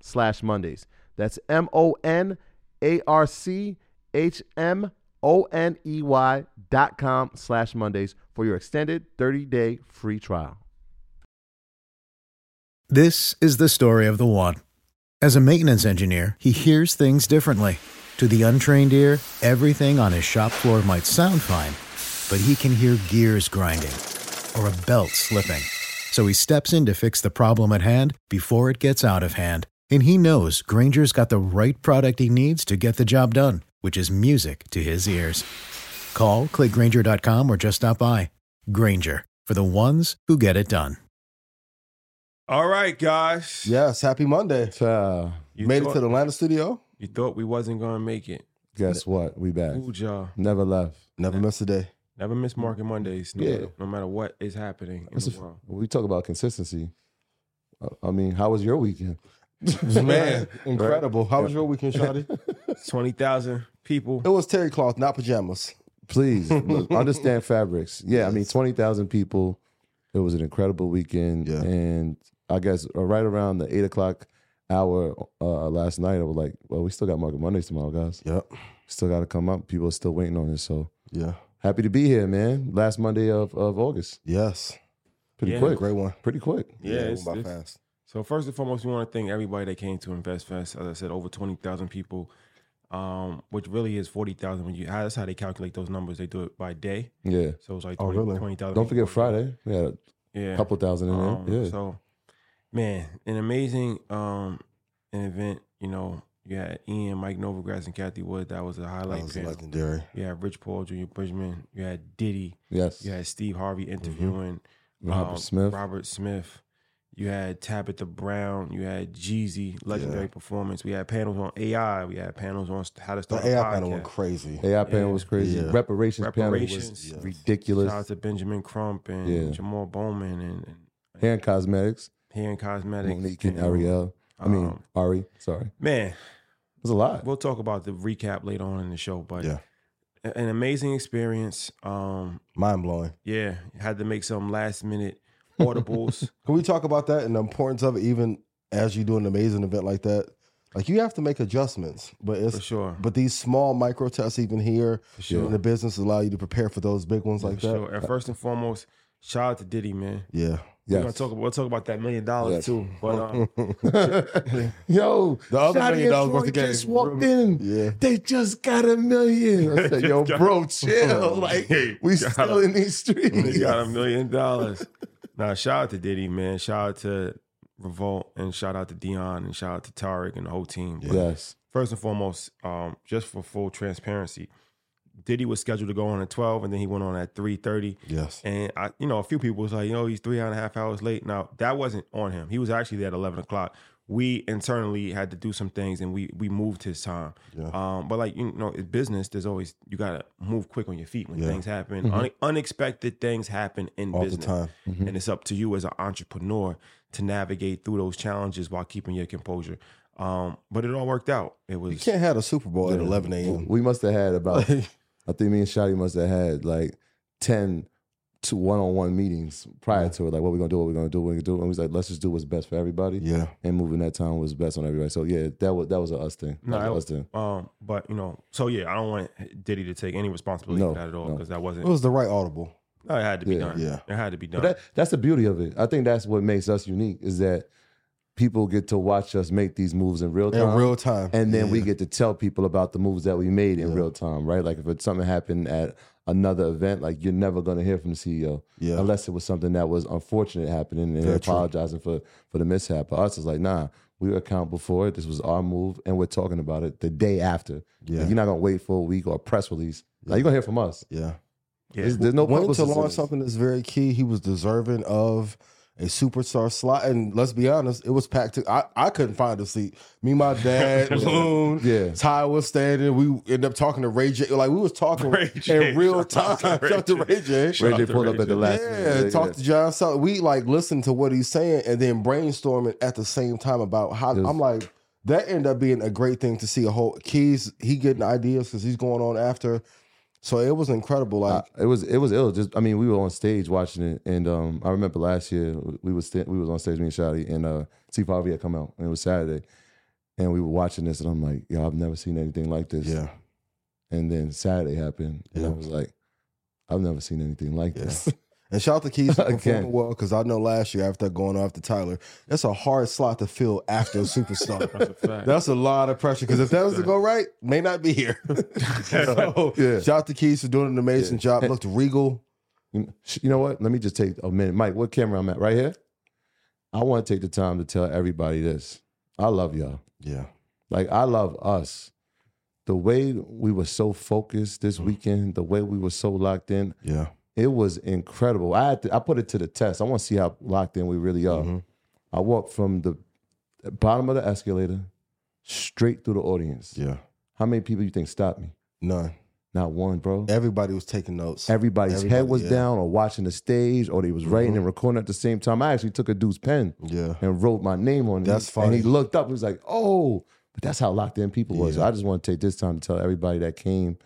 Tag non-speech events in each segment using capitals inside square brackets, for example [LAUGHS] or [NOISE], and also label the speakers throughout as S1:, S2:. S1: slash Mondays. That's M-O-N-A-R-C-H-M-O-N-E-Y E dot com slash Mondays for your extended 30-day free trial.
S2: This is the story of the one. As a maintenance engineer, he hears things differently. To the untrained ear, everything on his shop floor might sound fine, but he can hear gears grinding or a belt slipping. So he steps in to fix the problem at hand before it gets out of hand. And he knows Granger's got the right product he needs to get the job done, which is music to his ears. Call, clickgranger.com, or just stop by. Granger, for the ones who get it done.
S3: All right, guys.
S4: Yes, happy Monday.
S1: Uh,
S3: You
S4: Made
S3: thought-
S4: it to the Atlanta studio.
S3: You thought we wasn't gonna make it.
S1: guess what? We back.
S3: Fooled y'all.
S1: Never left.
S4: Never miss a day.
S3: Never miss Market Mondays, no,
S1: Yeah.
S3: matter, no matter what is happening in
S1: That's
S3: the
S1: a-
S3: world.
S1: we talk about consistency. I, I mean, how was your weekend? [LAUGHS]
S4: Man, incredible. How was your weekend, Shotty?
S3: Twenty thousand people.
S4: [LAUGHS] it was terry cloth, not pajamas.
S3: [LAUGHS]
S1: Please look, understand fabrics. Yeah, I mean,
S4: Yes.
S1: twenty thousand people. It was an incredible weekend,
S4: Yeah.
S1: and I guess uh, right around the eight o'clock hour uh, last night, I was like, "Well, we still got Market Mondays tomorrow, guys.
S4: Yep.
S1: Still got to come up. People are still waiting on us. So
S4: Yeah.
S1: happy to be here, man. Last Monday of, of August,
S4: Yes.
S1: pretty
S3: Yeah.
S1: quick,
S4: Great one.
S1: pretty quick.
S3: Yeah, it's-
S4: by
S3: it's-
S4: fast.
S3: So first and foremost, we want to thank everybody that came to Invest Fest. As I said, over twenty thousand people, um, which really is forty thousand. When you how- that's how they calculate those numbers. They do it by day.
S1: Yeah,
S3: So it's like
S4: Oh,
S3: 20
S4: really?
S3: 20,000
S1: don't forget
S3: people.
S1: Friday. We had
S3: Yeah.
S1: a couple thousand in
S3: Um,
S1: there. Yeah,
S3: So, man, an amazing um an event. You know, you had Ian, Mike Novogratz, and Kathy Wood. That was a
S4: That
S3: highlight.
S4: was
S3: panel.
S4: legendary.
S3: You had Rich Paul, Junior Bridgman. You had Diddy.
S1: yes,
S3: You had Steve Harvey interviewing
S1: Mm-hmm. Robert
S3: um,
S1: Smith.
S3: Robert Smith. You had Tabitha Brown. You had Jeezy. Legendary
S4: Yeah.
S3: performance. We had panels on AI. We had panels on how to
S4: The
S3: start a
S4: AI panel
S3: podcast.
S4: went crazy.
S1: AI panel was crazy.
S4: Yeah.
S1: Reparations,
S3: Reparations.
S1: panel
S4: Yes.
S1: was ridiculous.
S3: Shout out to Benjamin Crump and
S1: Yeah.
S3: Jamal Bowman and, and
S1: Hand cosmetics,
S3: Hand Cosmetics.
S1: Monique and
S3: um,
S1: Ariel. I mean
S3: um,
S1: Ari. Sorry, it
S3: man,
S1: was a lot.
S3: we'll talk about the recap later on in the show. But
S4: Yeah.
S3: a- an amazing experience. Um,
S4: Mind blowing.
S3: yeah, had to make some last minute
S4: [LAUGHS]
S3: audibles.
S4: Can we talk about that and the importance of it even as you do an amazing event like that? Like you have to make adjustments, but it's
S3: For sure.
S4: But these small micro tests, even here
S3: sure.
S4: in the business, allow you to prepare for those big ones like
S3: For
S4: that.
S3: sure. And first and foremost, shout out to Diddy, man.
S4: Yeah,
S3: We're gonna
S1: Yes.
S3: talk about we'll talk about that million dollars
S1: Yes.
S3: too. But um,
S4: [LAUGHS]
S1: Yo,
S4: The other
S1: Shotty
S4: million
S1: and
S4: dollars
S1: Troy
S4: worth of game.
S1: just walked in.
S4: Yeah.
S1: They just got a million. I said, yo,
S3: Just got-
S1: bro,
S5: [LAUGHS]
S1: chill. Like, we still in these
S3: he [LAUGHS]
S1: streets.
S3: got a million dollars. Now shout out to Diddy, man. Shout out to Revolt and shout out to Dion and shout out to Tarek and the whole team. But
S1: Yes.
S3: First and foremost, um, just for full transparency, Diddy was scheduled to go on at twelve, and then he went on at three thirty.
S4: Yes.
S3: And I, you know, a few people was like, you know, he's three and a half hours late. Now that wasn't on him. He was actually there at eleven o'clock. We internally had to do some things, and we we moved his time.
S4: Yeah.
S3: Um, but like you know, it's business. There's always you gotta move quick on your feet when
S4: Yeah.
S3: things happen. Un- unexpected things happen in
S4: All the
S3: business,
S4: time. Mm-hmm.
S3: and it's up to you as an entrepreneur to navigate through those challenges while keeping your composure. Um, but it all worked out. It was
S4: You can't have a Super Bowl at
S5: Yeah.
S4: 11 a.m. [LAUGHS]
S5: We must have had about. I think me and Shotty must have had like ten to one-on-one meetings prior to it. Like, what we gonna do? What we gonna do? What we gonna do? And we was like, let's just do what's best for everybody.
S4: yeah.
S5: And moving that time was best on everybody. So yeah, that was that was a us thing.
S3: No,
S5: that
S3: I-
S5: was us thing.
S3: Um, but you know, so yeah, I don't want Diddy to take any responsibility
S5: No,
S3: for that at all
S5: no.
S3: because that
S4: It
S3: wasn't.
S4: was the right audible.
S3: no, it had to be
S5: Yeah,
S3: done.
S4: yeah.
S3: it had to be done.
S5: But that, that's the beauty of it. I think that's what makes us unique is that people get to watch us make these moves in real
S4: In
S5: time.
S4: real time.
S5: and then we
S4: Yeah.
S5: get to tell people about the moves that we made in
S4: Yeah.
S5: real time, right? Like if it's something happened at another event, like you're never gonna hear from the CEO
S4: Yeah.
S5: unless it was something that was unfortunate happening and
S4: Very true.
S5: apologizing for for the mishap. But us is like, nah, we were accountable for it. This was our move, and we're talking about it the day after.
S4: Yeah.
S5: Like, you're not gonna wait for a week or a press release. Like you're gonna hear from us.
S4: Yeah.
S3: yeah.
S5: There's, there's no
S4: Wanting to
S5: purposes in
S4: launch
S5: this.
S4: something that's very key. He was deserving of a superstar slot. And let's be honest, it was packed. To, I, I couldn't find a seat. Me, my
S3: [LAUGHS]
S4: dad, Loon,
S5: Yeah.
S4: Ty was standing. We ended up talking to Ray J. Like, we was talking
S3: Ray J.
S4: in real
S3: Shout out
S4: time. [LAUGHS]
S3: to Ray
S4: Shout out to
S3: J.
S4: Ray J.
S5: Ray
S3: Shout
S5: J
S3: out to
S5: pulled
S3: Ray
S5: up at
S3: J.
S5: the last minute.
S4: Yeah, talk to John Sutton. We like listen to what he's saying and then brainstorming at the same time about how
S5: Yes.
S4: I'm like that ended up being a great thing to see a whole keys he getting ideas because he's going on after. So it was incredible. Like
S5: I- it was it was ill. Just I mean, we were on stage watching it, and um, I remember last year we was sta- we was on stage me and Shotty, and uh, T Harvey had come out, and it was Saturday, and we were watching this, and I'm like, yo, I've never seen anything like this.
S4: yeah,
S5: And then Saturday happened, and I
S4: Yeah.
S5: was like, I've never seen anything like
S4: Yeah. [LAUGHS]
S5: this.
S4: and shout out to Keys for
S5: Again.
S4: performing well because I know last year after going after Tyler, that's a hard slot to fill after a
S3: [LAUGHS]
S4: superstar.
S3: That's a fact.
S4: [LAUGHS] That's a lot of pressure because if that was to go right, may not be here. so
S5: Yeah.
S4: shout out to Keys for doing an amazing job. Looked regal.
S5: You sh- you know what? Let me just take a minute, Mike. What camera I'm at right here? I want to take the time to tell everybody this. I love y'all.
S4: Yeah,
S5: Like I love us. The way we were so focused this
S4: Mm-hmm.
S5: weekend, the way we were so locked in,
S4: yeah,
S5: It was incredible. I had to, I put it to the test. I want to see how locked in we really are.
S4: Mhm.
S5: I walked from the bottom of the escalator straight through the audience.
S4: yeah.
S5: How many people you think stopped me?
S4: None.
S5: Not one, bro.
S4: Everybody was taking notes.
S5: Everybody's head
S4: everybody,
S5: was
S4: yeah. Mm-hmm.
S5: down or watching the stage or they was writing and recording at the same time. I actually took a dude's pen
S4: yeah.
S5: and wrote my name on it.
S4: That's
S5: And he
S4: funny.
S5: looked up. He was like, "Oh," but that's how locked in people was.
S4: Yeah.
S5: I just want to take this time to tell everybody that came,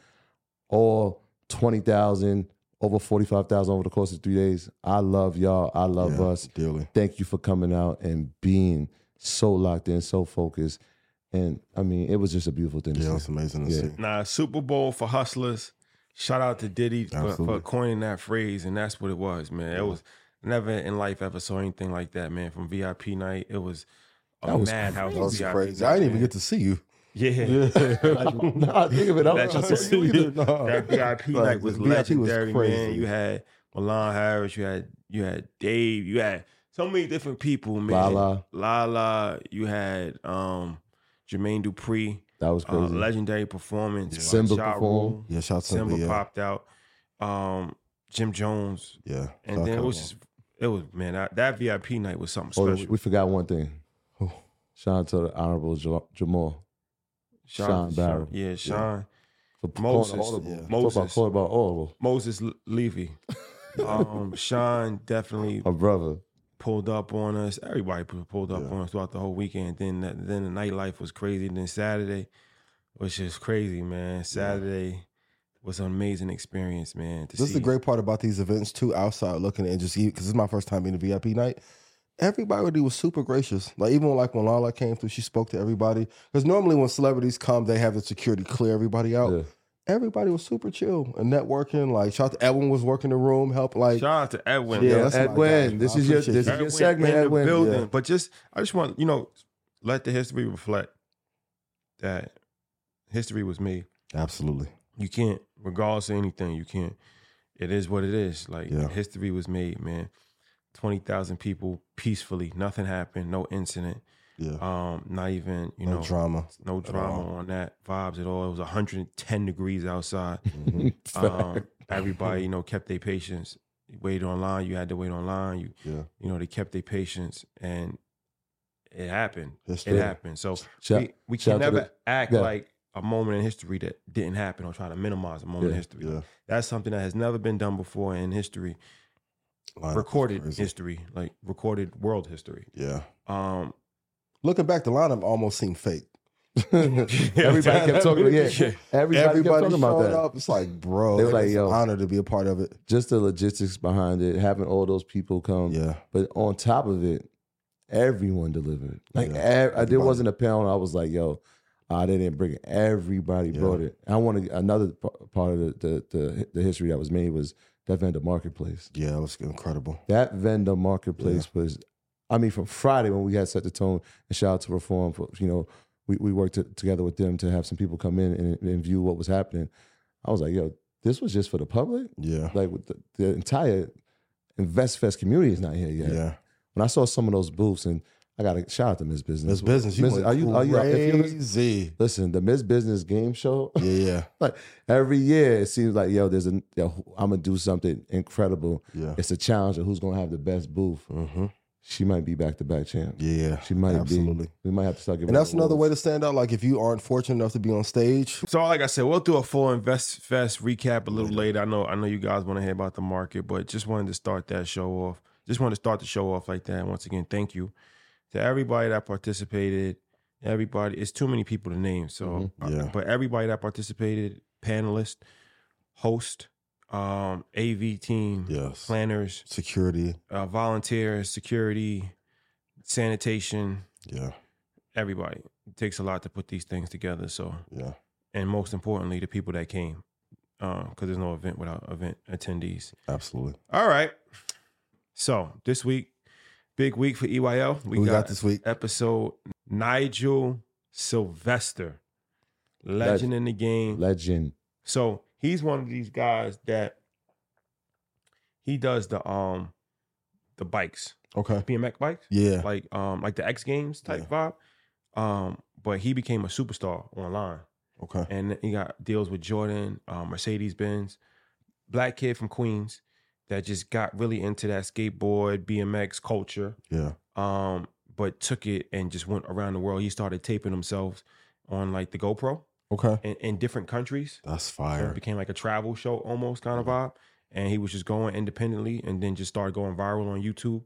S5: all twenty thousand, over forty five thousand over the course of three days. I love y'all. I love
S4: yeah,
S5: us.
S4: Dearly.
S5: Thank you for coming out and being so locked in, so focused. And I mean, it was just a beautiful thing.
S4: Yeah,
S5: to
S4: it's
S5: see.
S4: amazing to
S5: Yeah.
S4: see.
S3: Nah, Super Bowl for hustlers. Shout out to Diddy for,
S4: Absolutely.
S3: for coining that phrase, and that's what it was, man. It was never in life ever saw anything like that, man. From VIP night, it was a
S5: That was
S3: mad house.
S4: That was crazy. I didn't even get to see you.
S3: Yeah,
S4: [LAUGHS]
S5: nah, think of it. I'm
S3: That's
S5: not
S3: just
S5: saying
S3: a- [LAUGHS]
S5: either.
S3: that VIP
S4: Like,
S3: night was
S4: the VIP was
S3: legendary, man.
S4: crazy.
S3: You had Milan Harris, you had you had Dave, you had so many different people, man.
S5: Lala.
S3: Lala, you had um Jermaine Dupree,
S5: That was
S3: uh,
S5: crazy.
S3: legendary performance. by
S5: Simba
S3: Ja
S5: performed.
S3: Rule.
S4: Yeah, shout out to uh,
S3: Simba
S4: Simba, yeah.
S3: popped out. Um, Jim Jones,
S4: Yeah.
S3: and
S4: Shout
S3: then it
S4: out
S3: was
S4: to
S3: just, it was man that, that VIP night was something
S5: oh,
S3: special.
S5: we forgot one thing.
S4: Who?
S5: Shout out to the honorable Ja- Jamal. Sean Barrow.
S3: yeah, Sean
S5: for
S3: Moses,
S5: calling audible.
S4: yeah.
S5: Football
S3: Moses.
S5: called about audible.
S3: Moses Le-
S4: [LAUGHS]
S3: Levy. um, Sean definitely
S5: My brother.
S3: pulled up on us. Everybody pu- pulled up
S4: Yeah.
S3: on us throughout the whole weekend. Then the- then the nightlife was crazy. Then Saturday was just crazy, man. Saturday was an amazing experience, man. To
S4: This
S3: see.
S4: is the great part about these events too. Outside looking and just because this is my first time being a VIP night. Everybody was super gracious. Like even like when Lala came through, she spoke to everybody. Because normally when celebrities come, they have the security clear everybody out.
S5: Yeah.
S4: Everybody was super chill and networking. Like shout out to Edwin was working the room, help like
S3: shout out to Edwin.
S4: Yeah,
S3: man.
S4: that's my
S5: Edwin,
S4: guy.
S5: this
S4: I
S5: is your
S4: appreciate
S5: this
S4: you.
S5: is your
S3: Edwin
S5: segment,
S3: in the
S5: Edwin.
S3: building.
S5: Yeah.
S3: But just I just want you know, let the history reflect that history was made.
S4: Absolutely.
S3: You can't, regardless of anything, you can't. It is what it is. Like
S4: Yeah.
S3: history was made, man. Twenty thousand people peacefully, nothing happened, no incident.
S4: Yeah.
S3: Um, not even you
S4: no
S3: know [LAUGHS]
S4: drama.
S3: no
S4: all.
S3: drama on that vibes at all. It was 110 degrees outside.
S5: [LAUGHS]
S4: Mhm.
S1: [LAUGHS]
S3: Um, everybody you know kept their patience. You waited online. You had to wait online. You
S4: yeah.
S3: you know they kept their patience and it happened.
S4: That's
S3: It
S4: true.
S3: happened. So
S1: Shout-
S3: we, we
S1: shout
S3: can
S1: out to
S3: never
S1: the-
S3: act
S1: yeah.
S3: like a moment in history that didn't happen or try to minimize a moment in
S1: Yeah,
S3: history.
S4: Yeah.
S3: That's something that has never been done before in history,
S4: Lineup was
S3: recorded
S4: crazy.
S3: history, like recorded world history.
S4: Yeah.
S3: Um,
S4: Looking back, the lineup almost seemed fake.
S3: [LAUGHS]
S4: [LAUGHS]
S1: Everybody kept talking. Yeah, everybody, kept
S4: Everybody
S1: talking
S4: showed
S1: about that.
S4: up. It's like, bro,
S5: They were
S4: it
S5: like,
S4: was
S5: yo.
S4: an honor to be a part of it.
S5: Just the logistics behind it, having all those people come.
S4: Yeah.
S5: But on top of it, everyone delivered. Like
S4: Yeah,
S5: ev- there
S4: everybody.
S5: wasn't a pound. I was like, yo, ah, they didn't bring it. Everybody
S4: Yeah.
S5: brought it. I want to another p- part of the, the the the history that was made was that vendor marketplace.
S4: Yeah, it was incredible.
S5: That vendor marketplace was, I mean, from Friday when we had set the tone. And shout out to Reform for you know we we worked to- together with them to have some people come in and, and view what was happening. I was like, yo, this was just for the public.
S4: Yeah.
S5: Like with the, the entire InvestFest community is not here yet
S4: Yeah.
S5: when I saw some of those booths, and I got to shout out to Miss Business.
S4: Miss Business, you
S5: Miss-
S4: went
S5: are you- are you- if you're listening-
S4: crazy.
S5: Listen, the Miss Business game show. [LAUGHS]
S4: Yeah, yeah,
S5: Like every year, it seems like yo, there's a yo, I'm gonna do something incredible. [LAUGHS]
S4: yeah.
S5: It's a challenge of who's gonna have the best booth.
S4: Mm-hmm.
S5: She might be back to back champ.
S4: Yeah.
S5: She might
S4: Absolutely.
S5: be. We might have to start giving.
S4: And
S5: her
S4: that's another way
S5: awards.
S4: to stand out. Like if you aren't fortunate enough to be on stage,
S3: So, like I said, we'll do a full invest fest recap a little later. I know, I know you guys want to hear about the market, but just wanted to start that show off. Just wanted to start the show off like that. And once again, thank you to everybody that participated. Everybody, it's too many people to name. So, uh,
S4: Mhm. Yeah.
S3: but everybody that participated, panelist, host, um, AV team,
S4: yes,
S3: planners,
S4: security.
S3: uh, volunteers, security, sanitation,
S4: Yeah,
S3: everybody. It takes a lot to put these things together. So,
S4: yeah,
S3: and most importantly, the people that came, because there's no event without event attendees.
S4: absolutely.
S3: All right. So this week, big week for E EYL.
S4: We, got, this week.
S3: episode Nigel Sylvester, legend,
S5: Legend.
S3: in the game.
S5: legend.
S3: So he's one of these guys that he does the um the bikes,
S4: Okay.
S3: BMX bikes,
S4: Yeah.
S3: like um like the X Games type vibe. Um, but he became a superstar online
S4: Okay.
S3: and he got deals with Jordan, um, Mercedes Benz, black kid from Queens that just got really into that skateboard BMX culture.
S4: Yeah.
S3: Um, but took it and just went around the world. He started taping himself on like the GoPro
S4: Okay.
S3: in, in different countries.
S4: That's
S3: So
S4: fire.
S3: it became like a travel show almost kind of vibe. And he was just going independently and then just started going viral on YouTube,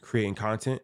S3: creating content.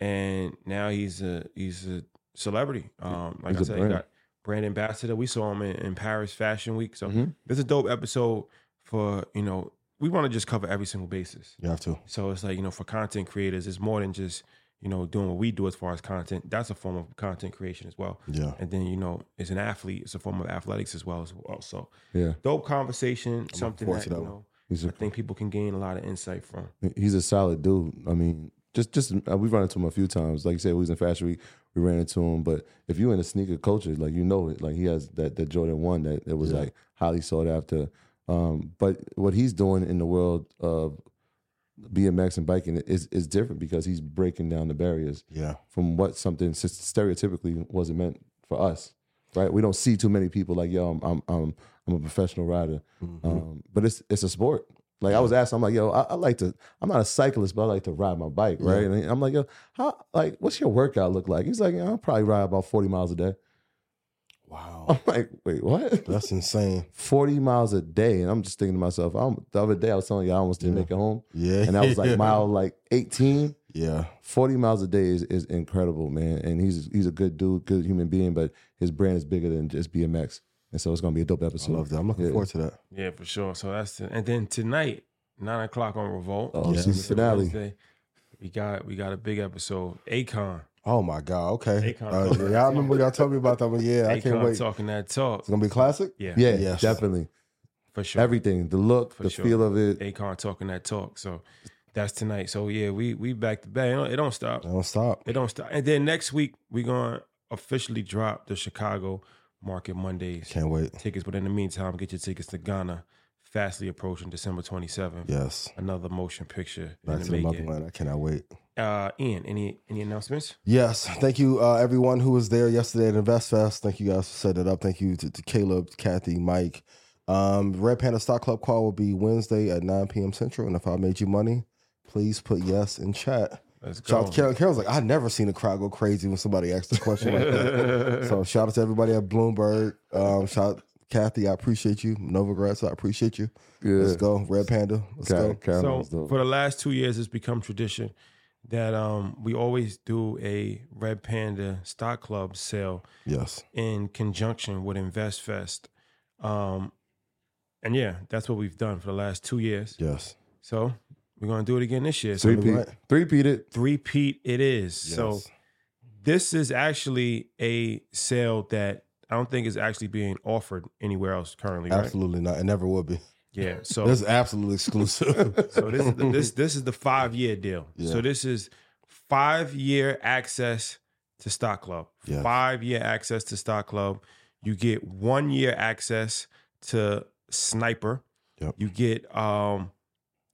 S3: And now he's a he's a celebrity. Um, like
S5: He's a
S3: I said,
S5: brand.
S3: he got brand ambassador. We saw him in, in Paris Fashion Week. So
S5: Mhm.
S3: this is a dope episode for, you know, we want to just cover every single basis.
S4: You have to.
S3: So it's like, you know, for content creators, it's more than just, you know, doing what we do as far as content. That's a form of content creation as well.
S4: Yeah.
S3: And then, you know, as an athlete, it's a form of athletics as well as well. So
S5: Yeah,
S3: dope conversation. something
S4: forward
S3: that,
S4: to
S3: you
S4: that
S3: know,
S5: he's
S3: I
S5: a
S3: think people can gain a lot of insight from.
S5: he's a solid dude. I mean, just just uh, we've run into him a few times. Like you said, we was in Fashion Week. We ran into him, but if you in the sneaker culture, like you know it, like he has that that Jordan one that that was
S4: Yeah.
S5: like highly sought after. Um, but what he's doing in the world of BMX and biking is is different because he's breaking down the barriers
S4: Yeah.
S5: from what something s- stereotypically wasn't meant for us, right? We don't see too many people like yo, I'm I'm I'm, I'm a professional rider.
S4: Mm-hmm.
S5: Um, but it's it's a sport. Like I was asked, I'm like, yo, I, I like to. I'm not a cyclist, but I like to ride my bike, right?
S4: Yeah.
S5: And I'm like, yo, how? Like, what's your workout look like? He's like, yeah, I'll probably ride about 40 miles a day. [LAUGHS] I'm
S4: Wow.
S5: like, wait, what?
S4: That's
S5: [LAUGHS]
S4: insane.
S5: 40 miles a day, and I'm just thinking to myself, I'm the other day I was telling you I almost didn't
S4: Yeah.
S5: make
S4: [LAUGHS]
S5: it home,
S4: Yeah.
S5: and that was like mile like 18.
S4: Yeah.
S5: 40 miles a day is, is incredible, man. And he's he's a good dude, good human being, but his brand is bigger than just BMX, and so it's gonna be a dope
S4: I
S5: episode.
S4: love that. I'm looking
S5: yeah.
S4: forward to that.
S3: Yeah, for sure. So that's the, and then tonight, nine o'clock on Revolt.
S5: Oh,
S4: Yeah.
S5: season
S3: It's a
S5: finale.
S3: Wednesday. We got we got a big episode. Akon.
S4: Oh my God. Okay.
S3: Akon
S4: Uh,
S3: talking
S4: yeah, I
S3: that
S4: remember y'all told me about that one. Yeah, I can't
S3: Akon
S4: wait. It's
S3: talking that talk.
S4: gonna be a classic.
S3: Yeah,
S5: Yeah,
S4: Yes.
S5: definitely.
S3: for sure.
S5: Everything, the look,
S3: For
S5: the
S3: sure.
S5: feel of it.
S3: Akon talking that talk. So that's tonight. So yeah, we we back to back. It don't, it don't stop.
S4: Don't stop.
S3: It don't stop. And then next week we're gonna officially drop the Chicago Market Mondays.
S4: Can't wait.
S3: tickets. But in the meantime, get your tickets to Ghana, fastly approaching December 27th.
S4: Yes.
S3: Another motion picture
S4: Back
S3: in the
S4: to the
S3: making.
S4: motherland. I cannot wait.
S3: Uh, Ian, any any announcements?
S4: Yes. Thank you, uh, everyone who was there yesterday at Invest Fest. Thank you guys for setting it up. Thank you to, to Caleb, Kathy, Mike. Um, Red Panda Stock Club call will be Wednesday at 9 p.m. Central. And if I made you money, please put yes in chat.
S3: Let's go.
S4: Shout out to Carol. Carol's like, I've never seen a crowd go crazy when somebody asks a question like
S3: [LAUGHS]
S4: that. so shout out to everybody at Bloomberg. Um, shout out Kathy, I appreciate you. Novogratz, I appreciate you. Let's go. Red Panda. Let's
S5: Car-
S4: go.
S5: Caroline's
S3: so
S5: dope.
S3: for the last two years, it's become tradition that um, we always do a Red Panda Stock Club sale
S4: Yes.
S3: in conjunction with InvestFest. Um, and yeah, that's what we've done for the last two years.
S4: Yes.
S3: So we're gonna do it again this year.
S5: three
S3: So
S5: peat,
S4: right.
S5: three peated.
S3: three peat it is.
S4: yes.
S3: So this is actually a sale that I don't think is actually being offered anywhere else currently, right?
S4: absolutely not. It never will be. [LAUGHS]
S3: Yeah. So
S4: This is absolutely exclusive.
S3: [LAUGHS] So this
S4: [LAUGHS]
S3: is the, this this is the five year deal.
S4: Yeah.
S3: So this is five year access to Stock Club.
S4: Yes.
S3: Five year access to Stock Club. You get one year access to Sniper.
S4: Yep.
S3: You get um,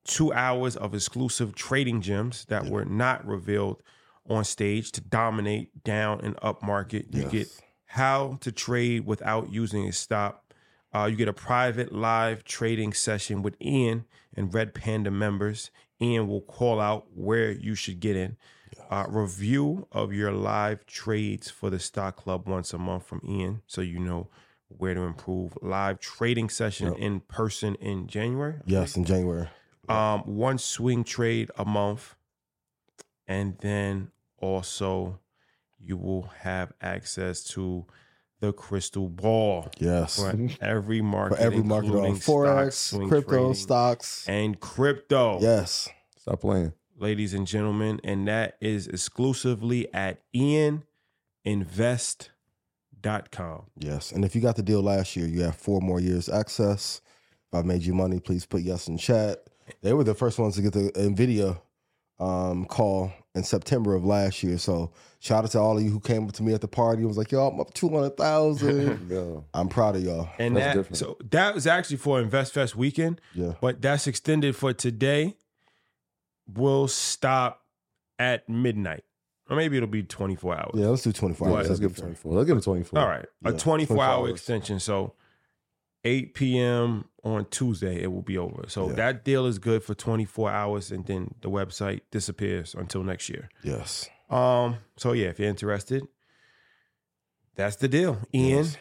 S3: two hours of exclusive trading gems that
S4: Yep.
S3: were not revealed on stage to dominate down and up market. You
S4: Yes.
S3: get how to trade without using a stop. Uh, you get a private live trading session with Ian and Red Panda members. Ian will call out where you should get in. Uh, review of your live trades for the stock club once a month from Ian, so you know where to improve. Live trading session in person in January. I
S4: Yes, in January.
S3: um, one swing trade a month, and then also you will have access to the crystal ball
S4: Yes.
S3: for
S4: [LAUGHS]
S3: every market,
S4: For every market on
S3: including
S4: Forex,
S3: stocks, swing
S4: crypto,
S3: trading,
S4: stocks.
S3: and crypto,
S4: Yes.
S3: [LAUGHS]
S5: Stop playing.
S3: ladies and gentlemen, and that is exclusively at IanInvest.com.
S4: Yes. And if you got the deal last year, you have four more years access. If I made you money, please put yes in chat. They were the first ones to get the NVIDIA um, call in September of last year. So shout out to all of you who came up to me at the party and was like, yo, I'm up
S3: [LAUGHS]
S4: 200,000.
S5: Yo,
S4: I'm proud of y'all.
S3: And
S5: That's
S3: that
S5: different.
S3: so that was actually for InvestFest weekend.
S4: Yeah.
S3: but that's extended for today. We'll stop at midnight, or maybe it'll be 24 hours.
S4: Yeah, let's do 24
S3: What?
S4: hours.
S5: let's
S4: That'd
S5: give him
S4: be fair.
S5: 24. Let's give him 24.
S3: All right, a
S4: Yeah,
S3: 24,
S4: 24
S3: hour
S4: hours.
S3: extension. So 8 p.m. on Tuesday, it will be over. So
S4: Yeah.
S3: that deal is good for 24 hours, and then the website disappears until next year.
S4: Yes.
S3: Um, so yeah, if you're interested, that's the deal. Ian,
S4: Yes.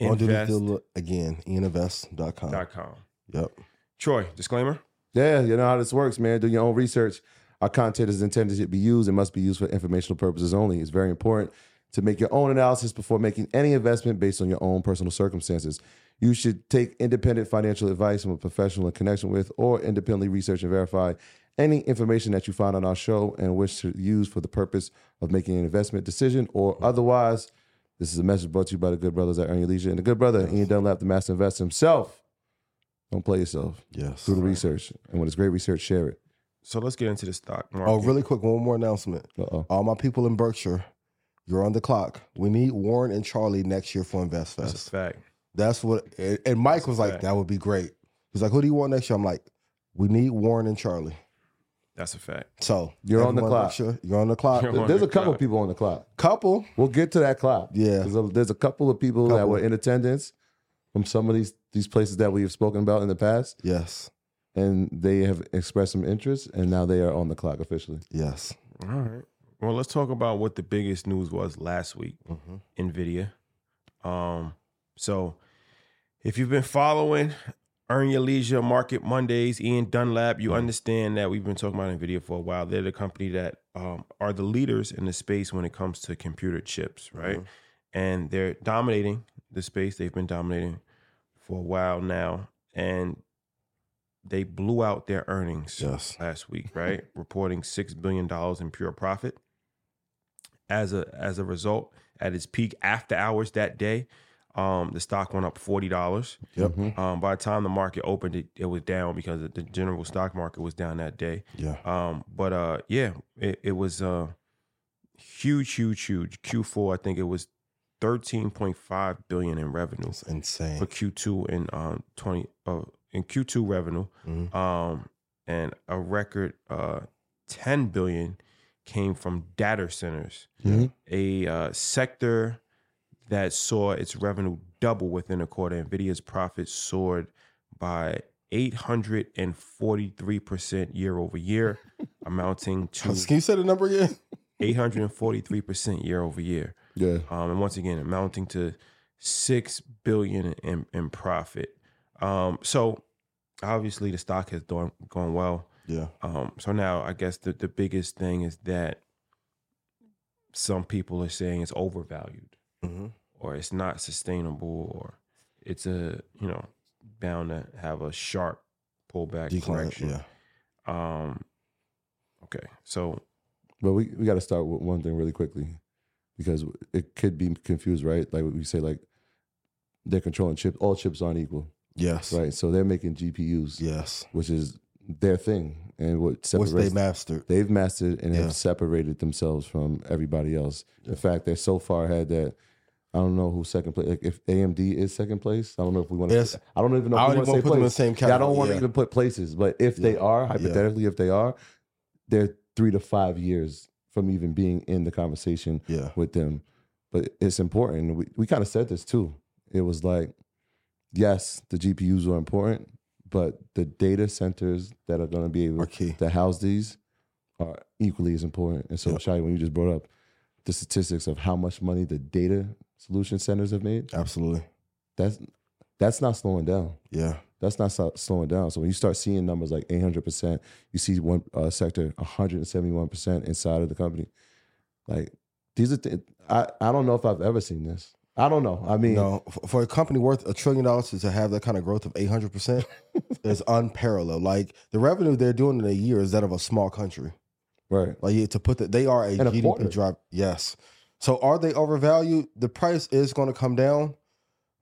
S4: I'll do this
S3: invest.com.
S4: deal uh, again. E IanInvest.com. Yep.
S3: Troy, disclaimer.
S5: Yeah, you know how this works, man. Do your own research. Our content is intended to be used and must be used for informational purposes only. It's very important to make your own analysis before making any investment based on your own personal circumstances. You should take independent financial advice from a professional in connection with or independently research and verify any information that you find on our show and wish to use for the purpose of making an investment decision or otherwise. This is a message brought to you by the good brothers at Earn Your Leisure and the good brother, Ian Dunlap, the master investor himself. Don't play yourself
S4: Yes.
S5: through the research. And when it's great research, share it.
S3: So let's get into the stock market.
S4: Oh, really quick, one more announcement.
S5: Uh oh.
S4: All my people in Berkshire, you're on the clock. We need Warren and Charlie next year for Invest
S3: That's
S4: Fest.
S3: a fact.
S4: That's what. And and Mike was like,
S3: fact.
S4: "That would be great." He's like, "Who do you want next year?" I'm like, "We need Warren and Charlie."
S3: That's a fact.
S4: So
S5: You're on the
S4: everyone
S5: clock.
S4: make sure- You're on the clock.
S3: You're on
S5: There's
S3: the
S5: a couple
S3: clock.
S5: people on the clock.
S4: Couple.
S5: We'll get to that clock.
S4: Yeah.
S5: There's a, there's a couple of people that
S4: Couple.
S5: were in attendance from some of these these places that we have spoken about in the past,
S4: Yes.
S5: and they have expressed some interest, and now they are on the clock officially.
S4: Yes.
S3: All right. Well, let's talk about what the biggest news was last week.
S4: Mhm.
S3: Nvidia. Um, so if you've been following Earn Your Leisure Market Mondays, Ian Dunlap, you understand that we've been talking about Nvidia for a while. They're the company that um, are the leaders in the space when it comes to computer chips, right? And they're dominating the space. They've been dominating for a while now, and they blew out their earnings
S4: Yes.
S3: last week, right? Reporting six billion dollars in pure profit. As a as a result, at its peak after hours that day, um, the stock went up forty dollars.
S4: Yep.
S3: Um, by the time the market opened, it, it was down because the general stock market was down that day.
S4: Yeah.
S3: Um, but uh, yeah, it, it was uh, huge, huge, huge. Q4, I think it was thirteen point five billion in revenue
S4: It's insane.
S3: for Q2 in um 20 uh, in Q2 revenue
S4: Mhm.
S3: um and a record uh 10 billion came from data centers,
S5: Mhm.
S3: a uh, sector that saw its revenue double within a quarter. Nvidia's profits soared by 843% year over year, amounting to
S4: Can you say the number again?
S3: 843% year over year.
S5: Yeah.
S3: Um, and once again, amounting to six billion in, in profit. Um, so obviously the stock has done gone well.
S4: Yeah.
S3: Um, so now I guess the, the biggest thing is that some people are saying it's overvalued
S4: Mhm.
S3: or it's not sustainable or it's a you know bound to have a sharp pullback
S4: Decline,
S3: correction.
S4: Yeah.
S3: Um, okay, so
S5: But we, we got to start with one thing really quickly because it could be confused, right? Like we say, like they're controlling chips. All chips aren't equal,
S4: Yes.
S5: right? So they're making GPUs,
S4: Yes.
S5: which is their thing, and what
S4: Which
S5: separates
S4: they mastered.
S5: they've mastered and
S4: Yeah.
S5: have separated themselves from everybody else. In fact, they're so far ahead that I don't know who's second place. Like if AMD is second place, I don't know if we want to.
S4: Yes.
S5: I don't even know.
S4: I don't
S5: If we
S4: even
S5: want to
S4: wanna
S5: say
S4: put them in the
S5: place.
S4: same
S5: Yeah, I
S4: category.
S5: don't want to
S4: Yeah.
S5: even put places, but if they
S4: Yeah.
S5: are hypothetically, if they are, they're three to five years from even being in the conversation
S4: Yeah.
S5: with them. But it's important. We we kind of said this too. It was like, yes, the GPUs are important, but the data centers that are going to be able
S4: Are key.
S5: to house these are equally as important. And so,
S4: Yep.
S5: Shai, when you just brought up the statistics of how much money the data solution centers have made,
S4: Absolutely.
S5: that's that's not slowing down.
S4: Yeah.
S5: That's not so- slowing down. So when you start seeing numbers like 800%, you see one uh, sector 171% inside of the company. Like these are th- I I don't know if I've ever seen this. I don't know. I mean,
S4: No, f- for a company worth a trillion dollars to have that kind of growth of
S5: [LAUGHS]
S4: 800% is unparalleled. Like the revenue they're doing in a year is that of a small country.
S5: right.
S4: Like you- to put that, they are a
S5: And a quarter.
S4: GDP drop. Yes. So are they overvalued? The price is going to come down,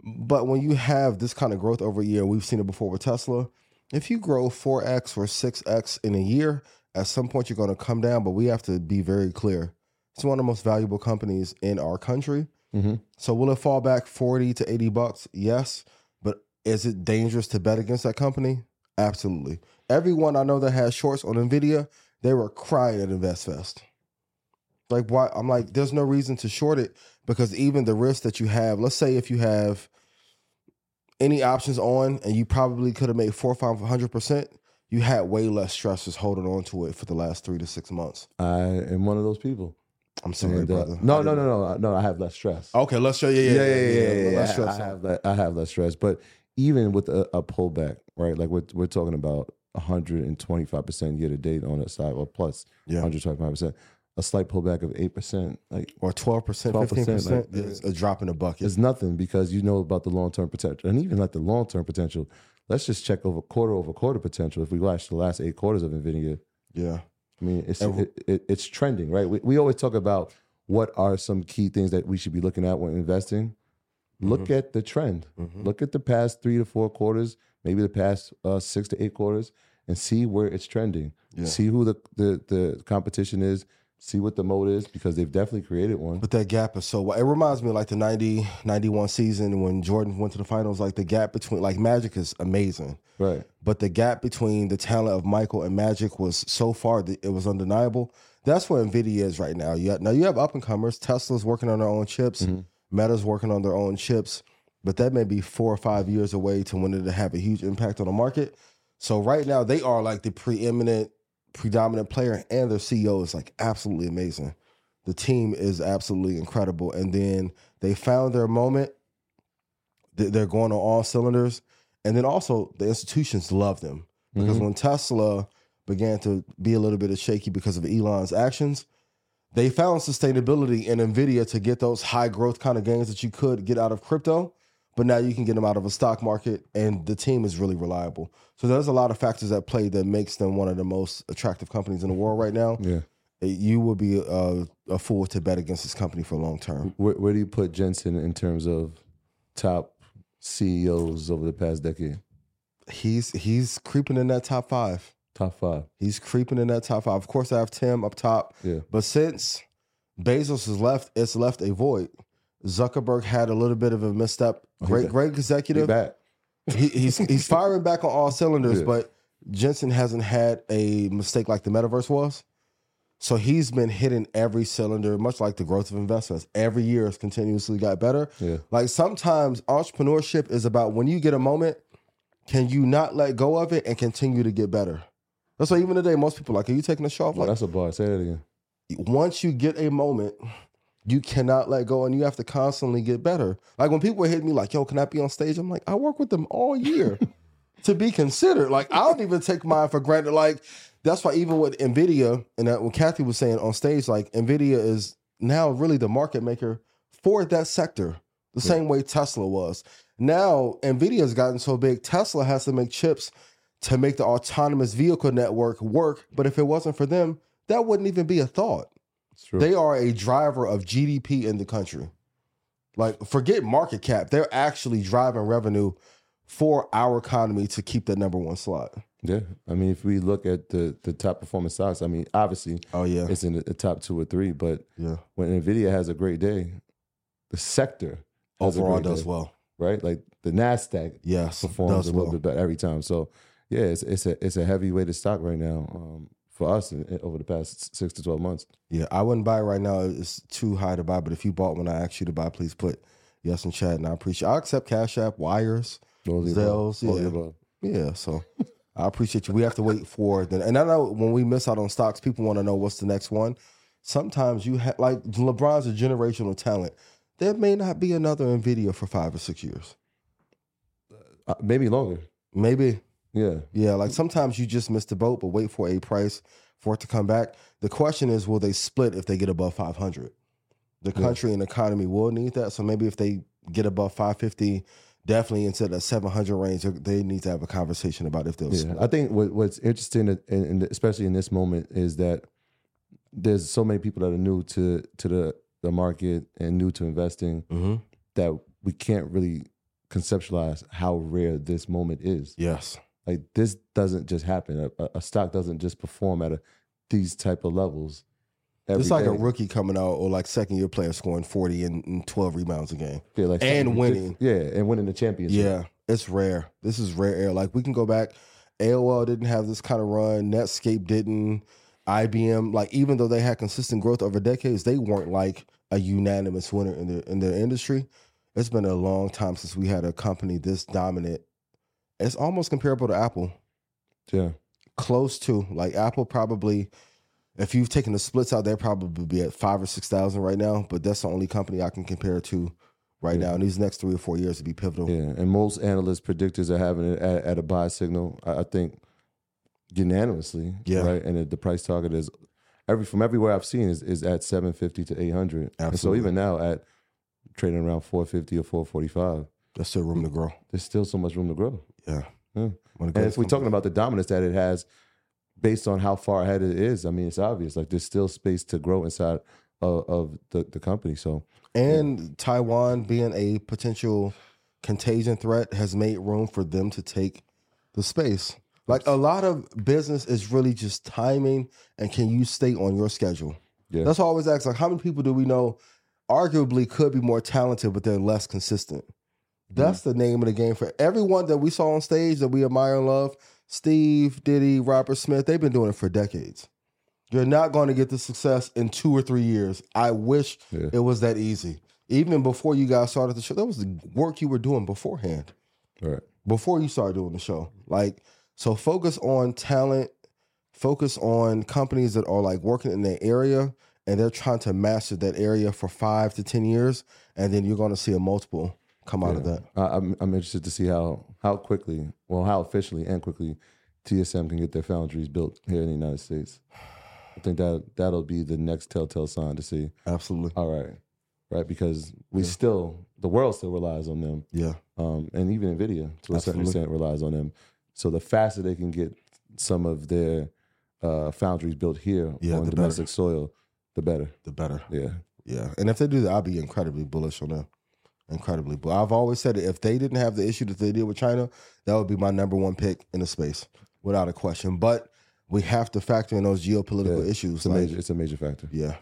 S4: but when you have this kind of growth over a year, we've seen it before with Tesla. If you grow four x or six x in a year, at some point you're going to come down. But we have to be very clear: it's one of the most valuable companies in our country.
S5: Mhm.
S4: So will it fall back forty to eighty bucks? Yes, but is it dangerous to bet against that company? Absolutely. Everyone I know that has shorts on Nvidia, they were crying at InvestFest. Like why? I'm like, there's no reason to short it because even the risk that you have. Let's say if you have any options on, and you probably could have made four or five hundred percent. You had way less stress just holding on to it for the last three to six months.
S5: I am one of those people.
S4: I'm sorry,
S5: And, uh,
S4: brother. I
S5: no,
S4: didn't-
S5: no, no, no, no. I have less stress.
S4: Okay, let's show. Yeah, yeah,
S5: yeah,
S4: yeah,
S5: yeah, yeah. yeah,
S4: Let's
S5: yeah.
S4: show
S5: I,
S4: some.
S5: have le- I have less stress, but even with a, a pullback, right? Like we're we're talking about 125 percent year to date on a side, or plus
S4: Yeah.
S5: 125 percent. A slight pullback of eight percent, like
S4: or 12%,
S5: 12%,
S4: 15%
S5: like,
S4: is a drop in the bucket.
S5: is nothing because you know about the long term potential, and even like the long term potential. Let's just check over quarter over quarter potential. If we watch the last eight quarters of Nvidia,
S4: yeah.
S5: I mean, it's
S4: And-
S5: it, it, it's trending, right? We, we always talk about what are some key things that we should be looking at when investing. Look at the trend.
S4: mm-hmm.
S5: Mm-hmm. Look at the past three to four quarters, maybe the past uh, six to eight quarters, and see where it's trending.
S4: Yeah.
S5: See who the, the the competition is. See what the mode is because they've definitely created one.
S4: But that gap is so wide. It reminds me of like the 90, 91 season when Jordan went to the finals. Like the gap between, like Magic is amazing.
S5: Right.
S4: But the gap between the talent of Michael and Magic was so far that it was undeniable. That's where Nvidia is right now. You have, now you have up and comers. Tesla's working on their own chips. Meta's working on their own chips. But that may be four or five years away to when it'll have a huge impact on the market. So right now they are like the preeminent, predominant player, and their CEO is like absolutely amazing. The team is absolutely incredible. And then they found their moment. They- They're going on all cylinders. And then also the institutions love them because when Tesla began to be a little bit of shaky because of Elon's actions, they found sustainability in Nvidia to get those high growth kind of gains that you could get out of crypto, but now you can get them out of a stock market, and the team is really reliable. So there's a lot of factors at play that makes them one of the most attractive companies in the world right now.
S5: Yeah.
S4: eh, You will be a, a fool to bet against this company for long term.
S5: Where, where do you put Jensen in terms of top CEOs over the past decade?
S4: He's he's creeping in that top five.
S5: Top five.
S4: He's creeping in that top five. Of course, I have Tim up top.
S5: Yeah.
S4: But since Bezos has left, it's left a void. Zuckerberg had a little bit of a misstep. Great,
S5: back.
S4: great
S5: They
S4: executive.
S5: back.
S4: He, he's
S5: [LAUGHS]
S4: he's firing back on all cylinders,
S5: Yeah.
S4: but Jensen hasn't had a mistake like the metaverse was. So he's been hitting every cylinder, much like the growth of investments. Every year has continuously got better.
S5: Yeah.
S4: Like sometimes entrepreneurship is about when you get a moment, can you not let go of it and continue to get better? That's why even today, most people are like, are you taking a show off?
S5: Well,
S4: Like,
S5: Oh, that's a bar. Say that again.
S4: once you get a moment, you cannot let go and you have to constantly get better. Like when people hit me like, yo, can I be on stage? I'm like, I work with them all year to be considered. Like I don't even take mine for granted. Like that's why even with NVIDIA and that, when Kathy was saying on stage, like NVIDIA is now really the market maker for that sector, the same way Tesla was. Now NVIDIA's gotten so big, Tesla has to make chips to make the autonomous vehicle network work. But if it wasn't for them, that wouldn't even be a thought.
S5: It's true.
S4: They are a driver of GDP in the country. Like, forget market cap. They're actually driving revenue for our economy to keep that number one slot.
S5: yeah. I mean, if we look at the the top performing stocks, I mean, obviously
S4: Oh yeah,
S5: it's in the the top two or three, but
S4: yeah.
S5: when Nvidia has a great day, the sector has a
S4: Overall,
S5: great
S4: does
S5: day,
S4: well.
S5: right? Like the Nasdaq
S4: Yes,
S5: performs
S4: does
S5: a little
S4: well.
S5: bit better every time. So yeah, it's it's a it's a heavy weighted stock right now um, for us in, in- over the past s- six to twelve months.
S4: Yeah, I wouldn't buy it right now. It's too high to buy. But if you bought when I asked you to buy, please put yes in chat, and I appreciate. I accept Cash App, Wires.
S5: All of the above.
S4: Zells,
S5: All of the
S4: yeah.
S5: above.
S4: Yeah, so I appreciate you. We have to wait for then, and I know when we miss out on stocks, people want to know what's the next one. Sometimes you have like LeBron's a generational talent. There may not be another Nvidia for five or six years.
S5: Uh, maybe longer.
S4: Maybe,
S5: Yeah,
S4: yeah. Like sometimes you just miss the boat, but wait for a price for it to come back. The question is, will they split if they get above five hundred? The
S5: Yeah.
S4: country and economy will need that. So maybe if they get above five fifty, definitely into the seven hundred range, they need to have a conversation about if they'll
S5: yeah.
S4: split.
S5: I think what, what's interesting, in, in, especially in this moment, is that there's so many people that are new to to the the market and new to investing
S4: Mm-hmm.
S5: that we can't really conceptualize how rare this moment is.
S4: Yes.
S5: Like this doesn't just happen. A, a- a stock doesn't just perform at a, these type of levels. every
S4: it's like a
S5: day.
S4: rookie coming out or like second year player scoring 40 and, and 12 rebounds a game.
S5: Yeah, like
S4: and
S5: something
S4: winning.
S5: diff- Yeah, and winning the championship.
S4: Yeah, it's rare. This is rare air. Like we can go back. AOL didn't have this kind of run. Netscape didn't. IBM, like even though they had consistent growth over decades, they weren't like a unanimous winner in their in their industry. It's been a long time since we had a company this dominant. It's almost comparable to Apple.
S5: yeah.
S4: close to like Apple probably. If you've taken the splits out, they probably be at five or six thousand right now. But that's the only company I can compare to right
S5: Yeah.
S4: now. And these next three or four years would be pivotal.
S5: Yeah, and most analyst predictors are having it at, at a buy signal. I, I think unanimously.
S4: Yeah.
S5: Right, and the, the price target is every from everywhere I've seen is, is at seven fifty to eight hundred. And so
S4: Absolutely.
S5: even now at trading around four fifty or four forty five,
S4: There's still room to grow.
S5: there's still so much room to grow.
S4: Yeah.
S5: Yeah.
S4: When it
S5: And
S4: goes
S5: if we're
S4: to-
S5: talking about the dominance that it has, based on how far ahead it is, I mean it's obvious. Like there's still space to grow inside of, of the, the company. So
S4: and Taiwan being a potential contagion threat has made room for them to take the space. Like a lot of business is really just timing and can you stay on your schedule?
S5: Yeah.
S4: That's why I always ask like how many people do we know arguably could be more talented, but they're less consistent? That's the name of the game for everyone that we saw on stage that we admire and love. Steve, Diddy, Robert Smith, they've been doing it for decades. You're not going to get the success in two or three years. I wish
S5: Yeah.
S4: it was that easy. Even before you guys started the show, that was the work you were doing beforehand
S5: all right.
S4: before you start doing the show. Like, so focus on talent, focus on companies that are like working in their area and they're trying to master that area for five to 10 years. And then you're going to see a multiple come out of
S5: Yeah.
S4: that.
S5: I, I'm I'm interested to see how how quickly, well, how efficiently and quickly TSM can get their foundries built here in the United States. I think that that'll be the next telltale sign to see.
S4: Absolutely.
S5: All right, right, because we still the world still relies on them,
S4: Yeah.
S5: um, and even Nvidia to a
S4: Absolutely.
S5: certain extent relies on them. So the faster they can get some of their uh, foundries built here
S4: Yeah,
S5: on
S4: the better.
S5: domestic soil, the better.
S4: The better.
S5: Yeah,
S4: Yeah. And if they do that, I'll be incredibly bullish on them. Incredibly. But I've always said it. If they didn't have the issue that they did with China, that would be my number one pick in the space without a question. But we have to factor in those geopolitical
S5: Yeah.
S4: issues.
S5: it's a
S4: like-
S5: major it's a major factor.
S4: Yeah.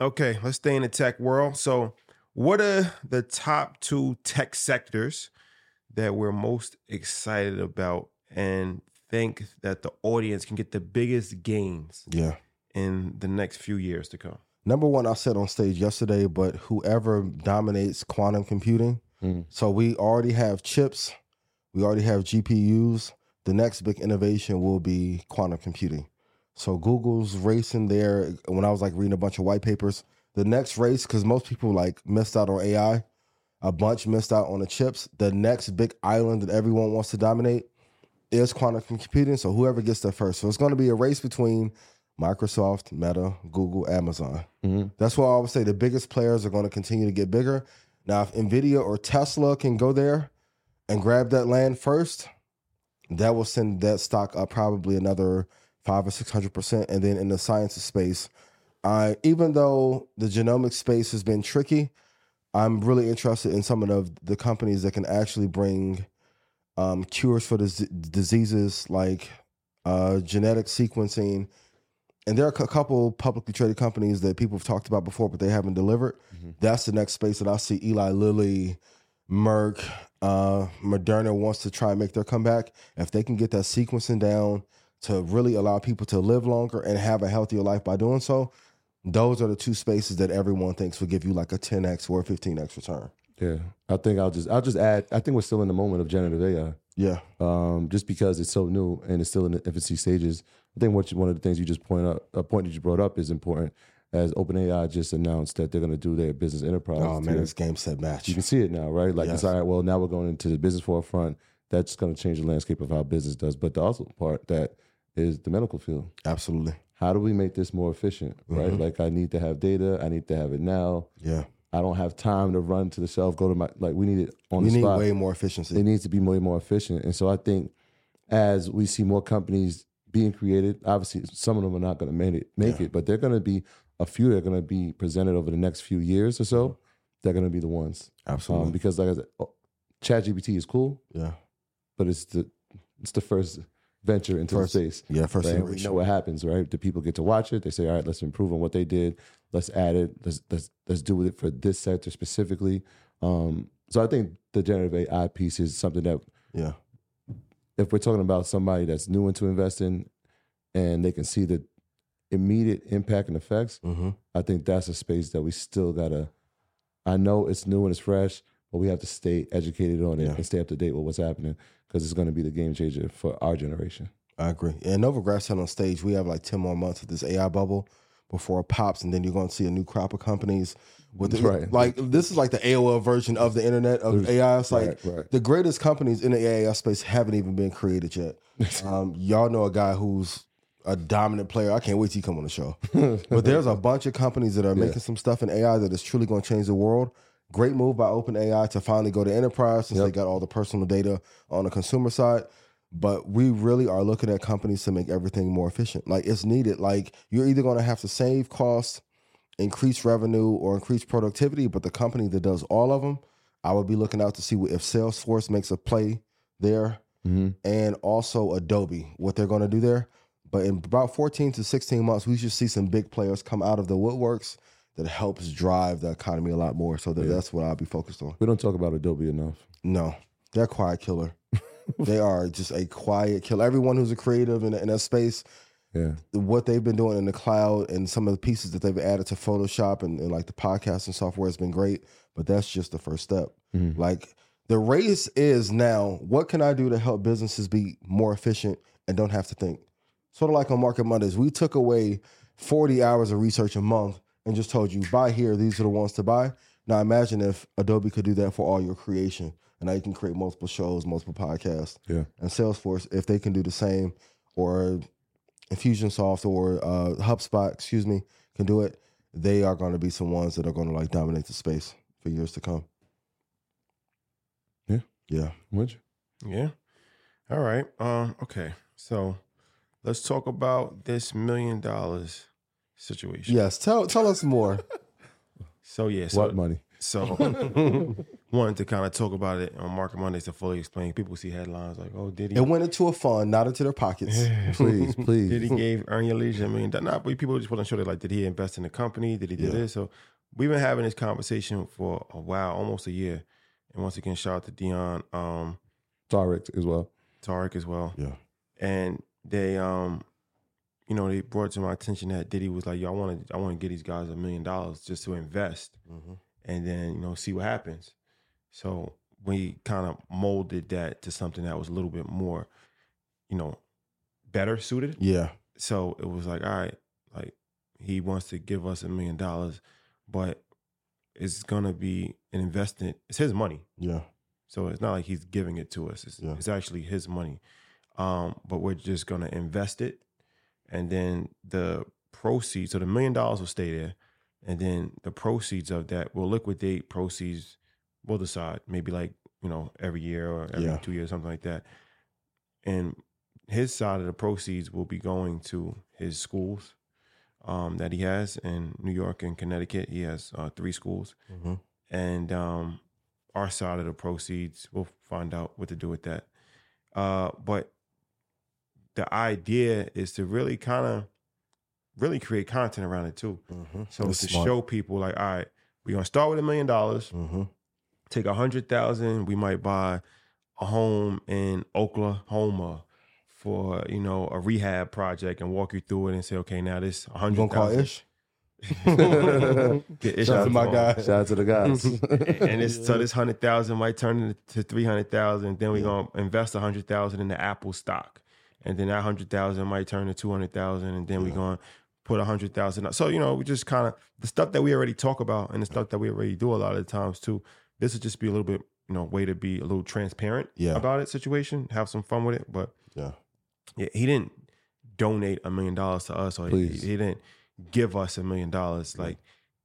S3: Okay, let's stay in the tech world. So, what are the top two tech sectors that we're most excited about and think that the audience can get the biggest gains
S4: Yeah.
S3: in the next few years to come.
S4: Number one, I said on stage yesterday, but whoever dominates quantum computing.
S5: Mhm.
S4: So we already have chips, we already have GPUs. The next big innovation will be quantum computing. So Google's racing there. When I was like reading a bunch of white papers, the next race, because most people like missed out on AI, a bunch missed out on the chips. The next big island that everyone wants to dominate is quantum computing. So whoever gets there first. So it's going to be a race between Microsoft, Meta, Google, Amazon.
S5: Mhm.
S4: That's why I would say the biggest players are going to continue to get bigger. Now, if Nvidia or Tesla can go there and grab that land first, that will send that stock up probably another five or six hundred percent. And then in the sciences space, I even though the genomic space has been tricky, I'm really interested in some of the, the companies that can actually bring um, cures for dis- diseases like uh, genetic sequencing. And there are a couple publicly traded companies that people have talked about before, but they haven't delivered.
S5: Mm-hmm.
S4: That's the next space that I see Eli Lilly, Merck, uh, Moderna wants to try and make their comeback. If they can get that sequencing down to really allow people to live longer and have a healthier life by doing so, those are the two spaces that everyone thinks will give you like a 10x or a 15x return.
S5: Yeah, I think I'll just I'll just add. I think we're still in the moment of generative AI,
S4: Yeah.
S5: um, just because it's so new and it's still in the infancy stages. I think what you, one of the things you just point up, a point that you brought up is important. As OpenAI just announced that they're going to do their business enterprise.
S4: Oh man,
S5: tier.
S4: it's game set match.
S5: you can see it now, right? Like
S4: Yes.
S5: it's all right. Well, now we're going into the business forefront. That's going to change the landscape of how business does. But the also part that is the medical field.
S4: Absolutely.
S5: How do we make this more efficient, right?
S4: Mhm.
S5: Like I need to have data. I need to have it now.
S4: Yeah.
S5: I don't have time to run to the shelf, go to my like. We need it on
S4: we
S5: the
S4: need
S5: spot.
S4: way more efficiency.
S5: It needs to be way more efficient. And so I think as we see more companies being created, obviously some of them are not going to make it, make
S4: Yeah.
S5: it, but they're going to be a few that are going to be presented over the next few years or
S4: Mm-hmm.
S5: so. They're going to be the ones
S4: Absolutely.
S5: um, because, like I said, oh, ChatGPT is cool,
S4: yeah.
S5: but it's the it's the first venture into
S4: First-
S5: the space.
S4: Yeah. First
S5: Right? We know
S4: iteration.
S5: what happens, right? The people get to watch it. They say, "All right, let's improve on what they did. Let's add it. Let's let's let's do with it for this sector specifically." Um, so I think the generative AI piece is something that
S4: Yeah.
S5: if we're talking about somebody that's new into investing and they can see the immediate impact and effects,
S4: Mm-hmm.
S5: I think that's a space that we still gotta. I know it's new and it's fresh, but we have to stay educated on it
S4: Yeah.
S5: and stay up to date with what's happening because it's going to be the game changer for our generation.
S4: I agree. And Nova Grass said on stage, we have like 10 more months of this AI bubble before it pops, and then you're going to see a new crop of companies. With the,
S5: Right.
S4: Like, this is like the AOL version of the internet of AI. It's like
S5: Right, right.
S4: the greatest companies in the AI space haven't even been created yet.
S5: [LAUGHS]
S4: Um, y'all know a guy who's a dominant player. I can't wait till you come on the show. But there's a bunch of companies
S5: [LAUGHS]
S4: that are making some stuff in AI that is truly going to change the world. Great move by OpenAI to finally go to enterprise since they got all the personal data on the consumer side. But we really are looking at companies to make everything more efficient. Like it's needed. Like you're either going to have to save costs, increase revenue, or increase productivity. But the company that does all of them, I would be looking out to see what, if Salesforce makes a play there
S5: hmm
S4: and also Adobe, what they're going to do there. But in about 14 to 16 months, we should see some big players come out of the woodworks that helps drive the economy a lot more. So that, that's what I'll be focused on.
S5: We don't talk about Adobe enough.
S4: No, they're a quiet killer. [LAUGHS] they are just a quiet killer. Everyone who's a creative in, in that space,
S5: Yeah,
S4: what they've been doing in the cloud and some of the pieces that they've added to Photoshop and, and like the podcasting software has been great, but that's just the first step.
S5: Mhm.
S4: Like the race is now, what can I do to help businesses be more efficient and don't have to think? Sort of like on Market Mondays, we took away 40 hours of research a month and just told you, buy here, these are the ones to buy. Now imagine if Adobe could do that for all your creation. And now you can create multiple shows, multiple podcasts.
S5: Yeah.
S4: And Salesforce, if they can do the same or Infusionsoft or uh, HubSpot, excuse me, can do it, they are going to be some ones that are going to like dominate the space for years to come.
S5: Yeah.
S4: Yeah.
S5: would you?
S3: Yeah. All right. Um, okay. So let's talk about this million dollars situation.
S4: Yes. Tell tell us [LAUGHS] more.
S3: So yeah, so
S5: what money?
S3: [LAUGHS] so wanted to kind of talk about it on Market Mondays to fully explain. People see headlines like, "Oh, Diddy,
S4: it went into a fund, not into their pockets.
S3: [LAUGHS]
S4: [LAUGHS]
S5: Please, please.
S3: Diddy gave Earn Your Leisure a million dollars." Not, but people just want to show that like, did he invest in the company? Did he do
S4: Yeah.
S3: this? So we've been having this conversation for a while, almost a year. And once again, shout out to Dion. Um,
S5: Tarek as well.
S3: Tarek as well.
S4: Yeah.
S3: And they um you know, they brought to my attention that Diddy was like, "Yo, I want to, I want to get these guys a million dollars just to invest,
S5: Mm-hmm.
S3: and then you know, see what happens." So we kind of molded that to something that was a little bit more, you know, better suited.
S4: Yeah.
S3: So it was like, all right, like he wants to give us a million dollars, but it's gonna be an investment. It's his money.
S4: Yeah.
S3: So it's not like he's giving it to us. It's,
S4: Yeah.
S3: it's actually his money. Um, but we're just gonna invest it, and then the proceeds. So the million dollars will stay there, and then the proceeds of that will liquidate proceeds. We'll decide maybe like you know every year or every
S4: Yeah.
S3: two years something like that. And his side of the proceeds will be going to his schools um, that he has in New York and Connecticut. He has uh, three schools
S4: Mhm.
S3: and um, our side of the proceeds, we'll find out what to do with that. Uh, but the idea is to really kind of really create content around it too.
S4: Mhm.
S3: So
S4: That's
S3: to
S4: smart.
S3: show people like, all right, we're gonna start with a million dollars,
S4: Mhm.
S3: take a hundred thousand, we might buy a home in Oklahoma for, you know, a rehab project and walk you through it and say, okay, now this a
S4: You
S3: hundred
S4: gonna call
S3: thousand.
S4: Ish?
S3: [LAUGHS] Get Ish
S4: Shout out
S3: out
S4: to
S3: the
S4: my
S3: phone.
S4: guy.
S5: Shout out to
S4: [LAUGHS]
S5: the
S3: [LAUGHS]
S5: guys.
S3: and it's so this hundred thousand might turn into three hundred thousand. Then we're gonna invest a hundred thousand in the Apple stock, and then that hundred thousand might turn to two hundred thousand, and then we're gonna put a hundred thousand. So you know, we just kind of the stuff that we already talk about and the stuff that we already do a lot of the times too. This would just be a little bit, you know, way to be a little transparent
S4: Yeah.
S3: about it. Situation, have some fun with it, but
S4: Yeah.
S3: yeah, he didn't donate a million dollars to us, or he,
S5: Please.
S3: he didn't give us a million dollars. Like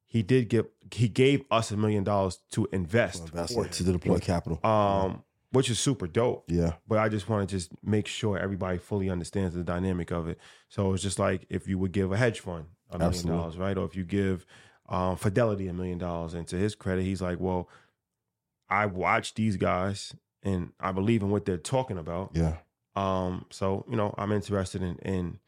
S3: he did give, he gave us a million dollars to invest,
S4: That's
S3: for
S4: it. To deploy capital.
S3: him, um, which is super dope.
S4: yeah.
S3: But I just want to just make sure everybody fully understands the dynamic of it. So it's just like if you would give a hedge fund a million
S4: Absolutely.
S3: dollars, right? Or if you give um, Fidelity a million dollars, and to his credit, he's like, well, I watch these guys and I believe in what they're talking about.
S4: Yeah.
S3: Um, so you know, I'm interested in in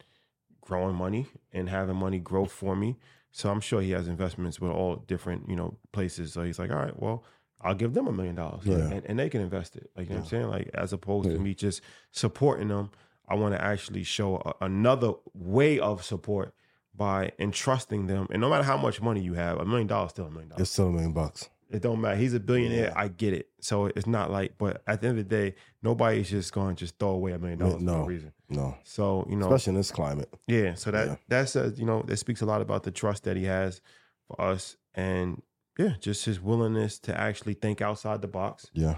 S3: growing money and having money grow for me. So I'm sure he has investments with all different you know places. So he's like, all right, well, I'll give them a million dollars,
S4: Yeah.
S3: and, and they can invest it. Like you know what I'm saying, like as opposed
S5: Yeah.
S3: to me just supporting them, I want to actually show a, another way of support by entrusting them. And no matter how much money you have, a million dollars is still a million dollars.
S4: It's still a million bucks.
S3: It don't matter. He's a billionaire.
S4: Yeah.
S3: I get it. So it's not like, but at the end of the day, nobody's just going to just throw away a million
S4: Man,
S3: dollars for no
S4: no.
S3: reason.
S4: No.
S3: So you know,
S4: Especially in this climate.
S3: yeah. So that
S4: Yeah.
S3: that says you know that speaks a lot about the trust that he has for us, and yeah, just his willingness to actually think outside the box.
S4: Yeah.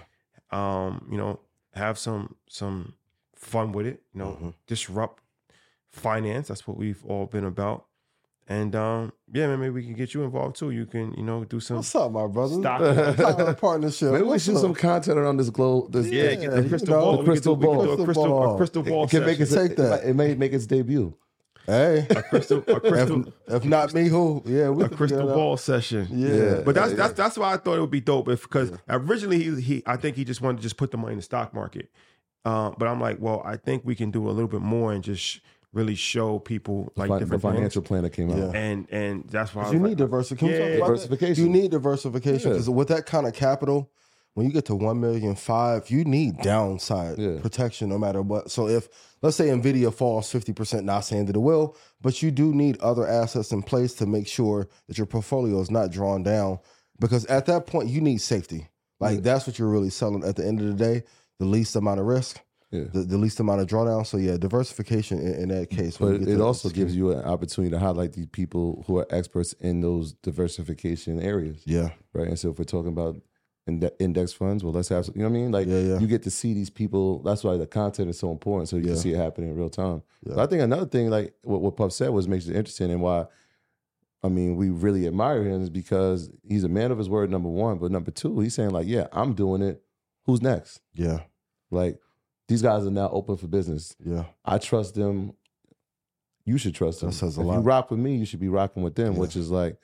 S3: Um, you know, have some some fun with it. You know,
S4: Mhm.
S3: disrupt finance. That's what we've all been about. And um, yeah, man, maybe we can get you involved too. You can you know do some.
S4: What's up, my brother?
S3: Stop.
S4: [LAUGHS] Talking about partnership.
S5: Maybe we
S4: What's
S5: shoot
S4: up?
S5: some content around this globe. This
S3: Yeah,
S5: this-
S3: get
S4: Yeah,
S3: the
S4: you
S3: crystal
S4: know,
S3: ball.
S5: the
S3: We could
S5: crystal
S3: do- we could
S5: ball.
S3: do a crystal-
S4: Crystal ball.
S3: A crystal ball.
S5: it can make
S3: session.
S5: its,
S4: Take
S5: it-
S4: that.
S5: It may make its debut.
S4: Hey.
S3: a
S4: [LAUGHS]
S3: crystal, [LAUGHS] a crystal,
S4: If, if not me, who? Yeah, we [LAUGHS]
S3: a
S4: could
S3: crystal
S4: get it
S3: ball session.
S4: Yeah. Yeah.
S3: but that's that's that's why I thought it would be dope because originally he he I think he just wanted to just put the money in the stock market. Uh, but I'm like, well, I think we can do a little bit more and just really show people like
S5: Fin- the
S3: different
S5: financial plan that came out.
S4: Yeah.
S3: things. and and that's why I
S4: up.
S3: was
S4: You
S3: like,
S4: need diversification. Can we
S3: Yeah.
S4: talk about that?
S5: Diversification.
S4: You need diversification
S5: Yeah.
S4: because with that kind of capital, when you get to one million five, you need downside
S5: Yeah.
S4: protection no matter what. So if let's say Nvidia falls fifty percent, not saying that it will, but you do need other assets in place to make sure that your portfolio is not drawn down because at that point you need safety. Like that's what you're really selling at the end of the day. The least amount of risk,
S5: Yeah.
S4: the, the least amount of drawdown. So yeah, diversification in, in that case. when
S5: But
S4: you get
S5: it
S4: to-
S5: also gives you an opportunity to highlight the people who are experts in those diversification areas,
S4: yeah,
S5: right? And so if we're talking about inde- index funds, well, let's have you know what I mean. Like
S4: Yeah, yeah.
S5: you get to see these people. That's why the content is so important, so you
S4: Yeah.
S5: can see it happening in real time.
S4: Yeah.
S5: So I think another thing, like what what Puff said, was makes it interesting and why. I mean, we really admire him is because he's a man of his word, number one. But number two, he's saying, like, yeah, I'm doing it. Who's next?
S4: yeah,
S5: Like, these guys are now open for business.
S4: yeah.
S5: I trust them. You should trust them.
S4: That says a
S5: if you
S4: lot.
S5: rock with me, you should be rocking with them,
S4: Yeah.
S5: which is like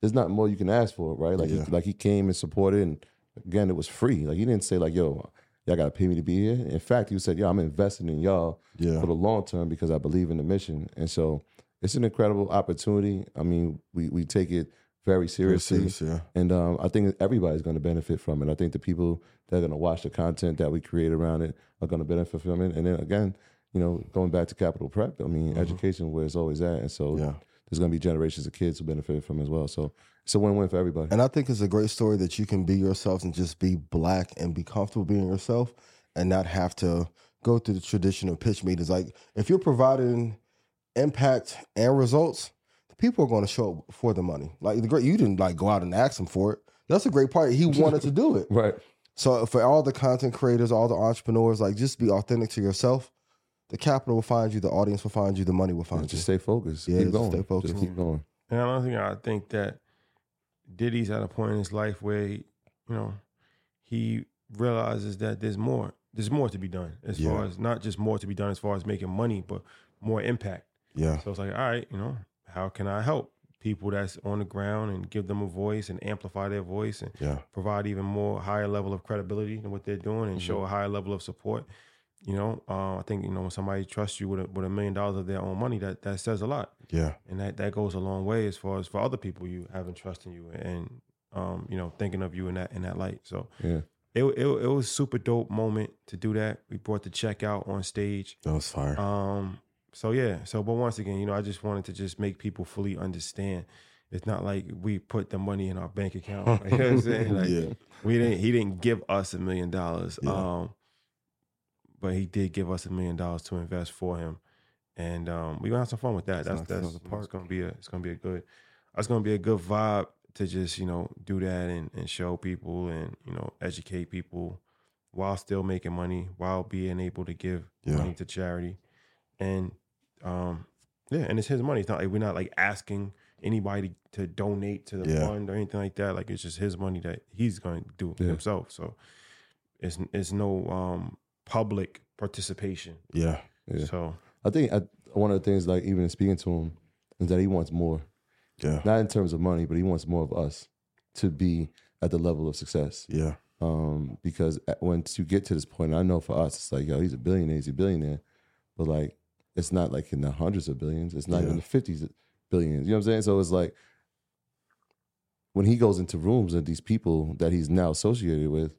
S5: there's not more you can ask for, right? Like
S4: Yeah.
S5: he, like he came and supported, and again, it was free. Like he didn't say like, "Yo, y'all gotta pay me to be here." In fact, he said, "Yo, I'm investing in y'all
S4: Yeah.
S5: for the long term because I believe in the mission." And so it's an incredible opportunity. I mean, we we take it very
S4: Very
S5: seriously.
S4: serious, yeah.
S5: And um, I think everybody's going to benefit from it. I think the people that are going to watch the content that we create around it are going to benefit from it. And then again, you know, going back to capital prep, I mean, education where it's always at, and so
S4: Mm-hmm. Yeah.
S5: there's going to be generations of kids who benefit from it as well. So it's a win-win for everybody.
S4: And I think it's a great story that you can be yourself and just be black and be comfortable being yourself and not have to go through the traditional pitch meetings. Like if you're providing impact and results, the people are going to show up for the money. Like the great, you didn't like go out and ask him for it. That's a great [LAUGHS] part. He wanted to do it.
S5: [LAUGHS] right.
S4: So for all the content creators, all the entrepreneurs, like just be authentic to yourself. The capital will find you. The audience will find you. The money will
S5: Yeah,
S4: find you.
S5: just stay focused.
S4: Yeah,
S5: keep
S4: just
S5: going.
S4: stay focused.
S5: Just keep going.
S3: And I don't think I think that Diddy's at a point in his life where you know he realizes that there's more. There's more to be done as
S4: Yeah.
S3: far as not just more to be done as far as making money, but more impact.
S4: yeah,
S3: So it's like, all right, you know, how can I help people that's on the ground and give them a voice and amplify their voice and
S4: yeah,
S3: provide even more higher level of credibility in what they're doing and show a higher level of support. You know, uh, I think you know when somebody trusts you with a, with a million dollars of their own money, that that says a lot,
S4: yeah.
S3: and that that goes a long way as far as for other people you having trust in you and um, you know thinking of you in that in that light. So
S5: Yeah.
S3: it it, it was a super dope moment to do that. We brought the check out on stage.
S4: That was fire.
S3: Um. So yeah. So, but once again, you know, I just wanted to just make people fully understand. It's not like we put the money in our bank account. [LAUGHS] You know what I'm saying? Like,
S4: yeah,
S3: We didn't. He didn't give us a million dollars.
S4: Yeah.
S3: Um. But he did give us a million dollars to invest for him, and um, we're gonna have some fun with that. That's
S4: knock it out
S3: that's,
S4: of the
S3: you know,
S4: park.
S3: it's gonna be a it's gonna be a good. It's gonna be a good vibe to just you know do that and and show people and you know educate people while still making money while being able to give
S4: Yeah.
S3: money to charity and um yeah and it's his money it's not like we're not like asking anybody to donate to the
S4: Yeah.
S3: fund or anything like that like it's just his money that he's going to do
S5: Yeah.
S3: himself so it's it's no um public participation
S4: yeah,
S5: Yeah.
S3: so
S5: I think I, one of the things, like even in speaking to him, is that he wants more.
S4: yeah,
S5: Not in terms of money, but he wants more of us to be at the level of success.
S4: yeah,
S5: um, because at- once you get to this point, I know for us, it's like, yo, he's a billionaire, he's a billionaire, but like, it's not like in the hundreds of billions, it's not
S4: Yeah.
S5: even the fifties of billions. You know what I'm saying? So it's like when he goes into rooms and these people that he's now associated with,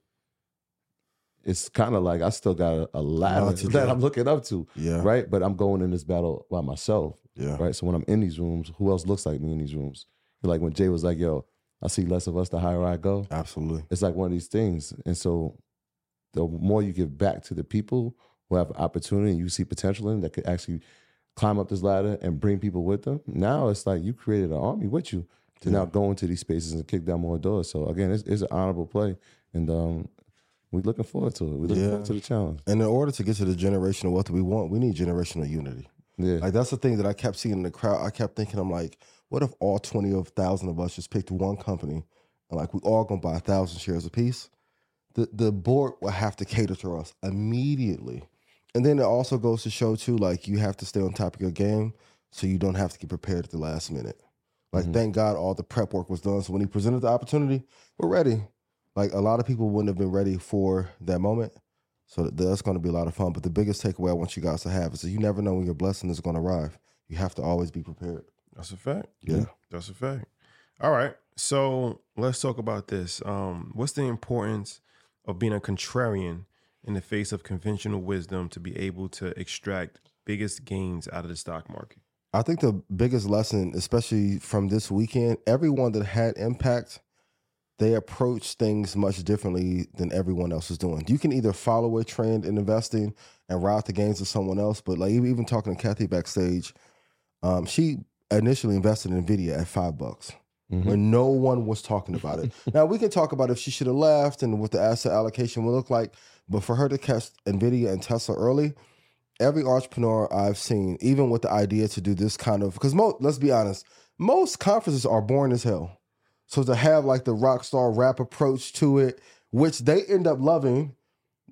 S5: it's kind of like I still got a, a ladder
S4: Lot to
S5: [LAUGHS] that
S4: do.
S5: I'm looking up to,
S4: yeah, Uh-huh.
S5: right? But I'm going in this battle by myself
S4: yeah.
S5: right? So when I'm in these rooms, who else looks like me in these rooms? Like when Jay was like, "Yo, I see less of us the higher I go."
S4: Absolutely.
S5: It's like one of these things, and so the more you give back to the people who have opportunity and you see potential in that could actually climb up this ladder and bring people with them. Now it's like you created an army with you to now go into these spaces and kick down more doors. So again, it's, it's an honorable play, and um, we're looking forward to it. We're looking
S4: Yeah.
S5: forward to the challenge.
S4: And in order to get to the generational wealth that we want, we need generational unity.
S5: Yeah,
S4: Like that's the thing that I kept seeing in the crowd. I kept thinking, I'm like, what if all twenty of thousand of us just picked one company and like we all gonna buy a thousand shares apiece? The the board will have to cater to us immediately. And then it also goes to show too, like you have to stay on top of your game so you don't have to get prepared at the last minute. Like thank God all the prep work was done. So when he presented the opportunity, we're ready. Like a lot of people wouldn't have been ready for that moment. So th- that's going to be a lot of fun. But the biggest takeaway I want you guys to have is that you never know when your blessing is going to arrive. You have to always be prepared.
S3: that's a fact
S4: Yeah.
S3: that's a fact all right so let's talk about this um what's the importance of being a contrarian in the face of conventional wisdom to be able to extract biggest gains out of the stock market
S4: I think the biggest lesson, especially from this weekend, everyone that had impact, they approach things much differently than everyone else is doing. You can either follow a trend in investing and ride the gains of someone else, but like even talking to Kathy backstage, um, she initially invested in Nvidia at five bucks.
S5: Mhm.
S4: When no one was talking about it. now we can talk about if she should have left and what the asset allocation would look like, but for her to catch Nvidia and Tesla early, every entrepreneur I've seen, even with the idea to do this kind of, because most, let's be honest, most conferences are boring as hell. So to have like the rock star rap approach to it, which they end up loving,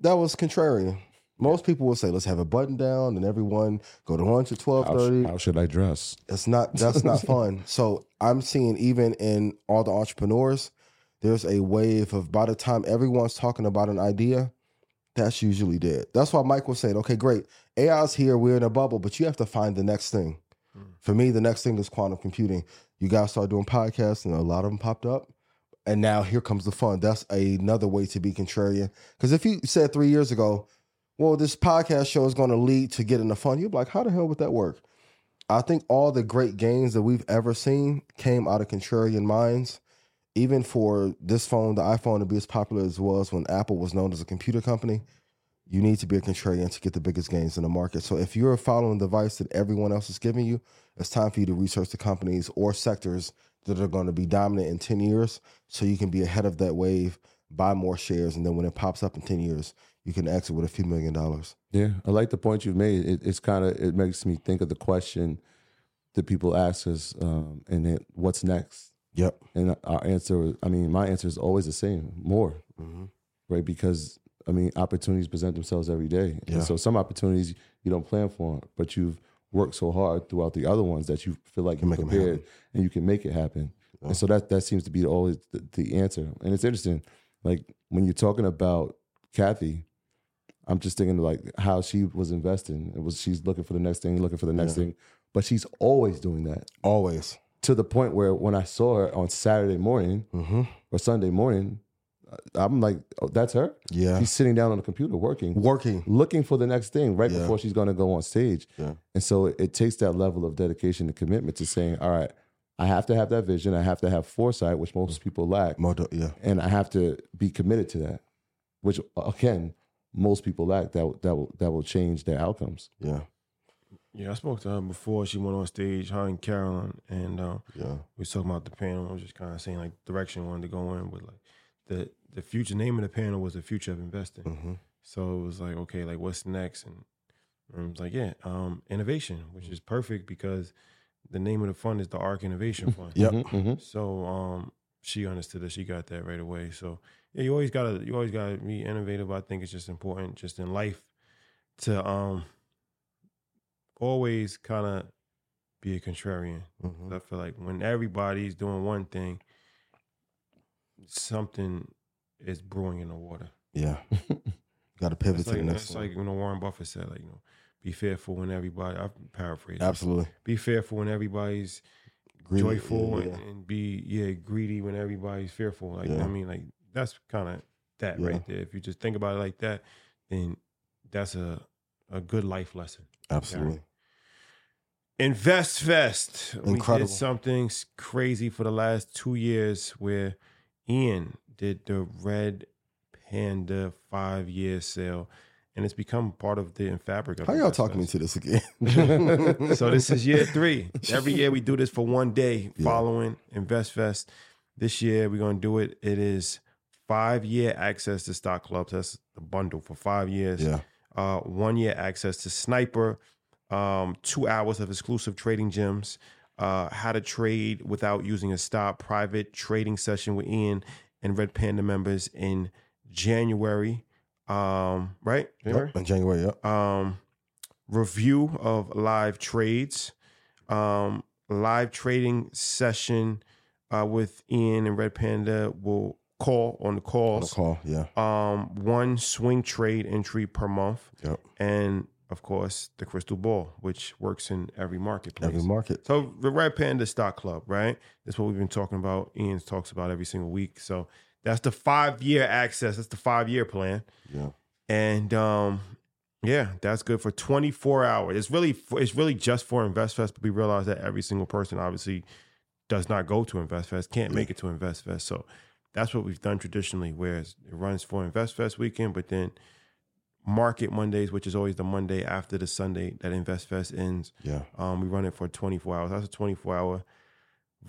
S4: that was contrarian. Most people will say, "Let's have a button down and everyone go to lunch at twelve
S5: how, sh-
S4: thirty.
S5: how should I dress?
S4: It's not that's not fun. So I'm seeing even in all the entrepreneurs, there's a wave of by the time everyone's talking about an idea, that's usually dead. That's why Mike was saying, okay, great, AI's here, we're in a bubble, but you have to find the next thing. For me, the next thing is quantum computing. You guys started doing podcasts, and a lot of them popped up. And now here comes the fun. That's another way to be contrarian. Because if you said three years ago, well, this podcast show is going to lead to getting the fun. You're like, how the hell would that work? I think all the great gains that we've ever seen came out of contrarian minds. Even for this phone, the iPhone, to be as popular as it was when Apple was known as a computer company, you need to be a contrarian to get the biggest gains in the market. So if you're following the advice that everyone else is giving you, it's time for you to research the companies or sectors that are going to be dominant in 10 years so you can be ahead of that wave, buy more shares, and then when it pops up in 10 years, you can exit with a few million dollars.
S5: Yeah, I like the point you've made. It, it's kind of it makes me think of the question that people ask us, um, and it, what's next?
S4: Yep.
S5: And our answer, I mean, my answer is always the same: more, right? Because I mean, opportunities present themselves every day,
S4: Yeah.
S5: and so some opportunities you don't plan for, but you've worked so hard throughout the other ones that you feel like
S4: Can make
S5: you're
S4: 'em
S5: prepared and you can make it happen.
S4: Yeah.
S5: And so that that seems to be always the, the answer. And it's interesting, like when you're talking about Kathy, I'm just thinking like how she was investing. It was she's looking for the next thing, looking for the next
S4: Yeah.
S5: thing, but she's always doing that
S4: Always.
S5: to the point where when I saw her on Saturday morning
S4: Mm-hmm.
S5: or Sunday morning, uh, I'm like, oh, that's her.
S4: Yeah.
S5: She's sitting down on the computer working,
S4: Working.
S5: looking for the next thing right
S4: Yeah.
S5: before she's going to go on stage.
S4: Yeah.
S5: And so it, it takes that level of dedication and commitment to saying, all right, I have to have that vision. I have to have foresight, which
S4: Mm.
S5: most people lack
S4: Modo, yeah.
S5: and I have to be committed to that, which uh, again, most people lack. That that will that will change their outcomes.
S4: Yeah.
S3: Yeah, I spoke to her before she went on stage, her and Carolyn, and uh,
S4: Yeah.
S3: we was talking about the panel. I was just kind of saying like direction we wanted to go in, but like the the future name of the panel was the future of investing.
S4: Mm-hmm.
S3: So it was like, okay, like what's next? And, and I was like, yeah, um, innovation, which is perfect because the name of the fund is the Arc Innovation Fund.
S4: Yep.
S5: Mhm, mhm.
S3: So um, she understood that she got that right away. So yeah, you always gotta you always gotta be innovative. I think it's just important, just in life, to um always kind of be a contrarian.
S4: Mm-hmm.
S3: I feel like when everybody's doing one thing, something is brewing in the water.
S4: Yeah. Got to pivot
S3: It's
S4: to
S3: like,
S4: the next
S3: it's
S4: one.
S3: like you know Warren Buffett said, like you know, be fearful when everybody. I'm paraphrasing.
S4: Absolutely.
S3: Be fearful when everybody's
S4: Greedy,
S3: joyful
S4: yeah,
S3: and, and be yeah greedy when everybody's fearful. Like
S4: Yeah.
S3: I mean, like that's kind of that
S4: Yeah.
S3: right there. If you just think about it like that, then that's a a good life lesson.
S4: Absolutely.
S3: Invest Fest. We
S4: Incredible.
S3: did something s- crazy for the last two years where Ian did the Red Panda five year sale, and it's become part of the fabric. Of
S4: How y'all
S3: Invest
S4: talking me
S3: Fest.
S4: to this again?
S3: [LAUGHS] So this is year
S4: [LAUGHS]
S3: three. Every year we do this for one day
S4: Yeah.
S3: following Invest Fest. This year we're gonna do it. It is five year access to stock clubs. That's the bundle for five years.
S4: yeah.
S3: Uh, one year access to Sniper. Um, two hours of exclusive trading gyms. Uh, how to trade without using a stop. Private trading session with Ian and Red Panda members in January. Um, right? January?
S4: Yep. In January. Yep.
S3: um, review of live trades, um, live trading session uh, with Ian and Red Panda will call on the
S4: On the
S3: calls.
S4: call. Yeah.
S3: Um, one swing trade entry per month,
S4: Yep.
S3: and of course the crystal ball, which works in every marketplace.
S4: Every market.
S3: So the Red Panda Stock Club, right? That's what we've been talking about. Ian talks about every single week. So that's the five year access. That's the five year plan.
S4: Yeah.
S3: And um, yeah, that's good for 24 hours. It's really it's really just for InvestFest, but we realize that every single person obviously does not go to InvestFest, can't make it to InvestFest. So that's what we've done traditionally, whereas it runs for InvestFest weekend, but then Market Mondays, which is always the Monday after the Sunday that InvestFest ends,
S4: Yeah.
S3: um, we run it for 24 hours. That's a 24 hour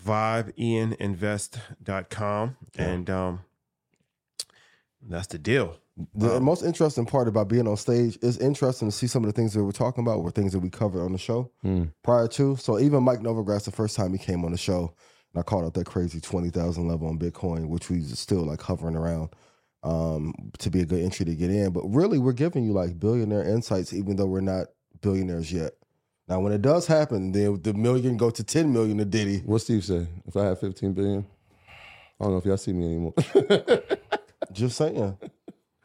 S3: vibe. IanInvest.com.
S4: Yeah.
S3: And um, that's the deal.
S4: The
S3: Um,
S4: most interesting part about being on stage is interesting to see some of the things that we're talking about were things that we covered on the show
S5: Mm.
S4: prior to. So even Mike Novogratz, the first time he came on the show, and I called out that crazy twenty thousand level on Bitcoin, which we still like hovering around um, to be a good entry to get in. But really, we're giving you like billionaire insights, even though we're not billionaires yet. Now, when it does happen, then the million go to ten million to Diddy.
S5: What Steve said? If I had 15 billion, I don't know if y'all see me anymore. [LAUGHS]
S4: Just saying.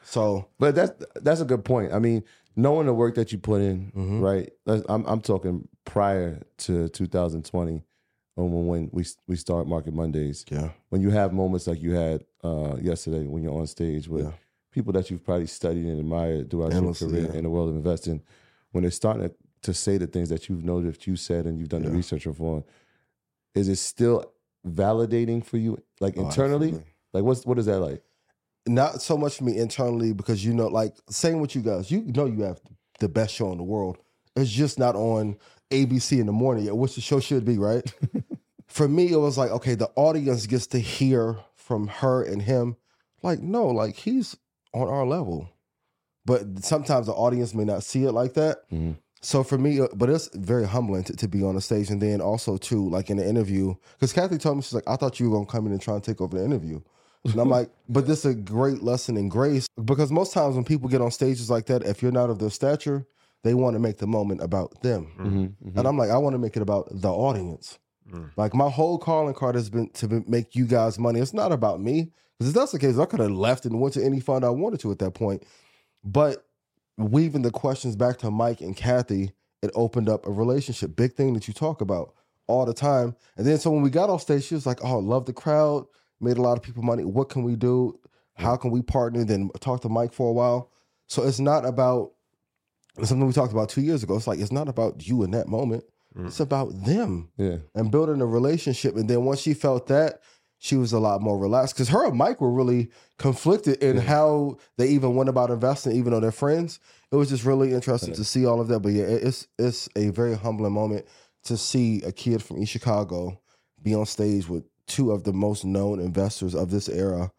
S4: So
S5: but that's that's a good point. I mean, knowing the work that you put in,
S4: Mm-hmm.
S5: right? That's- I'm I'm talking prior to 2020, um, when when we we start Market Mondays.
S4: yeah,
S5: When you have moments like you had uh, yesterday, when you're on stage with
S4: Yeah.
S5: people that you've probably studied and admired throughout
S4: Endlessly,
S5: your career
S4: yeah.
S5: in the world of investing, when they're starting to, to say the things that you've noticed, you said, and you've done the
S4: Yeah.
S5: research on, is it still validating for you, like
S4: Oh,
S5: internally?
S4: absolutely.
S5: Like, what's what is that like?
S4: not so much for me internally because you know, like same with you guys. You know, you have the best show in the world. It's just not on ABC in the morning yet, which the show should be, right? for me, it was like, okay, the audience gets to hear from her and him. Like, no, like he's on our level, but sometimes the audience may not see it like that.
S5: Mhm.
S4: So for me, uh, but it's very humbling to, to be on the stage, and then also too, like in the interview, because Kathy told me she's like, I thought you were gonna come in and try and take over the interview. And I'm like, but this is a great lesson in grace because most times when people get on stages like that, if you're not of their stature, they want to make the moment about them. Mm-hmm.
S5: Mm-hmm.
S4: And I'm like, I want to make it about the audience.
S3: Mm.
S4: Like my whole calling card has been to be- make you guys money. It's not about me. Because if that's the case, I could have left and went to any fund I wanted to at that point. But weaving the questions back to Mike and Kathy, it opened up a relationship. Big thing that you talk about all the time. And then so when we got off stage, she was like, Oh, love the crowd, made a lot of people money. What can we do? How can we partner? Then talk to Mike for a while. So it's not about it's something we talked about two years ago. It's like it's not about you in that moment. It's about them
S5: Yeah,
S4: and building a relationship. And then once she felt that, she was a lot more relaxed because her and Mike were really conflicted in how they even went about investing, even though they're friends. It was just really interesting to see all of that. But yeah, it- it's it's a very humbling moment to see a kid from East Chicago be on stage with two of the most known investors of this era,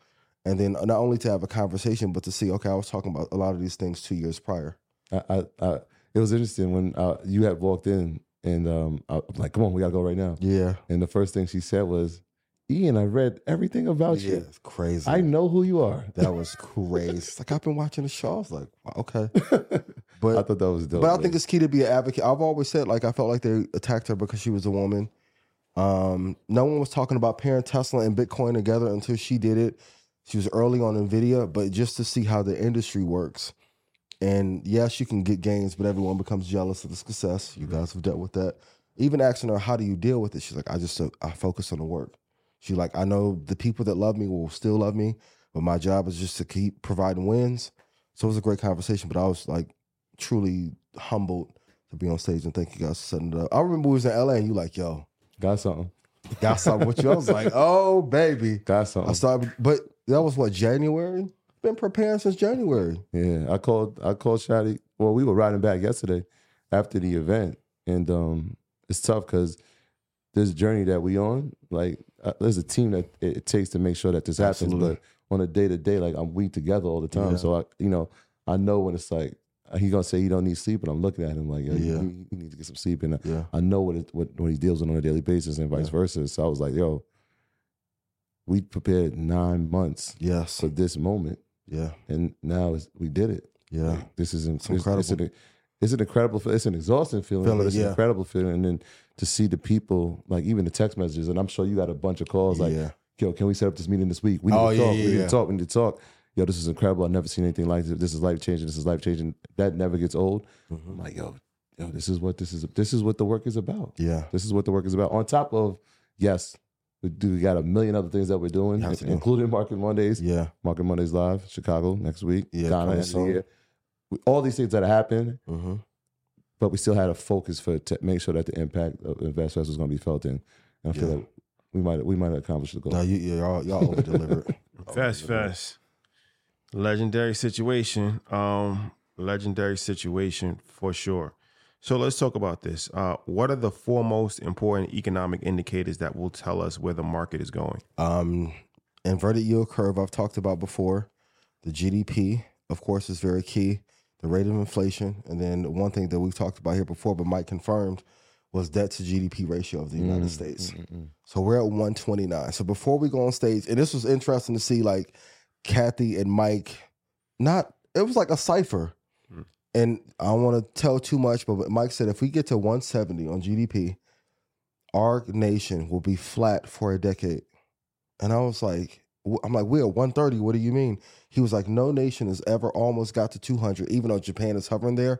S4: and then not only to have a conversation, but to see okay, I was talking about a lot of these things two years prior.
S5: I, I, I it was interesting when uh, you had walked in, and um, I, I'm like, come on, we gotta go right now.
S4: Yeah,
S5: And the first thing she said was, Ian, I read everything about
S4: yeah,
S5: you.
S4: it's crazy.
S5: Oh, I know who you are.
S4: That was crazy. It's like I've been watching the show. I was like, wow, okay.
S5: [LAUGHS] I
S4: But
S5: thought that was dope.
S4: but I
S5: man.
S4: think it's key to be an advocate. I've always said like I felt like they attacked her because she was a woman. Um, no one was talking about pairing Tesla and Bitcoin together until she did it. She was early on Nvidia, but just to see how the industry works. And yes, you can get gains, but everyone becomes jealous of the success. You guys have dealt with that. Even asking her, "How do you deal with it?" She's like, "I just uh, I focus on the work." She like, "I know the people that love me will still love me, but my job is just to keep providing wins." So it was a great conversation. But I was like truly humbled to be on stage and thank you guys for setting it up. I remember we was in LA and you like, "Yo,
S5: got something.
S4: got something with you." I was [LAUGHS] like, "Oh baby,"
S5: Got
S4: I
S5: something.
S4: started. But that was what January. Been preparing since January.
S5: yeah, I called. I called Shotty. Well, we were riding back yesterday after the event, and um, it's tough because this journey that we on, like, uh, there's a team that it, it takes to make sure that this happens.
S4: Absolutely.
S5: But on a day to day, like, I'm we together all the time,
S4: Yeah.
S5: so I, you know, I know when it's like uh, he gonna say he don't need sleep, and I'm looking at him like, Yo, you-
S4: Yeah.
S5: you, you need to get some sleep, and
S4: Yeah.
S5: I know what it, what what he deals with on a daily basis and vice
S4: Yeah.
S5: versa. So I was like, yo, we prepared nine months
S4: Yes.
S5: for this moment,
S4: Yeah.
S5: and now it's, we did it.
S4: Yeah.
S5: Like, this is
S4: It's
S5: it's, incredible. It's an, it's an incredible. fe- It's an exhausting feeling,
S4: Feeling,
S5: but it's
S4: yeah.
S5: an incredible feeling. And then to see the people, like even the text messages, and I'm sure you got a bunch of calls like,
S4: yeah.
S5: yo, can we set up this meeting this week? We need
S4: Oh,
S5: to
S4: yeah,
S5: talk.
S4: yeah,
S5: we need
S4: yeah.
S5: to talk. We need to talk. Yo, this is incredible. I've never seen anything like this. This is life changing. This is life changing. That never gets old.
S4: mm-hmm.
S5: I'm like, yo, yo, this is what this is. This is what the work is about.
S4: Yeah.
S5: This is what the work is about. On top of, yes, we, do, we got a million other things that we're doing,
S4: Have to do.
S5: including Market Mondays.
S4: Yeah.
S5: Market Mondays live, Chicago next week.
S4: Yeah,
S5: Ghana
S4: coming
S5: end of the
S4: soon.
S5: year. We- All these things that happened,
S4: hmm
S5: but we still had a focus for to make sure that the impact of Invest Fest was going to be felt in. And I feel
S4: Yeah.
S5: like we might we might have accomplished the goal.
S4: No, you, yeah, y'all, y'all over [LAUGHS] delivered.
S3: Fast, fast. Legendary situation. Um, legendary situation for sure. So let's talk about this. Uh, what are the four most important economic indicators that will tell us where the market is going?
S4: Um, inverted yield curve I've talked about before. The GDP, of course, is very key. The rate of inflation, and then one thing that we've talked about here before, but Mike confirmed, was debt to GDP ratio of the United
S5: mm.
S4: States. So we're at 129. So before we go on stage, and this was interesting to see like Kathy and Mike, not it was like a cipher. And I don't want to tell too much, but Mike said if we get to 170 on GDP, our nation will be flat for a decade. And I was like, wh- I'm like, we're at 130. What do you mean? He was like, no nation has ever almost got to 200, even though Japan is hovering there,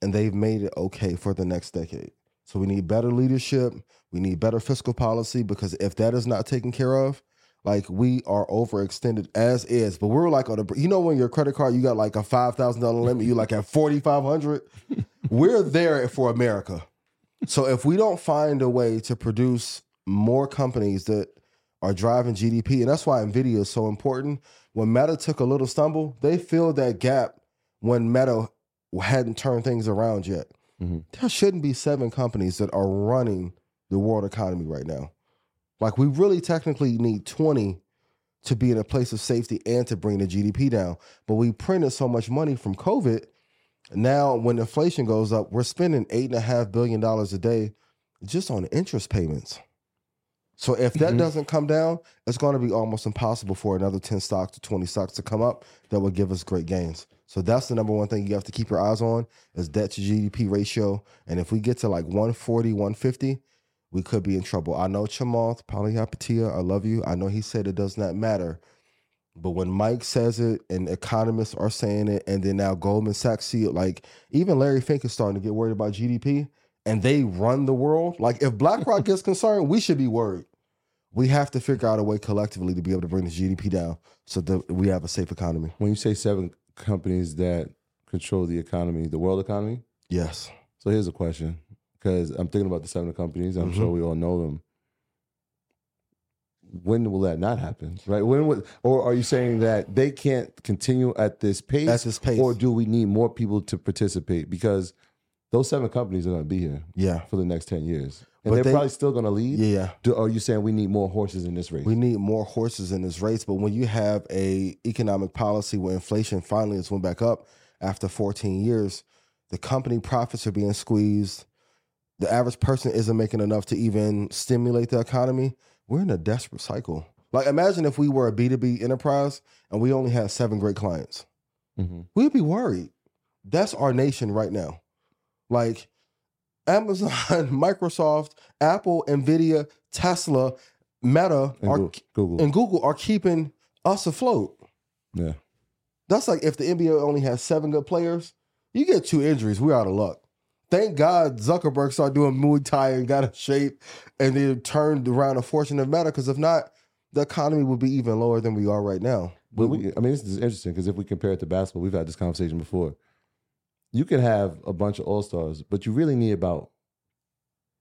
S4: and they've made it okay for the next decade. So we need better leadership. We need better fiscal policy because if that is not taken care of, Like we are overextended as is, but we're like on a. You know when your credit card you got like a five thousand dollar limit, you like at forty five hundred. We're there for America. So if we don't find a way to produce more companies that are driving GDP, and that's why Nvidia is so important. When Meta took a little stumble, they filled that gap when Meta hadn't turned things around yet.
S5: Mhm.
S4: There shouldn't be seven companies that are running the world economy right now. Like we really technically need 20 to be in a place of safety and to bring the GDP down. But we printed so much money from COVID. Now, when inflation goes up, we're spending eight and a half billion dollars a day just on interest payments. So if that
S5: Mhm.
S4: doesn't come down, it's going to be almost impossible for another 10 stocks to 20 stocks to come up that will give us great gains. So that's the number one thing you have to keep your eyes on is debt to GDP ratio. And if we get to like 140, 150, we could be in trouble. I know Chamath Palihapitiya, I love you. I know he said it does not matter. But when Mike says it and economists are saying it, and then now Goldman Sachs see it, like even Larry Fink is starting to get worried about GDP and they run the world. Like if BlackRock gets concerned, we should be worried. We have to figure out a way collectively to be able to bring the GDP down so that we have a safe economy.
S5: When you say seven companies that control the economy, the world economy,
S4: Yes.
S5: So here's a question, because I'm thinking about the seven companies. I'm sure
S4: Mhm.
S5: we all know them. When will that not happen, right? When would, or are you saying that they can't continue at this pace,
S4: At this pace.
S5: or do we need more people to participate? Because those seven companies are going to be here
S4: Yeah.
S5: for the next ten years, and
S4: But
S5: they're
S4: they-
S5: probably still going to lead.
S4: Yeah.
S5: Do, are you saying we need more horses in this race?
S4: We need more horses in this race, but when you have a economic policy where inflation finally has went back up after 14 years, the company profits are being squeezed. The average person isn't making enough to even stimulate the economy. We're in a desperate cycle. Like imagine if we were a B2B enterprise and we only had seven great clients.
S5: Mhm.
S4: We'd be worried. That's our nation right now. Like Amazon, [LAUGHS] Microsoft, Apple, Nvidia, Tesla, Meta,
S5: And
S4: are
S5: Goo- Google,
S4: and Google are keeping us afloat.
S5: yeah,
S4: That's like if the NBA only has seven good players, you get two injuries, we're out of luck. Thank God Zuckerberg started doing Muay Thai and got in shape and then turned around a fortune of matter because if not, the economy would be even lower than we are right now.
S5: But we, I mean, this is interesting because if we compare it to basketball, we've had this conversation before. You can have a bunch of all stars, but you really need about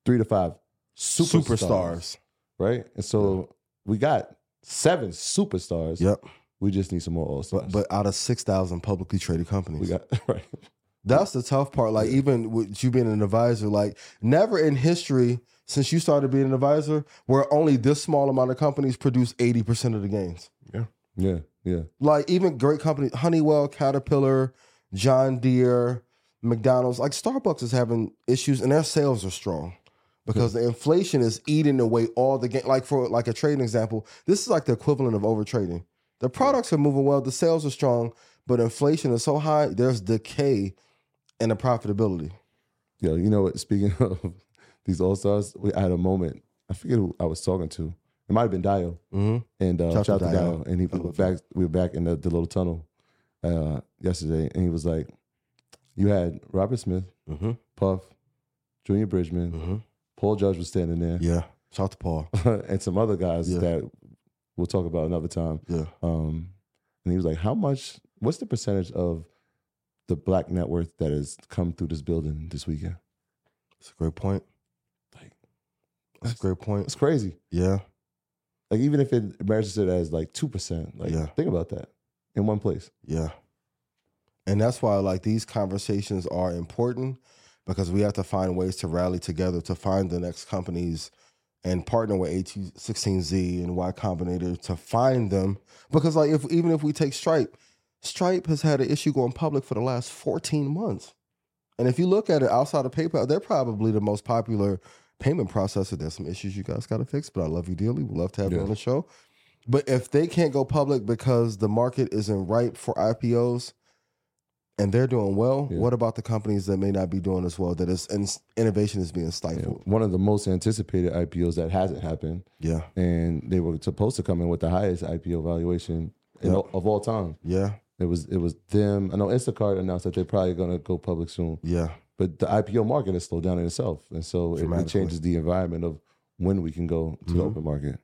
S5: three to five superstars,
S4: Superstars.
S5: right? And so we got seven superstars.
S4: Yep.
S5: We just need some more all stars.
S4: But, but out of 6,000 publicly traded companies.
S5: we got [LAUGHS] right.
S4: That's the tough part. Like even with you being an advisor, like never in history since you started being an advisor, where only this small amount of companies produce eighty percent of the gains.
S5: Yeah, yeah.
S4: Like even great companies, Honeywell, Caterpillar, John Deere, McDonald's, like Starbucks is having issues and their sales are strong because the inflation is eating away all the gain. Like for like a trading example, this is like the equivalent of overtrading. The products are moving well, the sales are strong, but inflation is so high, there's decay in the profitability.
S5: Yo, you know what? Speaking [LAUGHS] of these all stars, we I had a moment. I forget who I was talking to. It might have been Dio.
S4: Mm-hmm.
S5: And uh,
S4: Shout
S5: shout,
S4: out
S5: out
S4: to
S5: to
S4: Dio.
S5: Dio. And he
S4: I
S5: we were
S4: love
S5: back. We were back in the, the little tunnel uh, yesterday, and he was like, "You had Robert Smith,
S4: Mm-hmm.
S5: Puff, Junior Bridgman,
S4: Mm-hmm.
S5: Paul Judge was standing there,
S4: Yeah. Shout out to Paul.
S5: [LAUGHS] and some other guys
S4: Yeah.
S5: that we'll talk about another time."
S4: Yeah.
S5: Um, and he was like, "How much? What's the percentage of the black net worth that has come through this building this weekend?"
S4: That's a great point.
S5: Like,
S4: That's a great point.
S5: It's crazy.
S4: Yeah.
S5: Like even if it registers as like two percent, like
S4: Yeah.
S5: think about that in one place.
S4: Yeah. And that's why like these conversations are important because we have to find ways to rally together to find the next companies and partner with AT16Z and Y Combinator to find them because like if even if we take Stripe, Stripe has had an issue going public for the last 14 months. And if you look at it outside of PayPal, they're probably the most popular payment processor. There's some issues you guys got to fix, but I love you dearly. We'd love to have you
S5: Yeah.
S4: on the show. But if they can't go public because the market isn't ripe for IPOs and they're doing well,
S5: Yeah.
S4: what about the companies that may not be doing as well? That is and s- innovation is being
S5: Yeah,
S4: stifled.
S5: one of the most anticipated IPOs that hasn't happened,
S4: Yeah.
S5: and they were supposed to come in with the highest IPO valuation in
S4: Yep.
S5: all, of all time.
S4: Yeah.
S5: It was it was them. I know Instacart announced that they're probably going to go public soon,
S4: Yeah.
S5: but the IPO market has slowed down in itself, and so it- it,
S4: Dramatically.
S5: changes the environment of when we can go to the
S4: Mhm.
S5: open market.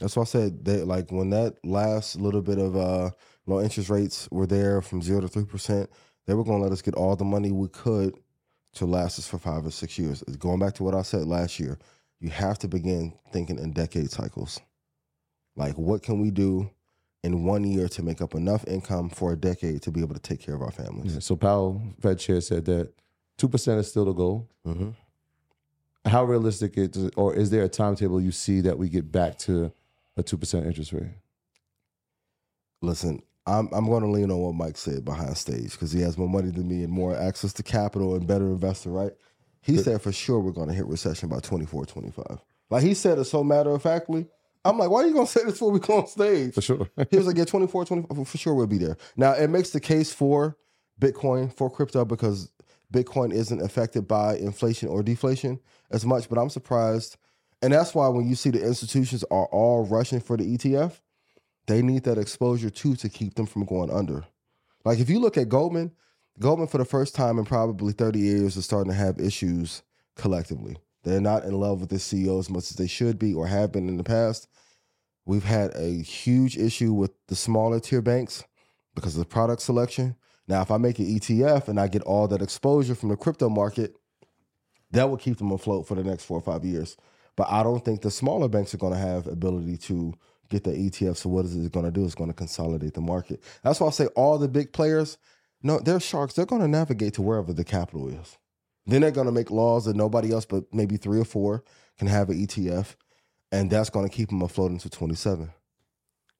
S4: That's why I said that like when that last little bit of uh low interest rates were there from zero to three percent, they were gonna let us get all the money we could to last us for five or six years. It's going back to what I said last year. You have to begin thinking in decade cycles. Like what can we do in one year to make up enough income for a decade to be able to take care of our families?
S5: Yeah, so Powell, Fed chair, said that two percent is still the goal.
S4: Mm-hmm.
S5: How realistic is it, or is there a timetable you see that we get back to a two percent interest rate?
S4: Listen, I'm I'm going to lean on what Mike said behind stage because he has more money than me and more access to capital and better investor, right? He said for sure we're going to hit recession by 24, 25. Like he said it so matter of factly. I'm like, why are you going to [LAUGHS] say this before we go on stage?
S5: For sure.
S4: He was like, yeah, 24, 25, for sure we'll be there. Now, it makes the case for Bitcoin, for crypto, because Bitcoin isn't affected by inflation or deflation as much, but I'm surprised. And that's why when you see the institutions are all rushing for the E ETF, they need that exposure too to keep them from going under. Like if you look at Goldman, Goldman for the first time in probably 30 years is starting to have issues collectively. They're not in love with the CEO as much as they should be or have been in the past. We've had a huge issue with the smaller tier banks because of the product selection. Now, if I make an ETF and I get all that exposure from the crypto market, that will keep them afloat for the next four or five years. But I don't think the smaller banks are going to have ability to get the ETF. So what is it going to do? It's going to consolidate the market. That's why I say all the big players, no, they're sharks. They're going to navigate to wherever the capital is. Then they're going to make laws that nobody else but maybe three or four can have an ETF, and that's going to keep them afloat until 27.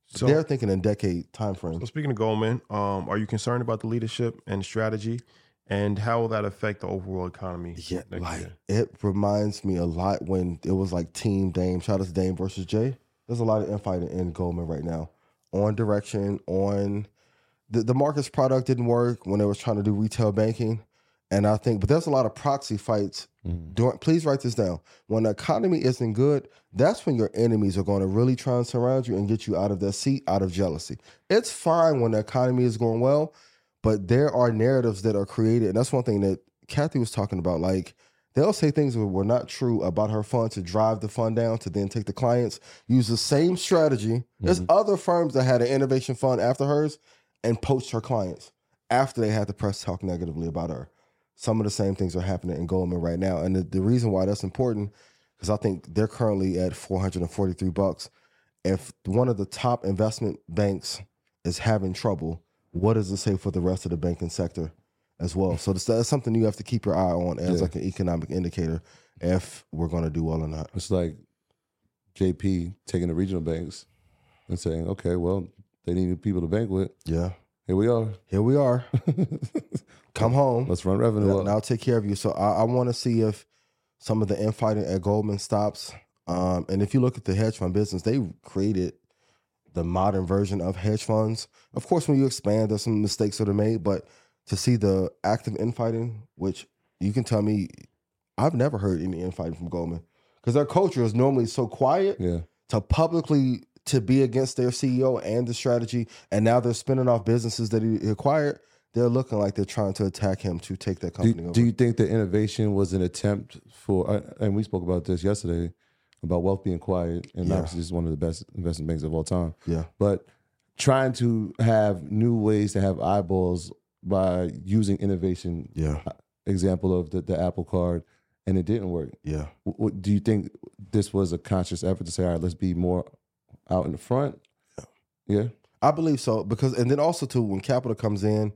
S3: So,
S4: they're thinking in decade time
S3: so
S4: frames.
S3: speaking of Goldman, um, are you concerned about the leadership and strategy, and how will that affect the overall economy?
S4: Yeah,
S3: next
S4: like
S3: year?
S4: it reminds me a lot when it was like Team Dame. Shout out to Dame versus Jay. There's a lot of infighting in Goldman right now on direction, on the, the markets product didn't work when they was trying to do retail banking. And I think, but there's a lot of proxy fights. During, please write this down. When the economy isn't good, that's when your enemies are going to really try and surround you and get you out of their seat out of jealousy. It's fine when the economy is going well, but there are narratives that are created. And that's one thing that Kathy was talking about. Like, they'll say things that were not true about her fund to drive the fund down to then take the clients, use the same strategy. There's other firms that had an innovation fund after hers and poached her clients after they had the press talk negatively about her. Some of the same things are happening in Goldman right now. And the, the reason why that's important, because I think they're currently at 443 bucks. If one of the top investment banks is having trouble, what does it say for the rest of the banking sector as well? So that's, that's something you have to keep your eye on as
S5: Yeah.
S4: like an economic indicator if we're going to do well or not.
S5: It's like JP taking the regional banks and saying, okay, well, they need people to bank with.
S4: Yeah.
S5: Here we are.
S4: Here we
S5: [LAUGHS]
S4: are. Come home.
S5: Let's run revenue
S4: And
S5: up.
S4: I'll take care of you. So I, I want to see if some of the infighting at Goldman stops. Um, and if you look at the hedge fund business, they created the modern version of hedge funds. Of course, when you expand, there's some mistakes that are made, but to see the active infighting, which you can tell me, I've never heard any infighting from Goldman because their culture is normally so quiet
S5: Yeah.
S4: to publicly to be against their CEO and the strategy, and now they're spinning off businesses that he acquired. They're looking like they're trying to attack him to take that
S5: Do,
S4: company over.
S5: do you think the innovation was an attempt for, uh, and we spoke about this yesterday, about wealth being quiet, and
S4: Yeah.
S5: obviously this is one of the best investment banks of all time.
S4: yeah,
S5: But trying to have new ways to have eyeballs by using innovation,
S4: yeah,
S5: example of the, the Apple card, and it didn't work.
S4: yeah.
S5: Wh- what, do you think this was a conscious effort to say, all right, let's be more out in the front? Yeah.
S4: I believe so because, and then also too, when capital comes in,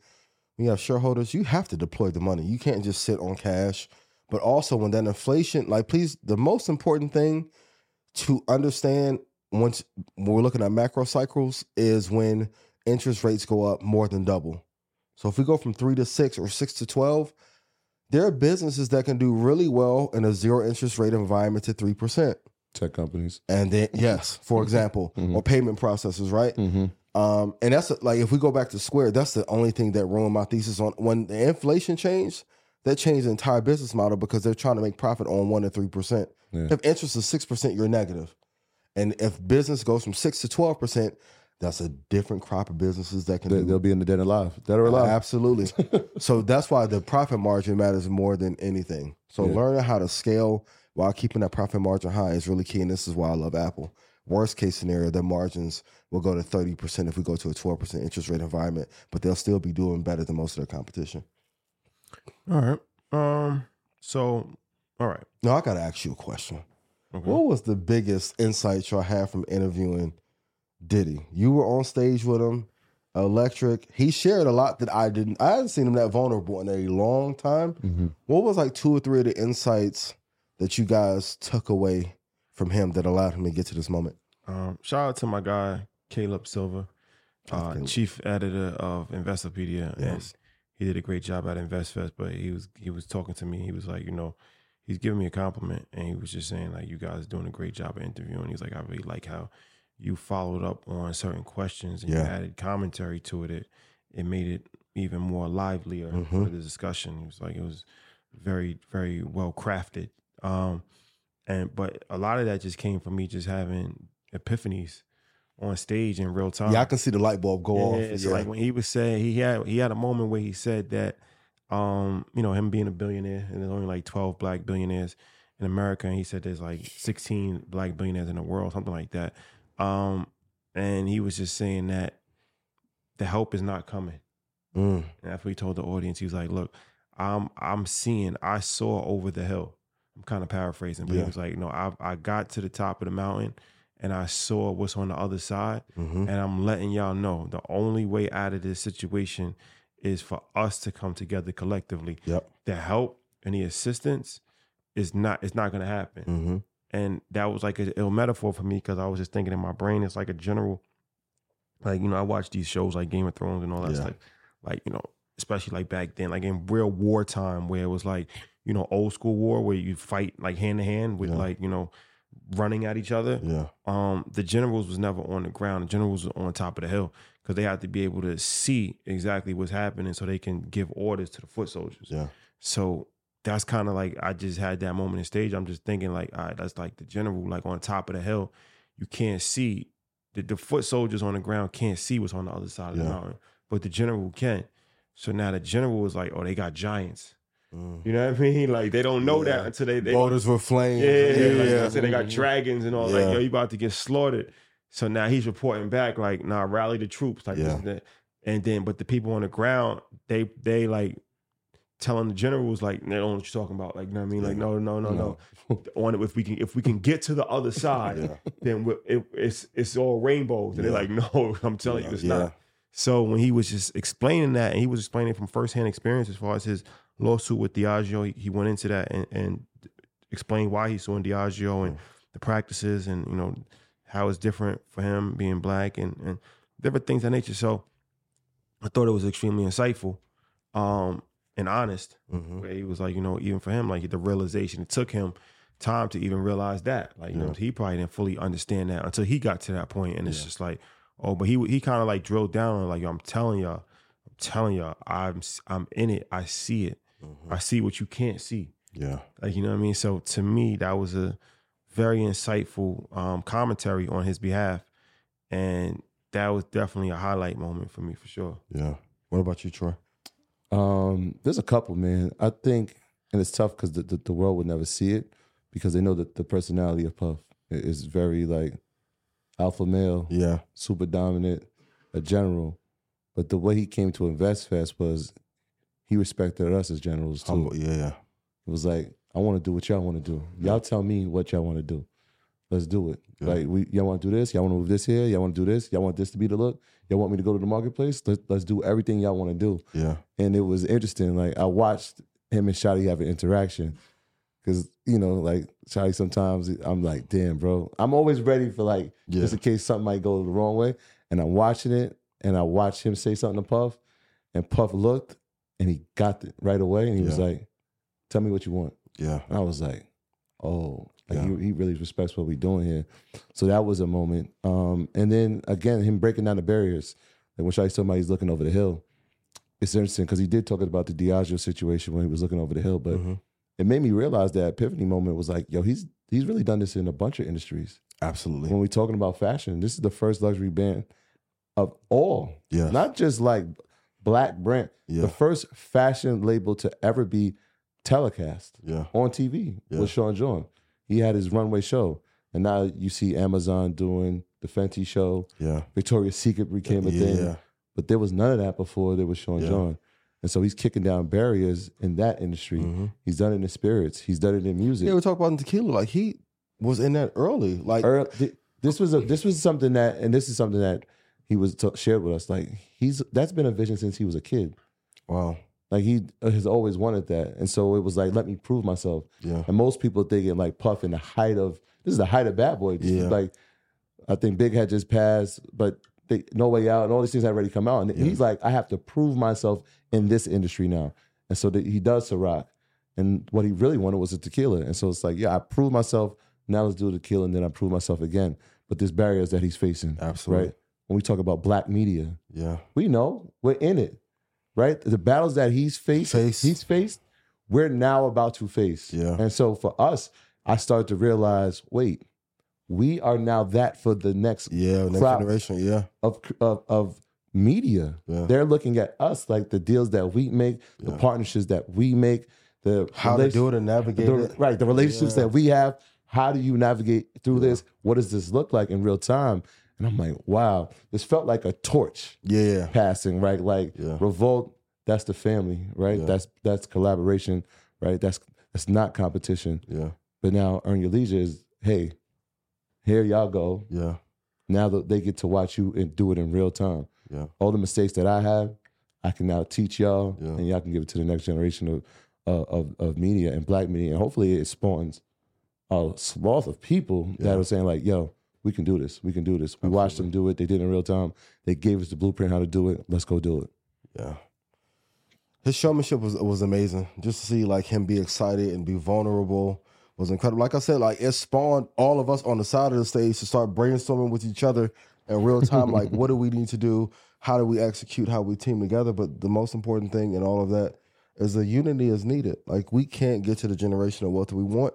S4: you have shareholders. You have to deploy the money. You can't just sit on cash. But also when that inflation, like, please, the most important thing to understand once when we're looking at macro cycles is when interest rates go up more than double. So if we go from three to six or six to twelve, there are businesses that can do really well in a zero interest rate environment to three percent.
S5: Tech companies.
S4: And then yes, for example, or payment processors, right?
S5: Mm-hmm.
S4: Um, and that's like if we go back to Square, that's the only thing that ruined my thesis on when the inflation changed. That changed the entire business model because they're trying to make profit on one to three percent.
S5: Yeah.
S4: If interest is six percent, you're negative, and if business goes from six to twelve percent, that's a different crop of businesses that can
S5: They,
S4: do
S5: will be in the dead and alive. Dead or alive.
S4: Absolutely. so that's why the profit margin matters more than anything. So
S5: Yeah.
S4: learning how to scale while keeping that profit margin high is really key. And this is why I love Apple. Worst case scenario, their margins will go to 30% if we go to a 12% interest rate environment, but they'll still be doing better than most of their competition.
S3: All right. Um. So, all right.
S4: No, I got to ask you a question.
S3: Okay.
S4: What was the biggest insight y'all had from interviewing Diddy? You were on stage with him, electric. He shared a lot that I didn't. I hadn't seen him that vulnerable in a long time.
S3: Mm-hmm.
S5: Mhm.
S4: What was like two or three of the insights that you guys took away from him that allowed him to get to this moment?
S3: Um, shout out to my guy Caleb Silver,
S4: Shout out to
S3: uh,
S4: Caleb.
S3: chief editor of Investopedia. and
S4: Yes.
S3: he did a great job at InvestFest. But he was he was talking to me. He was like, you know, he's giving me a compliment, and he was just saying like, you guys doing a great job of interviewing. He's like, I really like how you followed up on certain questions and you
S4: Yeah.
S3: added commentary to it. It it made it even more livelier
S4: Mhm.
S3: for the discussion. It was like it was very very well crafted. Um, and but a lot of that just came from me just having epiphanies on stage in real time.
S4: yeah, I can see the light bulb go off.
S3: Uh-huh. Yeah, so
S4: yeah.
S3: like when he was saying he had he had a moment where he said that um, you know, him being a billionaire and there's only like twelve black billionaires in America and he said there's like sixteen black billionaires in the world, something like that. Um, and he was just saying that the help is not coming.
S4: Mm,
S3: And after he told the audience, he was like, "Look, I'm I'm seeing. I saw over the hill. I'm kind of paraphrasing, but
S4: Yeah.
S3: he was like, no, I I got to the top of the mountain, and I saw what's on the other side,
S4: mhm.
S3: and I'm letting y'all know the only way out of this situation is for us to come together collectively.
S4: Yep.
S3: The help and the assistance is not it's not going to happen.
S4: Mhm.
S3: And that was like a ill metaphor for me because I was just thinking in my brain, it's like a general, like, you know, I watch these shows like Game of Thrones and all that
S4: Yeah.
S3: stuff. Like, you know, especially like back then, like in real wartime where it was like, you know, old school war where you fight like hand to hand with
S4: Yeah.
S3: like, you know, running at each other
S4: Yeah.
S3: um, the generals was never on the ground. The generals were on top of the hill because they had to be able to see exactly what's happening so they can give orders to the foot soldiers.
S4: Yeah.
S3: So that's kind of like I just had that moment in stage. I'm just thinking like, all right, that's like the general like on top of the hill. You can't see the, the foot soldiers on the ground can't see what's on the other side of the
S4: Yeah.
S3: mountain, but the general can. So now the general was like, oh, they got giants.
S4: Mm.
S3: You know what I mean? [LAUGHS] Like they don't know
S4: Yeah.
S3: that until they they
S4: Borders were flames.
S3: yeah, yeah, like
S4: yeah.
S3: I said, they got dragons and all.
S4: Yeah.
S3: Like, yo, you about to get slaughtered. So now he's reporting back, like, nah, rally the troops, like
S4: Yeah.
S3: this and that. And then, but the people on the ground, they they like telling the generals, like, they don't know what you're talking about. Like, you know what I mean? Like, no, no, no, no. [LAUGHS] on it, if we can, if we can get to the other side,
S4: [LAUGHS] Yeah.
S3: then we it, it's it's all rainbows. And
S4: Yeah.
S3: they're like, no, [LAUGHS] I'm telling you, it's
S4: Yeah.
S3: not. So when he was just explaining that, and he was explaining from firsthand experience as far as his lawsuit with Diageo, he, he went into that and, and explained why he's suing Diageo and the practices, and you know how it's different for him being black and and different things of that nature. So I thought it was extremely insightful um, and honest.
S5: Mm-hmm.
S4: Mhm.
S3: Where he was like, you know, even for him, like the realization it took him time to even realize that. Like, you know, he probably didn't fully understand that until he got to that point, and it's just like. Oh, but he he kind of like drilled down on like I'm telling y'all, I'm telling y'all, I'm s- I'm in it. I see it. I see what you can't see.
S4: mm-hmm. Yeah.
S3: Like you know what I mean. So to me, that was a very insightful um, commentary on his behalf, and that was definitely a highlight moment for me for sure.
S4: Yeah. What about you, Troy?
S5: Um, there's a couple, man. I think, and it's tough because the, the, the world would never see it because they know that the personality of Puff i- is very like alpha male,
S4: Yeah.
S5: super dominant, a general. But the way he came to Invest Fest was he respected us as generals too.
S4: Humble. Yeah. Yeah.
S5: It was like, I want to do what y'all want to do. Y'all tell me what y'all want to do. Let's do it.
S4: Yeah.
S5: Like we, y'all want to do this. Y'all want to move this here. Y'all want to do this. Y'all want this to be the look. Y'all want me to go to the marketplace. Let, let's do everything y'all want to do.
S4: Yeah.
S5: And it was interesting. Like I watched him and Shotty have an interaction because you know, like Shotty sometimes I'm like, damn, bro, I'm always ready for like
S4: Yeah.
S5: just in case something might go the wrong way. And I'm watching it, and I watched him say something to Puff, and Puff looked, and he got it right away, and he was
S4: Yeah.
S5: like, "Tell me what you want."
S4: Yeah.
S5: And I was like, oh, like
S4: Yeah.
S5: he, he really respects what we're doing here. So that was a moment. Um, and then again, him breaking down the barriers. Like when Shai somebody's looking over the hill, it's interesting because he did talk about the Diageo situation when he was looking over the hill, but
S4: Mhm.
S5: it made me realize that epiphany moment was like, yo, he's he's really done this in a bunch of industries.
S4: Absolutely.
S5: When we're talking about fashion, this is the first luxury brand of all,
S4: Yeah.
S5: not just like black brand,
S4: yeah.
S5: the first fashion label to ever be telecast
S4: yeah.
S5: on TV
S4: Yeah.
S5: with Sean John. He had his runway show. And now you see Amazon doing the Fenty show.
S4: Yeah.
S5: Victoria's Secret became a
S4: Yeah.
S5: thing. But there was none of that before there was Sean
S4: Yeah.
S5: John. And so he's kicking down barriers in that industry.
S4: Mm. Mm-hmm.
S5: He's done it in spirits. He's done it in music.
S4: Yeah, we talked about in tequila. Like he was in that early. Like
S5: Earl- uh, th- this was a this was something that, and this is something that he was t- shared with us. Like he's that's been a vision since he was a kid.
S4: wow.
S5: Like he uh, has always wanted that, and so it was like, let me prove myself.
S4: Yeah.
S5: And most people thinking like Puff in the height of this is the height of Bad Boy. This is
S4: Yeah.
S5: like I think Big had just passed, but they, No Way Out and all these things had already come out, and he's like, I have to prove myself in this industry now, and so that he does Ciroc, and what he really wanted was a tequila, and so it's like, yeah, I proved myself. Now let's do the tequila, and then I prove myself again. But there's barriers that he's facing,
S4: Absolutely.
S5: right? When we talk about black media,
S4: Yeah.
S5: we know we're in it, right? The battles that he's faced,
S4: Face.
S5: he's faced, we're now about to face.
S4: Yeah.
S5: And so for us, I started to realize, wait, we are now that for the next
S4: Yeah. Next
S5: Crowd.
S4: generation. Yeah.
S5: of of, of media.
S4: Yeah.
S5: They're looking at us like the deals that we make, the
S4: Yeah.
S5: partnerships that we make, the
S4: How to do it and navigate
S5: the-
S4: it.
S5: right the relationships
S4: Yeah.
S5: that we have how do you navigate through this what does this look like in real time and i'm like wow this felt like a torch
S4: Yeah.
S5: passing right like
S4: Yeah.
S5: revolt that's the family right
S4: Yeah.
S5: that's that's collaboration right that's that's not competition
S4: Yeah.
S5: but now earn your leisure is hey here y'all go
S4: Yeah.
S5: now that they get to watch you and do it in real time
S4: Yeah.
S5: all the mistakes that i have i can now teach y'all
S4: Yeah.
S5: and y'all can give it to the next generation of uh, of, of media and black media and hopefully it spawns a swath of people that
S4: Yeah.
S5: are saying like yo we can do this we can do this we watched them do it they did it in real time they gave us the blueprint how to do it let's go do it
S4: Yeah. His showmanship was was amazing. Just to see like him be excited and be vulnerable was incredible. Like I said, like it spawned all of us on the side of the stage to start brainstorming with each other in real time. like, what do we need to do? How do we execute? How we team together? But the most important thing in all of that is the unity is needed. Like we can't get to the generational wealth that we want.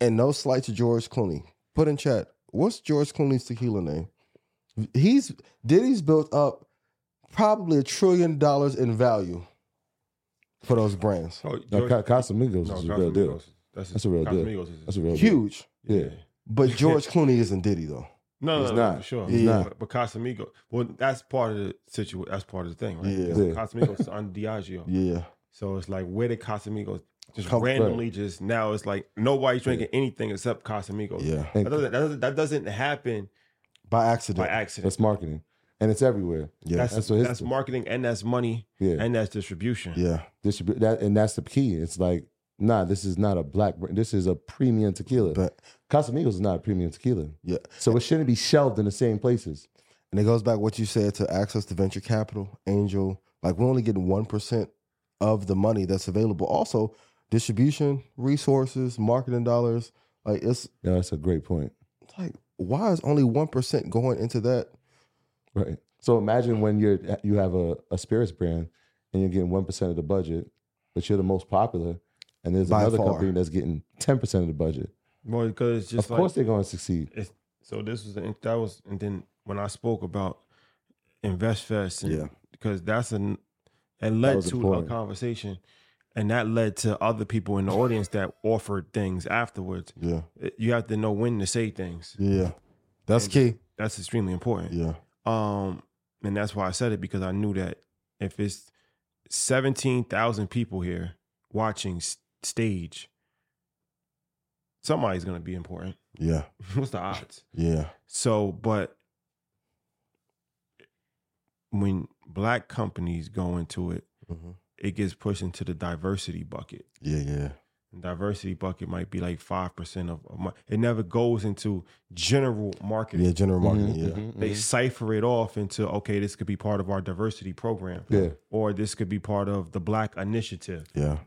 S4: And no slight to George Clooney. Put in chat, what's George Clooney's tequila name? He's Diddy's built up probably a trillion dollars in value for those brands.
S3: Oh,
S5: now,
S3: George-
S5: Ca- Casamigos
S3: no,
S5: is a real deal
S3: Casamigos. That's,
S5: That's a real deal.
S3: Casamigos is-
S5: that's a real deal
S4: Huge.
S5: yeah
S4: But George Clooney isn't Diddy though.
S3: No,
S5: He's
S3: no, no,
S5: not.
S3: for sure.
S5: He's
S3: yeah.
S5: not.
S3: But, but Casamigos, well, that's part of the situation. That's part of the thing, right?
S4: Yeah.
S3: Because
S5: Yeah.
S3: Casamigos
S5: [LAUGHS]
S3: is on Diageo,
S4: Yeah.
S3: so it's like where did Casamigos just
S4: Come-
S3: randomly just now? It's like nobody's drinking anything except Casamigos.
S4: Yeah.
S3: That doesn't, that doesn't that doesn't happen
S4: By accident.
S3: by accident.
S5: that's marketing and it's everywhere
S4: yeah.
S3: That's
S5: That's
S3: that's,
S5: what his-
S3: marketing and that's money
S5: yeah
S3: and that's distribution.
S4: yeah.
S5: distribu- that and that's the key. It's like, nah, this is not a black brand. This is a premium tequila.
S4: But
S5: Casamigos is not a premium tequila.
S4: yeah.
S5: So it shouldn't be shelved in the same places.
S4: And it goes back what you said to access to venture capital, angel. Like we're only getting one percent of the money that's available. Also, distribution, resources, marketing dollars. Like it's
S5: Yeah, that's a great point.
S4: it's like why is only one percent going into that?
S5: Right. So imagine when you're you have a, a spirits brand and you're getting one percent of the budget, but you're the most popular, and there's
S4: By
S5: another
S4: far.
S5: company that's getting ten percent of the budget.
S3: Well, because it's just
S5: of
S3: like,
S5: course they're gonna succeed.
S3: it's so this was the, that was and then when I spoke about InvestFest, and,
S4: Yeah.
S3: because that's an it led
S5: was
S3: to
S5: important.
S3: a conversation, and that led to other people in the audience that offered things afterwards.
S4: Yeah.
S3: You have to know when to say things.
S4: Yeah. That's key.
S3: That's extremely important.
S4: Yeah.
S3: Um, and that's why I said it because I knew that if it's seventeen thousand people here watching s- stage, somebody's gonna be important. [LAUGHS]
S4: Yeah.
S3: What's the odds?
S4: Yeah.
S3: So, but when black companies go into it,
S4: Mhm.
S3: it gets pushed into the diversity bucket.
S4: Yeah. Yeah.
S3: And diversity bucket might be like five percent of, of my, it never goes into general marketing.
S4: Yeah. General
S5: Mm-hmm.
S4: marketing. Yeah.
S3: They cipher it off into okay, this could be part of our diversity program,
S5: Yeah.
S3: or this could be part of the black initiative.
S4: Yeah.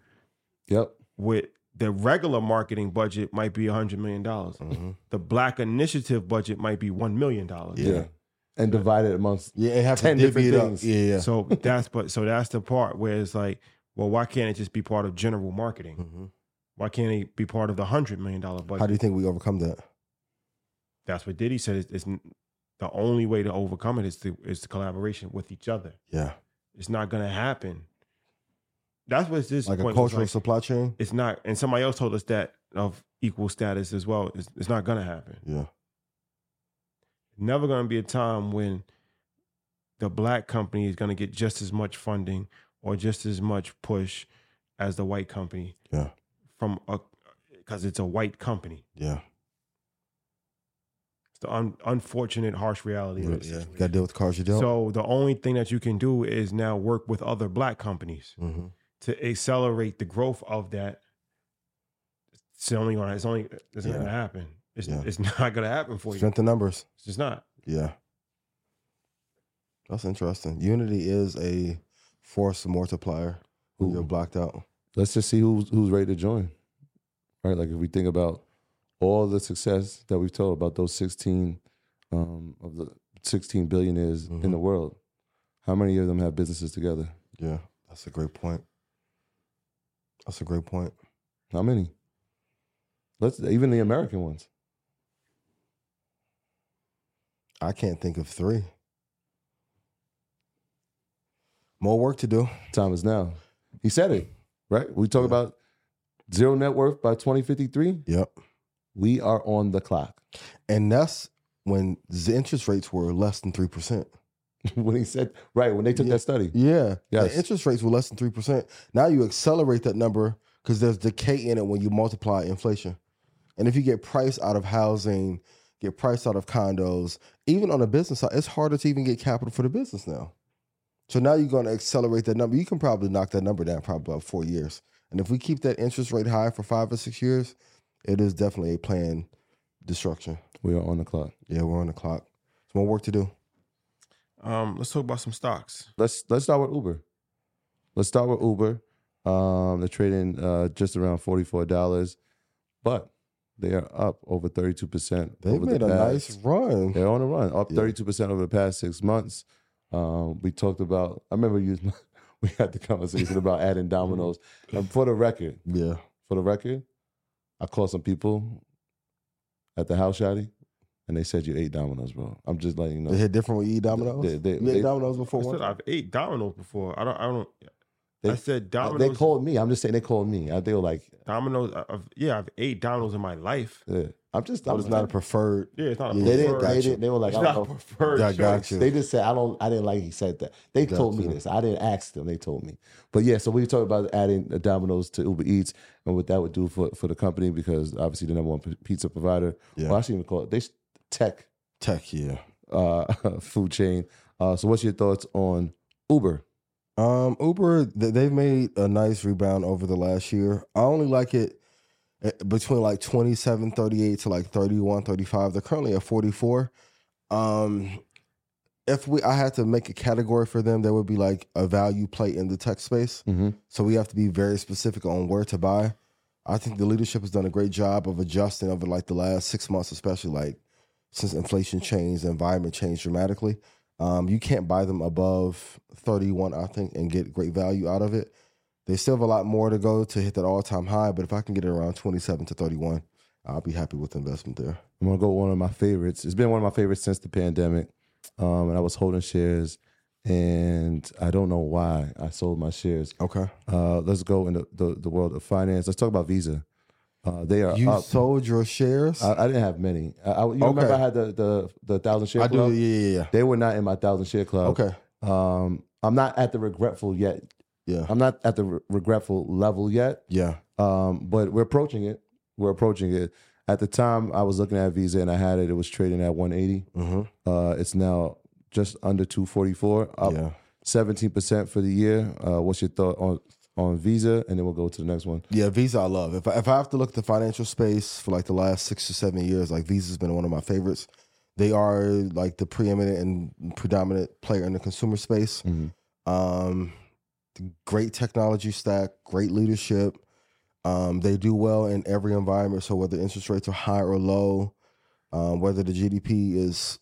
S5: Yep.
S3: With the regular marketing budget might be a hundred million dollars.
S4: Mhm.
S3: The black initiative budget might be one million dollars.
S5: Yeah.
S4: Yeah.
S5: And divided amongst
S4: Yeah, and have
S5: 10
S4: to divvy
S5: different
S4: it up.
S5: things.
S4: Yeah, yeah.
S3: So that's but so that's the part where it's like, well, why can't it just be part of general marketing?
S4: Mhm.
S3: Why can't it be part of the hundred million dollar budget?
S4: How do you think we overcome that?
S3: that's what Diddy said. It's, it's n- the only way to overcome it is to is the collaboration with each other.
S4: Yeah,
S3: It's not gonna happen That's what this
S4: like a
S3: point was,
S4: cultural
S3: like,
S4: supply chain.
S3: it's not, and somebody else told us that of equal status as well. It's, it's not gonna happen.
S4: Yeah,
S3: Never gonna be a time when the black company is gonna get just as much funding or just as much push as the white company.
S4: Yeah.
S3: From a because it's a white company.
S4: yeah,
S3: It's the un, unfortunate, harsh reality.
S4: yeah.
S3: of the
S4: Got to
S3: situation.
S4: deal with cars you dealt.
S3: So the only thing that you can do is now work with other black companies
S4: Mhm.
S3: to accelerate the growth of that. It's only gonna. It's only. It's not
S4: Yeah.
S3: gonna happen. It's,
S4: Yeah.
S3: it's [LAUGHS] not gonna happen for you.
S4: Strength in numbers.
S3: It's just not.
S4: Yeah. That's interesting. Unity is a force multiplier when you're
S5: Ooh.
S4: blocked out.
S5: let's just see who's who's ready to join. Right? Like if we think about all the success that we've told about those sixteen um, of the sixteen billionaires in
S4: Mm-hmm.
S5: the world, how many of them have businesses together?
S4: Yeah. That's a great point. That's a great point.
S5: How many? Let's even the American ones.
S4: I can't think of three. More work to do.
S5: Time is now. He said it, right? We talk
S4: Yeah.
S5: about zero net worth by twenty fifty three.
S4: Yep.
S5: We are on the clock. [LAUGHS]
S4: And that's when the interest rates were less than 3%.
S5: when he said right when they took
S4: Yeah.
S5: that study,
S4: Yeah.
S5: Yes.
S4: The interest rates were less than 3%. Now you accelerate that number because there's decay in it when you multiply inflation. And if you get price out of housing, get price out of condos, even on the business side, it's harder to even get capital for the business now. So now you're going to accelerate that number. You can probably knock that number down probably about four years. And if we keep that interest rate high for five or six years, it is definitely a planned destruction.
S5: we are on the clock.
S4: Yeah, we're on the clock. It's more work to do.
S3: Um, let's talk about some stocks.
S5: let's let's start with Uber. Let's start with Uber. Um, they're trading uh, just around forty four dollars, but they are up over thirty two percent.
S4: They made a nice run.
S5: They're on a run, up
S4: Yeah.
S5: thirty two percent over the past six months. Um, we talked about. I remember you. [LAUGHS] we had
S4: [LAUGHS]
S5: the conversation about adding dominoes.
S4: Mm-hmm.
S5: And for the record,
S4: Yeah.
S5: for the record, I called some people at the house, Shotty, and they said you ate dominoes, bro. I'm just letting you know.
S4: They hit different E when you eat dominoes.
S5: They- they-
S4: you ate
S5: they-
S4: dominoes before
S3: I
S4: one.
S3: said I've ate Domino's before. I don't. I don't.
S5: They-
S3: I said
S5: Uh,
S3: Domino's.
S5: They called me. I'm just saying they called me. I, they were like,
S3: Domino's. I- I've, yeah, I've ate Domino's in my life.
S5: Yeah. I'm just.
S4: That
S5: I'm
S4: was not a preferred.
S3: Yeah, it's not. A
S4: Yeah,
S5: They didn't.
S3: preferred-
S5: They,
S4: Gotcha.
S5: didn't, they were
S3: [LAUGHS]
S5: like,
S3: It's
S5: I
S3: not a
S5: don't know.
S3: preferred.
S4: Yeah, I got
S3: choice.
S4: you.
S5: They just said, I don't. I didn't like he said that. They told me
S4: Gotcha.
S5: this. I didn't ask them. They told me. But yeah, so we talked about adding uh, Domino's to Uber Eats and what that would do for for the company because obviously the number one p- pizza provider.
S4: Yeah.
S5: Well, I shouldn't even call it. They s- tech
S4: Tech, yeah.
S5: uh, [LAUGHS] food chain. Uh, so what's your thoughts on Uber?
S4: Um, Uber, th- they've made a nice rebound over the last year. I only like it uh, between like 27, 38 to like 31, 35. They're currently at 44. Um, if we, I had to make a category for them, there would be like a value play in the tech space.
S5: Mm-hmm.
S4: So we have to be very specific on where to buy. I think the leadership has done a great job of adjusting over like the last six months, especially like since inflation changed, the environment changed dramatically. Um, you can't buy them above 31, I think, and get great value out of it. They still have a lot more to go to hit that all time high, but if I can get it around 27 to 31, I'll be happy with the investment there.
S5: I'm gonna go with one of my favorites. It's been one of my favorites since the pandemic, um, and I was holding shares, and I don't know why I sold my shares.
S4: Okay.
S5: Uh, let's go in the, the, the world of finance. Let's talk about Visa. Uh, they are
S4: You
S5: up.
S4: sold your shares?
S5: I, I didn't have many. I, I- you remember
S4: Okay.
S5: I had the the, the thousand share
S4: I do. Uh,
S5: club.
S4: Yeah, yeah, yeah.
S5: They were not in my thousand share club.
S4: Okay.
S5: Um, I'm not at the regretful yet.
S4: Yeah.
S5: I'm not at the re- regretful level yet.
S4: Yeah.
S5: Um, but we're approaching it. We're approaching it. At the time, I was looking at Visa and I had it. It was trading at 180.
S4: Mm-hmm.
S5: Uh, it's now just under 244. Up
S4: Yeah.
S5: 17% for the year. Uh, what's your thought on on Visa? And then we'll go to the next one.
S4: Yeah, Visa I love. If I, if I have to look at the financial space for like the last six or seven years, like Visa's been one of my favorites. They are like the preeminent and predominant player in the consumer space.
S5: Mhm.
S4: Um, great technology stack, great leadership. Um, they do well in every environment. So whether interest rates are high or low, um, whether the GDP is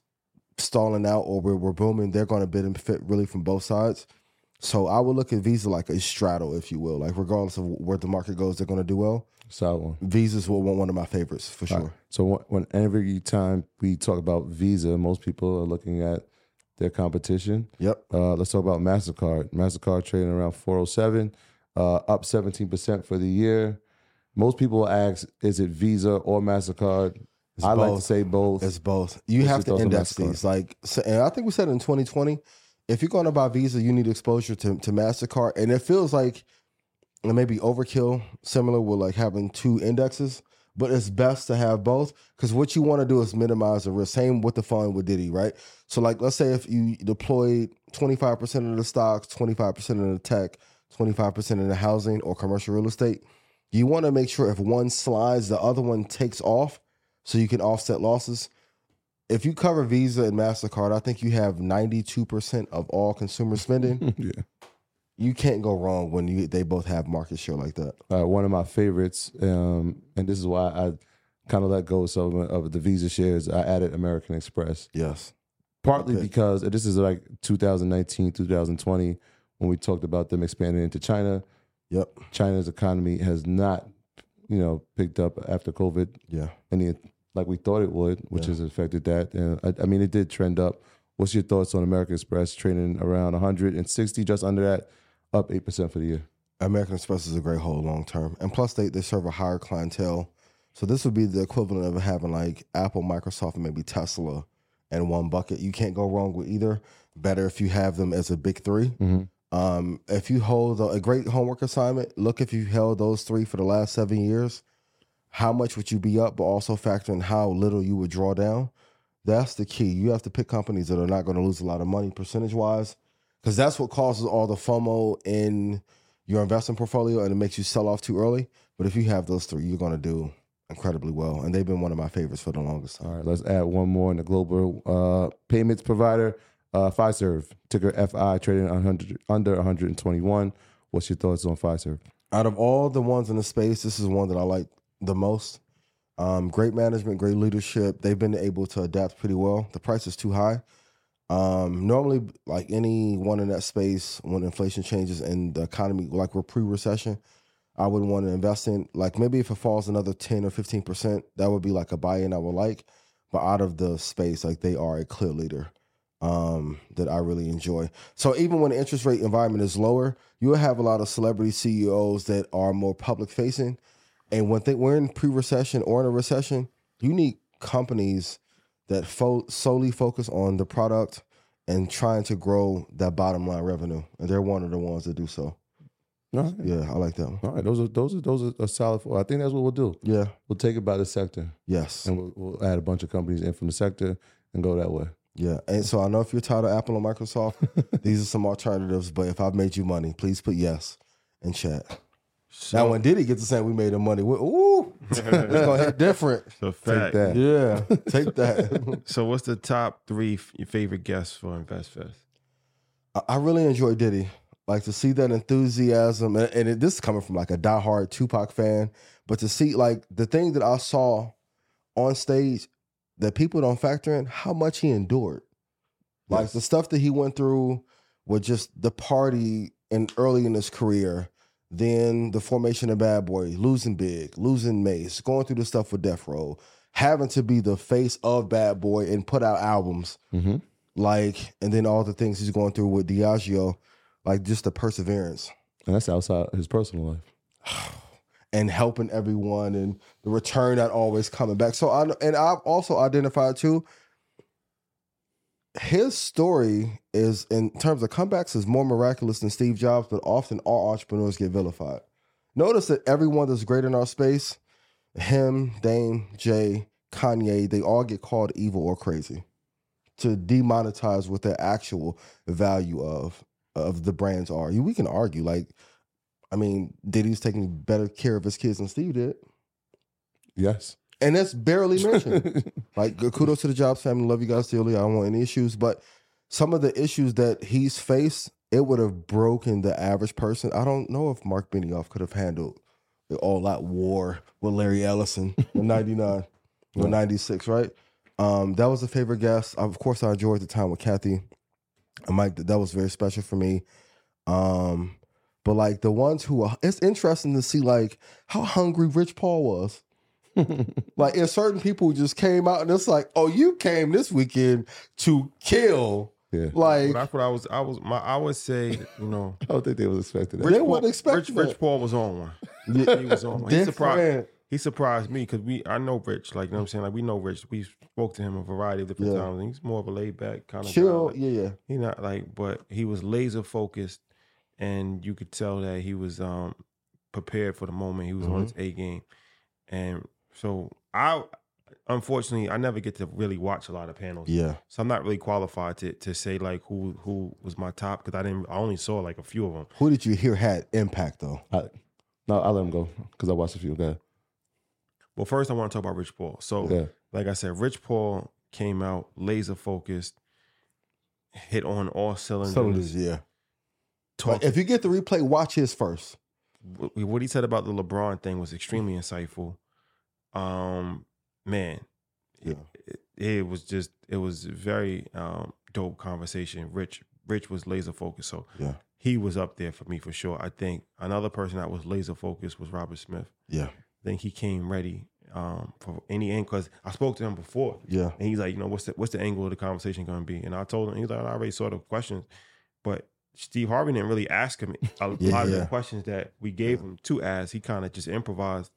S4: stalling out or we're, we're booming, they're going to benefit really from both sides. So I would look at Visa like a straddle, if you will. Like regardless of where the market goes, they're going to do well.
S5: Solid one.
S4: Visa's will one of my favorites for sure.
S5: All right. So wh- when every time we talk about Visa, most people are looking at their competition.
S4: Yep.
S5: Uh, let's talk about Mastercard. Mastercard trading around 407. uh, up 17% for the year. Most people ask, is it Visa or MasterCard?
S4: It's
S5: I like to
S4: both.
S5: say both. [LAUGHS]
S4: It's both. You
S5: What's
S4: have to
S5: your thoughts on
S4: index
S5: MasterCard?
S4: these. Like, so, and I think we said in 2020, if you're going to buy Visa, you need exposure to, to MasterCard. And it feels like it may be overkill, similar with like having two indexes, but it's best to have both because what you want to do is minimize the risk. Same with the fund with Diddy, right? So, like, let's say if you deployed 25% of the stocks, 25% of the tech, 25% of the housing or commercial real estate, you want to make sure if one slides, the other one takes off so you can offset losses. If you cover Visa and MasterCard, I think you have 92% of all consumer
S5: [LAUGHS]
S4: spending.
S5: yeah.
S4: you can't go wrong when you they both have market share like that.
S5: uh, one of my favorites, um, and this is why I kind of let go of some of the Visa shares. I added American Express
S4: Yes.
S5: partly
S4: Okay.
S5: because and this is like 2019, 2020 when we talked about them expanding into China.
S4: Yep.
S5: China's economy has not, you know, picked up after COVID
S4: Yeah.
S5: any like we thought it would, which
S4: Yeah.
S5: has affected that. And I, I mean, it did trend up. What's your thoughts on American Express trading around 160, just under that, up eight percent for the year?
S4: American Express is a great hold long term. And plus they, they serve a higher clientele. So this would be the equivalent of having like Apple, Microsoft, and maybe Tesla in one bucket. You can't go wrong with either. Better if you have them as a big three. Um, if you hold a, a great homework assignment, look if you held those three for the last seven years, how much would you be up, but also factor in how little you would draw down. That's the key. You have to pick companies that are not going to lose a lot of money percentage wise, because that's what causes all the FOMO in your investment portfolio and it makes you sell off too early. But if you have those three, you're going to do incredibly well. And they've been one of my favorites for the longest time.
S5: All right, let's add one more in the global uh, payments provider, uh, Fiserv, ticker FI, trading 100, under 121. What's your thoughts on Fiserv?
S4: out of all the ones in the space, this is one that I like the most. Um, great management, great leadership. They've been able to adapt pretty well. The price is too high. Um, normally, like anyone in that space, when inflation changes and the economy, like we're pre-recession, I wouldn't want to invest in. Like maybe if it falls another ten or fifteen percent, that would be like a buy-in I would like. But out of the space, like they are a clear leader um, that I really enjoy. So even when the interest rate environment is lower, you'll have a lot of celebrity CEOs that are more public facing. And when they, we're in pre-recession or in a recession, you need companies that fo- solely focus on the product and trying to grow that bottom line revenue. And they're one of the ones that do so.
S5: All right,
S4: Yeah, I like that one.
S5: all right. Those are those are those are a solid. Four. I think that's what we'll do.
S4: Yeah.
S5: We'll take it by the sector,
S4: Yes.
S5: and we'll, we'll add a bunch of companies in from the sector and go that way.
S4: Yeah. And so I know if you're tired of Apple or Microsoft, these are some alternatives. But if I've made you money, please put yes in chat. now when Diddy gets to say we made him money, we, ooh, [LAUGHS] it's gonna hit different.
S3: So fact.
S5: that.
S4: Yeah, [LAUGHS] take that.
S3: So what's the top three f- your favorite guests for InvestFest?
S4: I- I really enjoy Diddy. Like to see that enthusiasm, and, and it, this is coming from like a diehard Tupac fan, but to see like the thing that I saw on stage that people don't factor in how much he endured. Like the stuff that he went through with just the party and early in his career, then the formation of Bad Boy, losing Big, losing Mace, going through the stuff with Death Row, having to be the face of Bad Boy and put out albums
S5: Mhm.
S4: like, and then all the things he's going through with Diageo, like just the perseverance
S5: And that's outside his personal life.
S4: and helping everyone and the return not always coming back. So I and I've also identified too. His story is in terms of comebacks is more miraculous than Steve Jobs, but often all entrepreneurs get vilified. Notice that everyone that's great in our space, him, Dame, Jay, Kanye, they all get called evil or crazy to demonetize what their actual value of of the brands are. You we can argue like I mean, Diddy's taking better care of his kids than Steve did.
S5: Yes.
S4: And that's barely
S5: [LAUGHS]
S4: mentioned.
S5: yeah.
S4: like, kudos to the Jobs family. Love you guys dearly. I don't want any issues. But some of the issues that he's faced, it would have broken the average person. I don't know if Mark Benioff could have handled the all out war with Larry Ellison [LAUGHS] in 99 or 96, right? Um, that was a favorite guest. Of course, I enjoyed the time with Kathy and Mike. That was very special for me. Um, but like the ones who are, it's interesting to see like how hungry Rich Paul [LAUGHS] was. like, if certain people who just came out and it's like, oh, you came this weekend to kill.
S5: Yeah.
S4: Like,
S3: Well, that's what I was. I was. My. I would say. You know,
S5: I don't think they was expecting that.
S4: they
S3: Paul-
S4: wouldn't
S3: Rich,
S4: expect
S3: Rich Paul was on one.
S4: [LAUGHS]
S3: He was on one. He surprised.
S4: Different.
S3: He surprised me because we. I know Rich. Like you know, what I'm saying. Like we know Rich. We spoke to him a variety of different
S4: Yeah.
S3: times. He's more of a laid back kind of
S4: Chill,
S3: Guy. Like,
S4: yeah, yeah.
S3: He not like, but he was laser focused, and you could tell that he was um prepared for the moment. He was on his A game, and so I, unfortunately, I never get to really watch a lot of panels.
S4: Yeah.
S3: So I'm not really qualified to to say like who who was my top because I didn't. I only saw like a few of them.
S4: Who did you hear had impact though?
S5: I, no, I let him go because I watched a few. Okay.
S3: Well, first I want to talk about Rich Paul. So
S5: Yeah.
S3: like I said, Rich Paul came out laser focused, hit on all cylinders.
S4: Some of this, yeah. But
S3: talked-
S4: if you get the replay, watch his first.
S3: wh- what he said about the LeBron thing was extremely insightful. Um, man, it- it, it was just it was a very um dope conversation. Rich Rich was laser focused, so
S4: Yeah.
S3: he was up there for me for sure. I think another person that was laser focused was Robert Smith.
S4: Yeah.
S3: I think he came ready um for any end because I spoke to him before.
S4: Yeah.
S3: And he's like, you know, what's the what's the angle of the conversation going to be? And I told him, he's like, I already saw the questions, but Steve Harvey didn't really ask him a
S4: [LAUGHS] Yeah,
S3: lot of
S4: yeah.
S3: the questions that we gave him to ask. He kind of just improvised,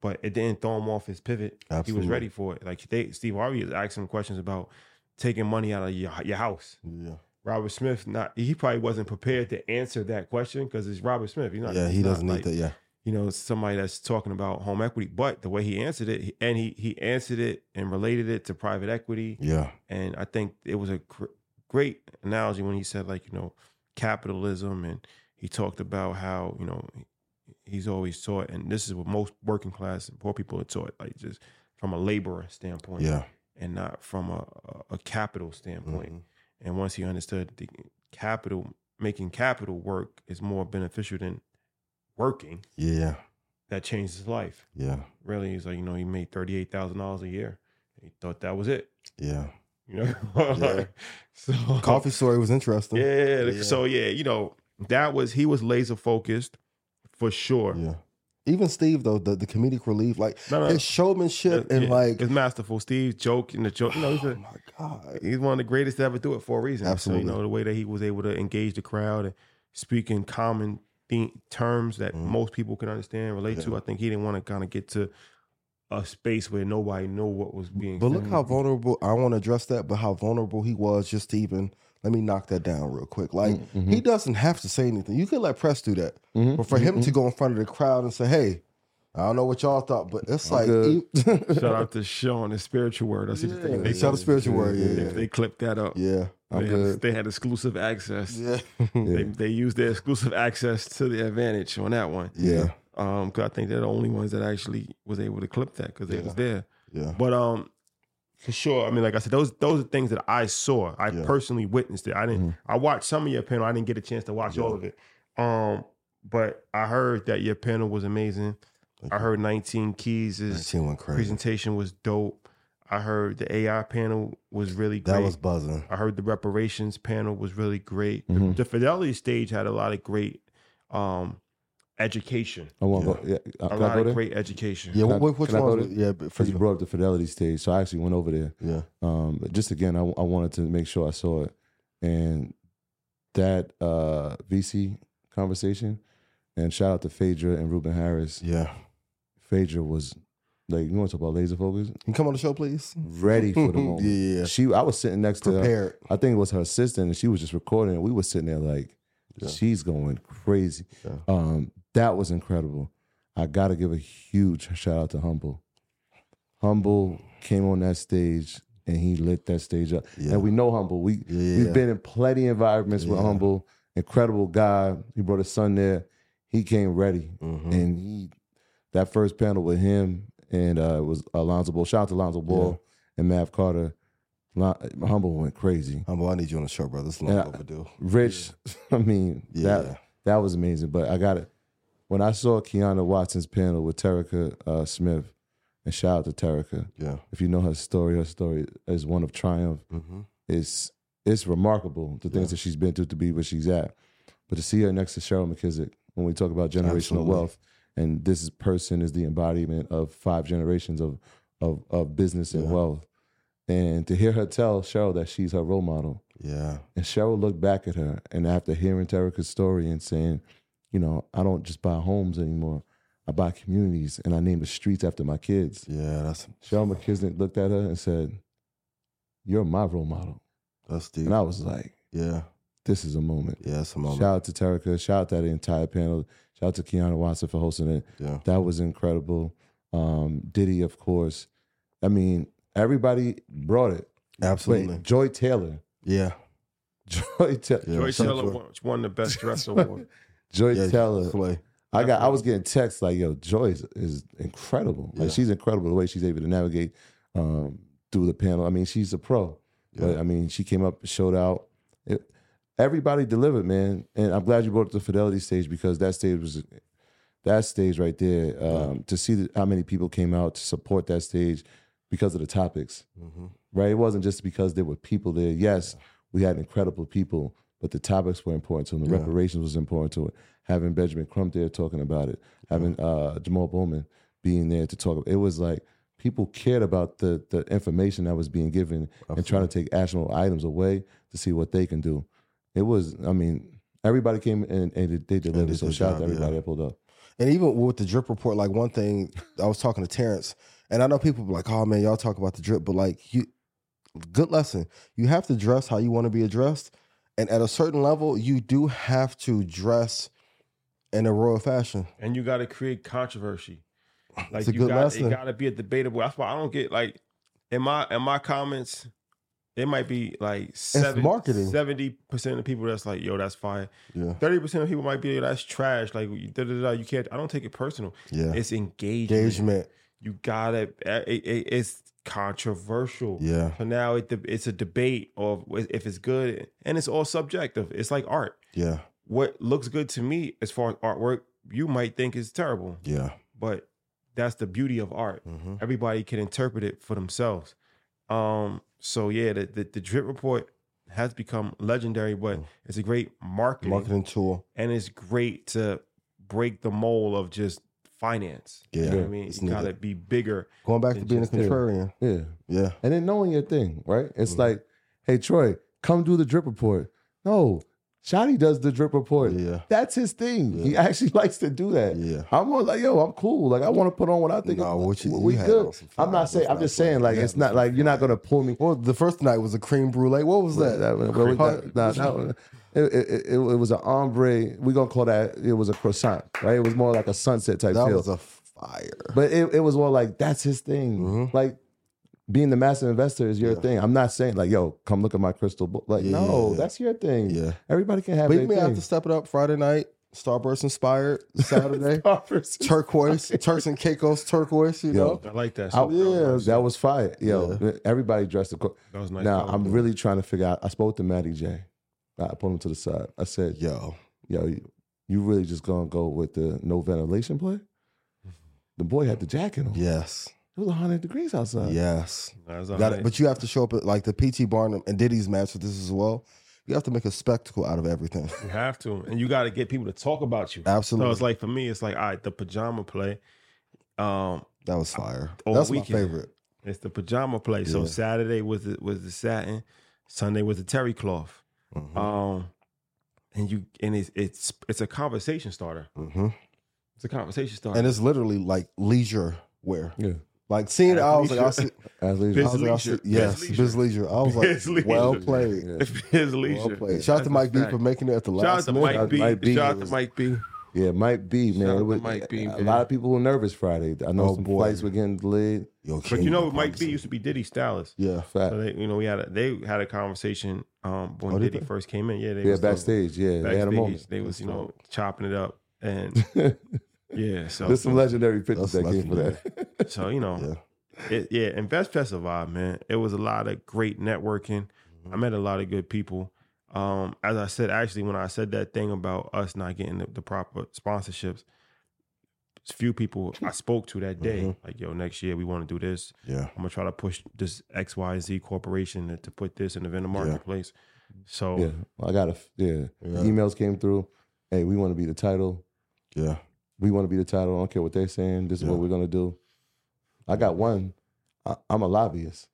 S3: but it didn't throw him off his pivot. He
S4: Absolutely.
S3: was ready for it. Like they, Steve Harvey is asking him questions about taking money out of your, your house.
S4: Yeah.
S3: Robert Smith, not he probably wasn't prepared to answer that question because it's Robert Smith. He's not,
S4: Yeah, he
S3: he's not,
S4: doesn't
S3: like,
S4: need that. Yeah.
S3: you know, somebody that's talking about home equity. But the way he answered it, he- and he he answered it and related it to private equity,
S4: Yeah.
S3: and I think it was a gr- great analogy when he said like you know capitalism, and he talked about how you know he- he's always taught, and this is what most working class and poor people are taught, like just from a laborer standpoint,
S4: Yeah.
S3: and not from a a, a capital standpoint.
S4: Mhm.
S3: And once he understood the capital, making capital work is more beneficial than working
S4: Yeah.
S3: that changed his life.
S4: Yeah.
S3: Really, he's like, you know, he made thirty eight thousand dollars a year. He thought that was it.
S4: Yeah.
S3: You know, [LAUGHS]
S4: Yeah.
S3: so
S4: Coffee story was interesting.
S3: Yeah, yeah, yeah.
S4: Yeah.
S3: So yeah, you know, that was he was laser focused for sure.
S4: Yeah. Even Steve though, the, the comedic relief, like
S3: No, no,
S4: his showmanship
S3: yeah,
S4: and like
S3: it's masterful. Steve joke and the joke. You know, he's,
S4: [SIGHS] oh
S3: a,
S4: my God.
S3: he's one of the greatest to ever do it for a reason.
S4: Absolutely.
S3: So, you know, the way that he was able to engage the crowd and speak in common theme, terms that
S4: Mhm.
S3: most people can understand, relate to. I think he didn't want to kind of get to a space where nobody knew what was being.
S4: But look
S3: said.
S4: how vulnerable I want to address that, but how vulnerable he was just to even let me knock that down real quick. Like
S5: Mm, mm-hmm.
S4: he doesn't have to say anything. You could let press do that. But for
S5: mm-hmm.
S4: him to go in front of the crowd and say, Hey, I don't know what y'all thought, but it's like
S5: good. [LAUGHS]
S4: e-
S3: Shout out to Sean, the spiritual word. I see the thing. They,
S4: shout out spiritual word,
S3: they,
S4: yeah,
S3: they clipped that up.
S4: yeah.
S5: I'm
S3: they,
S5: good.
S3: had, they had exclusive access.
S5: [LAUGHS]
S4: Yeah.
S3: They, they used their exclusive access to the advantage on that one.
S4: Yeah.
S3: Um, 'cause I think they're the only ones that actually was able to clip that because they was there.
S4: [LAUGHS] Yeah.
S3: But um, for sure, I mean, like I said, those those are things that I saw. I
S4: Yeah. Mm-hmm.
S3: personally witnessed it. I didn't. I watched some of your panel. I didn't get a chance to watch all of it. Um, but I heard that your panel was amazing. I heard 19 Keys is
S4: She went crazy.
S3: presentation was dope. I heard the AI panel was really great.
S4: That was buzzing.
S3: I heard the reparations panel was really great. The-
S5: Mm-hmm.
S3: The, Fidelity stage had a lot of great um, education.
S5: I want to go. Yeah, uh,
S3: A
S5: can I
S3: lot
S5: go
S3: of
S5: there?
S3: great education.
S4: Yeah,
S5: Can I-
S4: what, which
S5: can I go
S4: one?
S5: to-
S4: was- Yeah, but for
S5: Because you
S4: you.
S5: brought up the fidelity stage, so I actually went over there.
S4: Yeah,
S5: Um, but just again, I, I wanted to make sure I saw it, and that uh, VC conversation, and shout out to Phaedra and Ruben Harris.
S4: yeah.
S5: Phaedra was like, you want to talk about laser focus?
S4: Can you come on the show, please?
S5: [LAUGHS]
S3: [LAUGHS]
S5: Ready for the moment.
S4: Yeah.
S5: She, I was sitting next to her.
S4: Prepared.
S5: I think it was her assistant, and she was just recording. And we were sitting there like, she's going crazy.
S4: Yeah.
S5: Um, that was incredible. I got to give a huge shout out to Humble. Humble came on that stage and he lit that stage up.
S4: Yeah.
S5: And we know Humble. We
S4: Yeah.
S5: we've been in plenty of environments with
S4: Yeah.
S5: Humble. Incredible guy. He brought his son there. He came ready,
S4: Mhm.
S5: and he that first panel with him and uh, it was Alonzo Ball. Shout out to Alonzo Ball and Mav Carter. Lon- Humble went crazy.
S4: Humble, I need you on the show, brother. It's long
S5: Yeah.
S4: overdue.
S5: Rich, [LAUGHS] I mean,
S4: Yeah.
S5: that that was amazing. But I got it. When I saw Kiana Watson's panel with Terica uh, Smith, and shout out to Terica.
S4: Yeah.
S5: If you know her story, her story is one of triumph.
S4: Mm-hmm.
S5: It's it's remarkable the things that she's been through to be where she's at. But to see her next to Cheryl McKissick when we talk about generational
S4: Absolutely.
S5: wealth, and this is, person is the embodiment of five generations of of, of business and
S4: Yeah.
S5: wealth, and to hear her tell Cheryl that she's her role model
S4: Yeah.
S5: And Cheryl looked back at her, and after hearing Terica's story and saying, you know, I don't just buy homes anymore, I buy communities, and I name the streets after my kids.
S4: Yeah. That's
S5: Cheryl McKisnick looked at her and said, "You're my role model,"
S4: that's deep.
S5: and I was like,
S4: Yeah.
S5: "This is a moment."
S4: Yeah. It's a moment.
S5: Shout out to Terica. Shout out to the entire panel. Shout out to Kiana Watson for hosting it.
S4: yeah.
S5: That was incredible. Um, Diddy, of course. I mean, everybody brought it.
S4: Absolutely.
S5: Wait, Joy Taylor. [LAUGHS]
S4: Yeah.
S5: Joy, Ta-
S4: Yeah.
S3: Joy
S4: some
S3: Taylor
S4: sort-
S3: won, won the best
S4: [LAUGHS]
S3: dress award.
S5: Joy
S4: Yeah,
S5: Taylor.
S4: Slay.
S5: I got. I was getting texts like, "Yo, Joy is, is incredible. Like,
S4: Yeah.
S5: she's incredible the way she's able to navigate um, through the panel. I mean, she's a pro. But
S4: Yeah.
S5: I mean, she came up, showed out. It, everybody delivered, man. And I'm glad you brought up the fidelity stage because that stage was that stage right there. Um, To see that, how many people came out to support that stage because of the topics,
S4: Mhm.
S5: right? It wasn't just because there were people there. Yes, we had incredible people, but the topics were important to them. The
S4: Yeah.
S5: reparations was important to it. Having Benjamin Crump there talking about it, having uh, Jamal Bowman being there to talk. It was like people cared about the the information that was being given and trying to take actionable items away to see what they can do. It was, I mean, everybody came and, and they delivered.
S4: did
S5: so
S4: their
S5: shout out
S4: job,
S5: to everybody
S4: yeah.
S5: that pulled up.
S4: And even with the drip report, like one thing I was talking to Terrence, and I know people be like, "Oh man, y'all talk about the drip," but like you, good lesson. You have to dress how you want to be addressed, and at a certain level, you do have to dress in a royal fashion.
S3: and you got to create controversy. Like
S4: It's a
S3: you
S4: good
S3: got
S4: lesson.
S3: it got to be a debatable. That's why I don't get like in my in my comments. It might be like seven,
S4: marketing.
S3: 70% of people that's like, yo, that's fire.
S4: Yeah,
S3: 30% of people might be, yo, that's trash. Like, you- da, da, da, you can't, I don't take it personal.
S4: yeah.
S3: It's engagement.
S4: Engagement.
S3: You gotta, eh, it, it, it's controversial.
S4: Yeah,
S3: So now it, it's a debate of if it's good and it's all subjective. It's like art.
S4: yeah,
S3: What looks good to me as far as artwork, you might think is terrible
S4: yeah.
S3: but that's the beauty of art.
S4: hmm
S3: Everybody can interpret it for themselves. Um, so yeah, the, the the drip report has become legendary, but
S4: Mm.
S3: it's a great marketing,
S4: Marketing tool.
S3: and it's great to break the mold of just finance. You know
S4: Yeah,
S3: what I mean,
S4: it's
S3: you gotta
S4: needed.
S3: be bigger.
S4: Going back to being a
S3: Just do it.
S4: contrarian.
S5: Yeah.
S4: Yeah,
S5: And then knowing your thing, right? It's
S4: Mhm.
S5: like, hey, Troy, come do the drip report. No, Shotty does the drip report.
S4: yeah,
S5: That's his thing. He actually [LAUGHS] likes to do that.
S4: yeah.
S5: I'm more like, yo, I'm cool. Like, I want to put on what I think.
S4: No, what you-
S5: we-
S4: you
S5: we
S4: had
S5: good.
S4: on some fire.
S5: I'm not saying.
S4: Let's
S5: I'm
S4: not
S5: just
S4: play.
S5: saying, like,
S4: You had
S5: it's
S4: on
S5: not
S4: some
S5: like you're not gonna pull me.
S4: Well, the first night was a cream brulee. What was that?
S5: That- that- that- nah, that one- it, it, it, it was an ombre. We're gonna call that. It was a croissant, right? It was more like a sunset type
S4: That
S5: feel.
S4: was a fire.
S5: But it, it was more like that's his thing.
S4: Mhm.
S5: Like being the massive investor is your
S4: Yeah.
S5: thing. I'm not saying like, yo, come look at my crystal ball. Like,
S4: Yeah,
S5: no,
S4: yeah, yeah.
S5: that's your thing.
S4: Yeah.
S5: Everybody can have
S4: But
S5: their
S4: you may have to
S5: thing.
S4: step it up Friday night, Starburst inspired,
S5: [LAUGHS]
S4: Saturday, turquoise, Turks and Caicos turquoise, you
S5: Yo,
S4: know?
S3: I like that.
S5: I-
S3: shit.
S5: Oh, yeah,
S3: that was nice.
S5: that was fire. Yo, everybody dressed. Across.
S3: That was nice.
S5: Now I'm
S3: That was
S5: really trying to figure out. I spoke to Matty J. I pulled him to the side. I said,
S4: Yo.
S5: yo, you, you really just gonna go with the no ventilation play?
S4: Mm-hmm.
S5: The boy had the jacket on.
S4: Yes.
S5: It was 100 degrees outside.
S4: Yes.
S3: nice. That was
S4: Got
S3: nice.
S4: it. But you have to show up at like the PT Barnum and Diddy's match with this as well. You have to make a spectacle out of everything.
S3: You have to, and you got to get people to talk about you.
S4: Absolutely.
S3: So it's like for me, it's like all right, the pajama play. Um,
S4: that was fire.
S3: All
S4: That's
S3: weekend.
S4: my favorite.
S3: It's the pajama play. So
S4: Yeah.
S3: Saturday was the, was the satin, Sunday was the terry cloth.
S4: Mhm.
S3: Um, and you and it's it's it's a conversation starter.
S4: Mhm.
S3: It's a conversation starter.
S4: And it's literally like leisure wear.
S5: Yeah.
S4: Like seeing it, I was like, I, see,
S3: Athleisure.
S5: Athleisure.
S4: I was like, I see,
S3: Bizleisure.
S4: yes, biz leisure. I was
S3: Biz
S4: like,
S3: leisure. [LAUGHS]
S4: well played.
S5: Yeah.
S3: it's his
S4: Well
S3: leisure.
S4: played. Shout out
S3: That's
S4: to
S3: a
S4: Mike B
S3: fact.
S4: for making it at the
S3: Shout
S4: last
S3: out to
S4: minute.
S3: Mike B.
S5: Mike B.
S3: Shout out to Mike B.
S5: Yeah, Mike B, man.
S3: out
S5: It
S3: to
S5: was-
S3: Mike B,
S5: a
S3: man.
S5: lot of people were nervous Friday. I know
S4: Oh,
S5: some
S4: boy.
S5: flights were getting delayed.
S4: Yo,
S3: But
S4: King
S3: you know,
S4: Mike
S3: Mike B
S4: Robinson.
S3: used to be Diddy stylist.
S4: Yeah.
S5: Fact.
S3: So they, you know, we had a, they had a conversation um, when
S4: Oh, did
S3: Diddy
S4: they?
S3: first came in. Yeah, they
S5: yeah,
S3: was
S5: backstage. Yeah, they had a
S3: backstage.
S5: moment.
S3: They was you know chopping it up and
S5: [LAUGHS]
S3: yeah. So
S5: There's some legendary pictures
S4: That's
S5: that came for that.
S3: So you know, it, yeah, Invest Fest a vibe, man. It was a lot of great networking. I met a lot of good people. Um, as I said, actually, when I said that thing about us not getting the, the proper sponsorships, few people I spoke to that day, like, yo, next year we want to do this.
S4: Yeah.
S3: I'm gonna try to push this X, Y, and Z corporation to, to put this in the vendor marketplace. So
S5: [LAUGHS] yeah, I got a yeah. The
S4: Yeah.
S5: emails came through. Hey, we want to be the title.
S4: Yeah.
S5: We want to be the title. I don't care what they're saying. This is
S4: Yeah.
S5: what we're gonna do. I got one. I, I'm a lobbyist.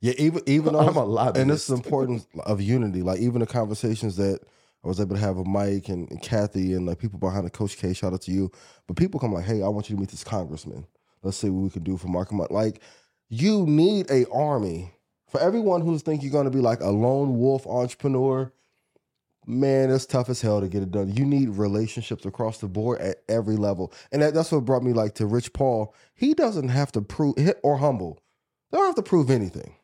S4: Yeah, even [LAUGHS] even
S5: [LAUGHS] I'm
S4: though-
S5: a lobbyist.
S4: and this is important of unity. Like even the conversations that I was able to have with Mike and, and Kathy and like people behind the Coach K. Shout out to you. But people come like, hey, I want you to meet this congressman. Let's see what we can do for Mark. Mon-" Like you need a army for everyone who's think you're going to be like a lone wolf entrepreneur. Man, it's tough as hell to get it done. You need relationships across the board at every level, and that, that's what brought me like to Rich Paul. He doesn't have to prove or humble. They don't have to prove anything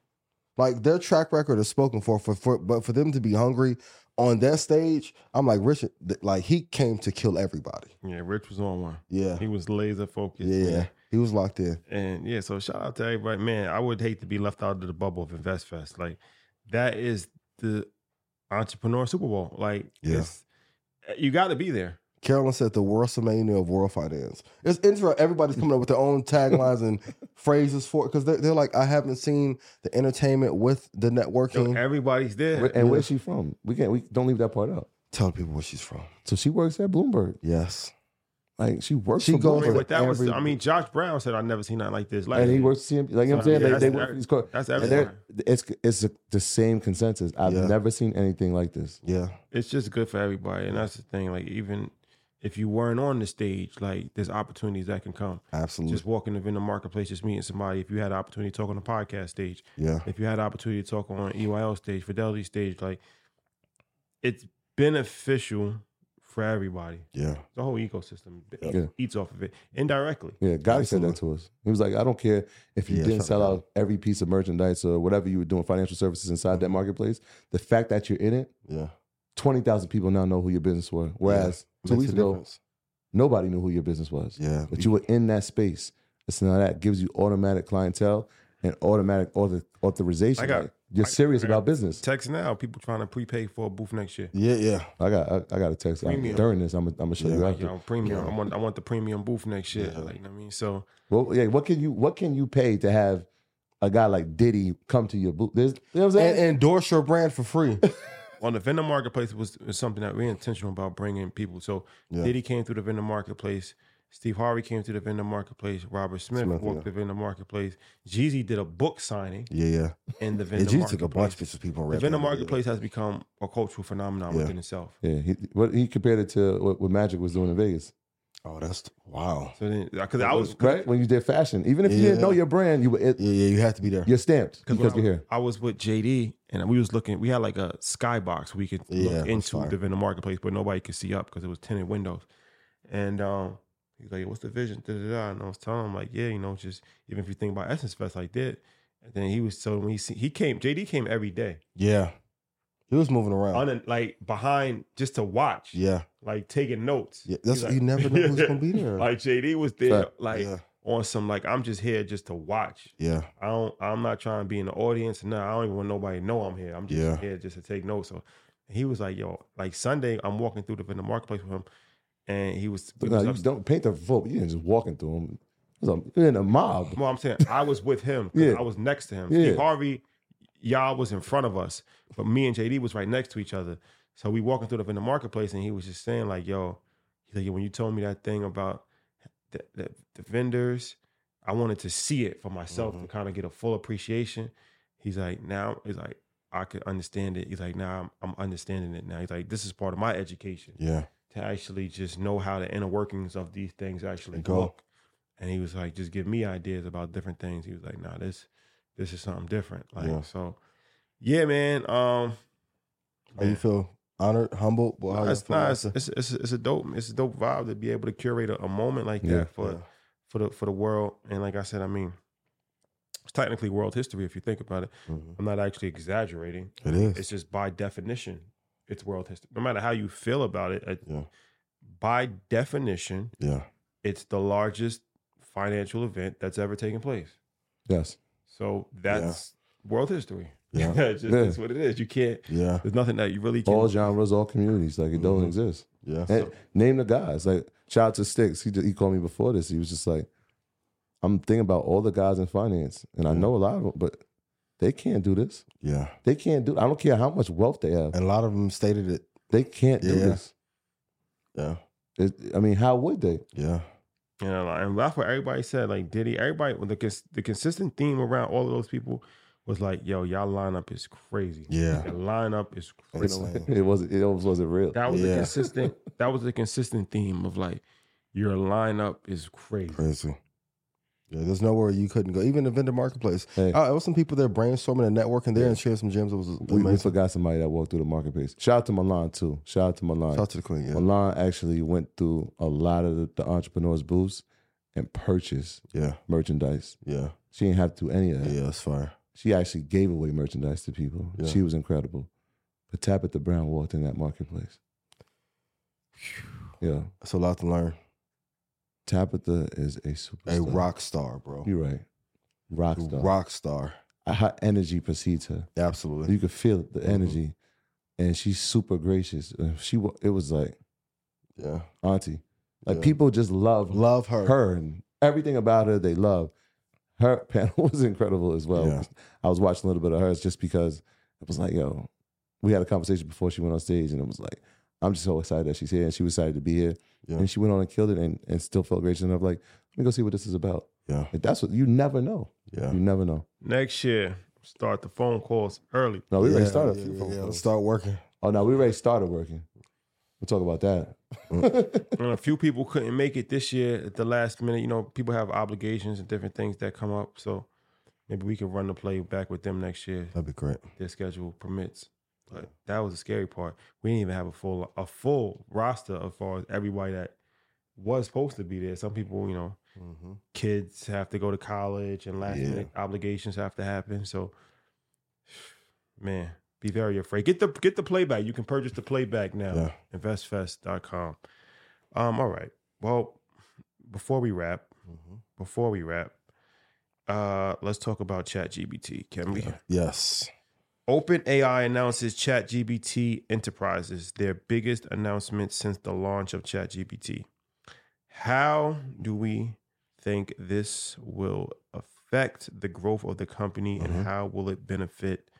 S4: like their track record is spoken for, for for but for them to be hungry on that stage i'm like richard th- like he came to kill everybody
S3: Yeah, Rich was on one.
S4: yeah
S3: He was laser focused.
S4: yeah
S3: man.
S4: he was locked in
S3: And yeah, so shout out to everybody. Man, I would hate to be left out of the bubble of InvestFest. Like that is the entrepreneur Super Bowl. Like
S4: Yeah.
S3: it's, you got to be there.
S4: carolyn said the WrestleMania of world finance it's interesting everybody's coming up with their own taglines [LAUGHS] and phrases for it because they're, they're like i haven't seen the entertainment with the
S3: So
S4: networking
S3: everybody's there.
S5: And where's she from? We can't. We don't leave that part out.
S4: telling people where she's from
S5: So she works at Bloomberg.
S4: yes
S5: Like she works.
S4: She
S5: for
S4: goes
S3: I
S5: Bloomberg.
S3: mean, but that was. I
S4: every-
S3: mean, Josh Brown said I've never seen nothing like this. Like
S5: and he works for CMP. Like you know what I'm
S3: Yeah,
S5: saying,
S3: that's
S5: they, they
S3: the-
S5: work for these co-
S3: That's
S5: and
S3: everyone.
S5: they're- It's it's a, the same consensus. I've
S4: Yeah.
S5: never seen anything like this.
S4: yeah
S3: It's just good for everybody, and that's the thing. Like even if you weren't on the stage, like there's opportunities that can come.
S5: Mm-hmm.
S4: absolutely
S3: Just walking in the marketplace, just meeting somebody. If you had an opportunity to talk on the podcast stage,
S4: yeah
S3: if you had an opportunity to talk on EYL stage, Fidelity stage, like it's beneficial for everybody.
S4: yeah
S3: The whole ecosystem
S5: Yeah.
S3: eats off of it indirectly.
S5: Yeah, God said that to us. He was like, I don't care if you
S4: Yeah,
S5: didn't
S4: shout
S5: sell
S4: out.
S5: out every piece of merchandise or whatever you were doing, financial services inside that marketplace. The fact that you're in it,
S4: yeah
S5: twenty thousand people now know who your business was. Whereas two
S4: Makes
S5: weeks
S4: a
S5: ago,
S4: difference.
S5: nobody knew who your business was.
S4: yeah
S5: but you were in that space. It's now that gives you automatic clientele and automatic author, authorization.
S3: I got-
S5: Like, you're serious about business.
S3: Text now, people trying to prepay for a booth next year.
S4: yeah yeah
S5: I got I, I got a text out
S3: Premium.
S5: during this. I'm gonna- I'm gonna show you
S3: Like,
S5: after.
S3: you know, premium. I want I want the premium booth next year. Like you know what I mean, so
S5: Well, yeah, what can you what can you pay to have a guy like Diddy come to your booth? There's, you know what I'm saying?
S4: and endorse your brand for [LAUGHS] free
S3: on the vendor marketplace was, was something that we're intentional about bringing people. So Diddy came through the vendor marketplace. Steve Harvey came through the vendor marketplace. Robert Smith, walked the vendor marketplace. Jeezy did a book signing
S4: yeah yeah
S3: in the vendor
S4: And you
S3: marketplace.
S4: took a bunch of pictures of people. and
S3: The
S4: ran
S3: vendor
S4: them.
S3: marketplace has become a cultural phenomenon
S4: Yeah.
S3: within itself.
S5: yeah, he, what he compared it to what, what Magic was doing in Vegas,
S4: Oh, that's wow.
S3: So then, because I was
S5: right? When you did fashion, even if you didn't
S4: Yeah.
S5: know your brand, you were it,
S4: Yeah, yeah, you have to be there.
S5: you're stamped
S3: when
S5: because
S3: I,
S5: you're here.
S3: I was with JD and we was looking. We had like a skybox we could
S4: Yeah,
S3: look
S4: that's
S3: into
S4: fire.
S3: the vendor marketplace, but nobody could see up because it was tinted windows. And um, he's like, "What's the vision?" Da, da, da. And I was telling him like, "Yeah, you know, just even if you think about Essence Fest like that." And then he was so when he see, he came JD came every day,
S4: Yeah, he was moving around.
S3: on a, like behind just to watch,
S4: yeah,
S3: like taking notes.
S4: yeah. That's
S3: He's
S4: you
S3: like-
S4: never know who's gonna be there.
S3: [LAUGHS] Like JD was there,
S5: Fact.
S3: like
S4: Yeah.
S3: on some like I'm just here just to watch.
S4: yeah,
S3: I don't. I'm not trying to be in the audience. No, I don't even want nobody to know I'm here. I'm just
S4: Yeah.
S3: here just to take notes. So he was like, "Yo, like Sunday, I'm walking through the vendor marketplace with him, and he was. we
S5: No,
S3: was
S5: you
S3: up-
S5: don't paint the vote. You didn't just walking through him. It was a- You're in a mob.
S3: well, I'm saying I was with him. 'cause
S5: Yeah.
S3: I was next to him.
S5: Yeah.
S3: Steve Harvey, y'all was in front of us, but me and JD was right next to each other. So we walking through the vendor marketplace, and he was just saying like, "Yo, he's like, when you told me that thing about the, the, the vendors, I wanted to see it for myself
S5: Mm-hmm.
S3: to kind of get a full appreciation." He's like, "Now, he's like, I could understand it." He's like, "Now I'm, I'm understanding it now." He's like, "This is part of my education."
S4: yeah,
S3: to actually just know how the inner workings of these things actually
S4: And go.
S3: look. And he was like, just give me ideas about different things. He was like, nah, this this is something different. Like
S4: Yeah.
S3: so yeah, man. Um
S4: How you feel honored, humbled? Well, how
S3: nah,
S4: you
S3: it's,
S4: feel
S3: nah, it's,
S4: after?
S3: it's, it's, it's a dope it's a dope vibe to be able to curate a, a moment like
S5: Yeah.
S3: that for
S4: Yeah.
S3: for the for the world. And like I said, I mean, it's technically world history if you think about it.
S4: Mhm.
S3: I'm not actually exaggerating.
S4: It is.
S3: It's just by definition, it's world history. No matter how you feel about it, it-
S4: Yeah.
S3: by definition,
S4: yeah,
S3: it's the largest financial event that's ever taken place.
S5: Yes.
S3: So that's world history.
S4: Yeah.
S3: That's just-
S5: Yeah.
S3: that's what [LAUGHS] it is. You can't.
S4: yeah,
S3: There's nothing that you really can.
S5: All genres, all communities. Like it
S4: Mm-hmm.
S5: doesn't exist.
S4: yeah.
S5: And name the guys. Like shout out to Sticks. He he called me before this. He was just like, I'm thinking about all the guys in finance, and
S4: Mm-hmm.
S5: I know a lot of them, but they can't do this.
S4: yeah.
S5: They can't do. I don't care how much wealth they have.
S4: And a lot of them stated it.
S5: They can't do
S4: Yeah.
S5: this.
S4: Yeah,
S5: It, I mean, how would they?
S4: yeah,
S3: you know, like, and that's what everybody said. Like Diddy, everybody. well, The cons- the consistent theme around all of those people was like, yo, y'all lineup is crazy.
S4: Yeah.
S3: The lineup is
S5: [LAUGHS]
S4: It's-
S3: crazy.
S5: It was it almost wasn't real.
S3: That was a
S4: Yeah.
S3: consistent that was a consistent theme of like your lineup is crazy.
S4: Crazy. Yeah, there's nowhere you couldn't go. Even the vendor marketplace.
S5: Hey.
S4: Uh, there was some people there brainstorming and networking there and sharing some gems. It was
S5: we, we
S4: amazing.
S5: forgot somebody that walked through the marketplace. Shout out to Milan too. Shout out to Milan.
S4: Shout out to the queen. Yeah.
S5: Milan actually went through a lot of the, the entrepreneurs' booths and purchased
S4: Yeah.
S5: merchandise.
S4: Yeah.
S5: She didn't have to do any of that.
S4: Yeah. That's fire.
S5: She actually gave away merchandise to people.
S4: Yeah.
S5: She was incredible. But Tabitha Brown walked in that marketplace. Yeah,
S4: That's a lot to learn.
S5: Tabitha is a superstar.
S4: A rock star, bro.
S5: You're right. Rock star. Uh,
S4: Rock star.
S5: Her energy precedes her.
S4: Absolutely.
S5: You could feel the
S4: Uh-huh.
S5: energy, and she's super gracious. Uh, She wa- it was like
S4: Yeah.
S5: auntie. Like
S4: Yeah.
S5: people just love
S4: Love her.
S5: her and everything about her they love. Her [LAUGHS] panel was incredible as well.
S4: Yeah.
S5: I was watching a little bit of hers just because it was like, yo, we had a conversation before she went on stage, and it was like, I'm just so excited that she's here, and she was excited to be here,
S4: Yeah.
S5: and she went on and killed it, and, and still felt gracious enough. Like, let me go see what this is about.
S4: Yeah.
S5: Like, that's what you never know.
S4: Yeah.
S5: You never know.
S3: Next year, start the phone calls early.
S5: No, we
S4: yeah,
S5: already started. a
S4: yeah,
S5: few
S4: yeah,
S5: phone
S4: yeah.
S5: calls.
S4: Let's start working.
S5: Oh no, we already started working. We'll talk about that.
S4: Mm.
S5: [LAUGHS]
S3: And a few people couldn't make it this year at the last minute. You know, people have obligations and different things that come up. So maybe we can run the play back with them next year.
S4: That'd be great.
S3: Their schedule permits. But that was the scary part. We didn't even have a full a full roster as far as everybody that was supposed to be there. Some people, you know,
S4: Mm-hmm.
S3: kids have to go to college and last
S4: Yeah.
S3: minute obligations have to happen. So, [SIGHS] man, be very afraid. Get the get the playback. You can purchase the playback now.
S4: Yeah.
S3: Investfest.com. Um, all right. Well, before we wrap,
S4: Mm-hmm.
S3: before we wrap, uh, let's talk about ChatGBT. Can we?
S4: Yes.
S3: OpenAI announces ChatGPT Enterprises, their biggest announcement since the launch of ChatGPT. How do we think this will affect the growth of the company and how will it benefit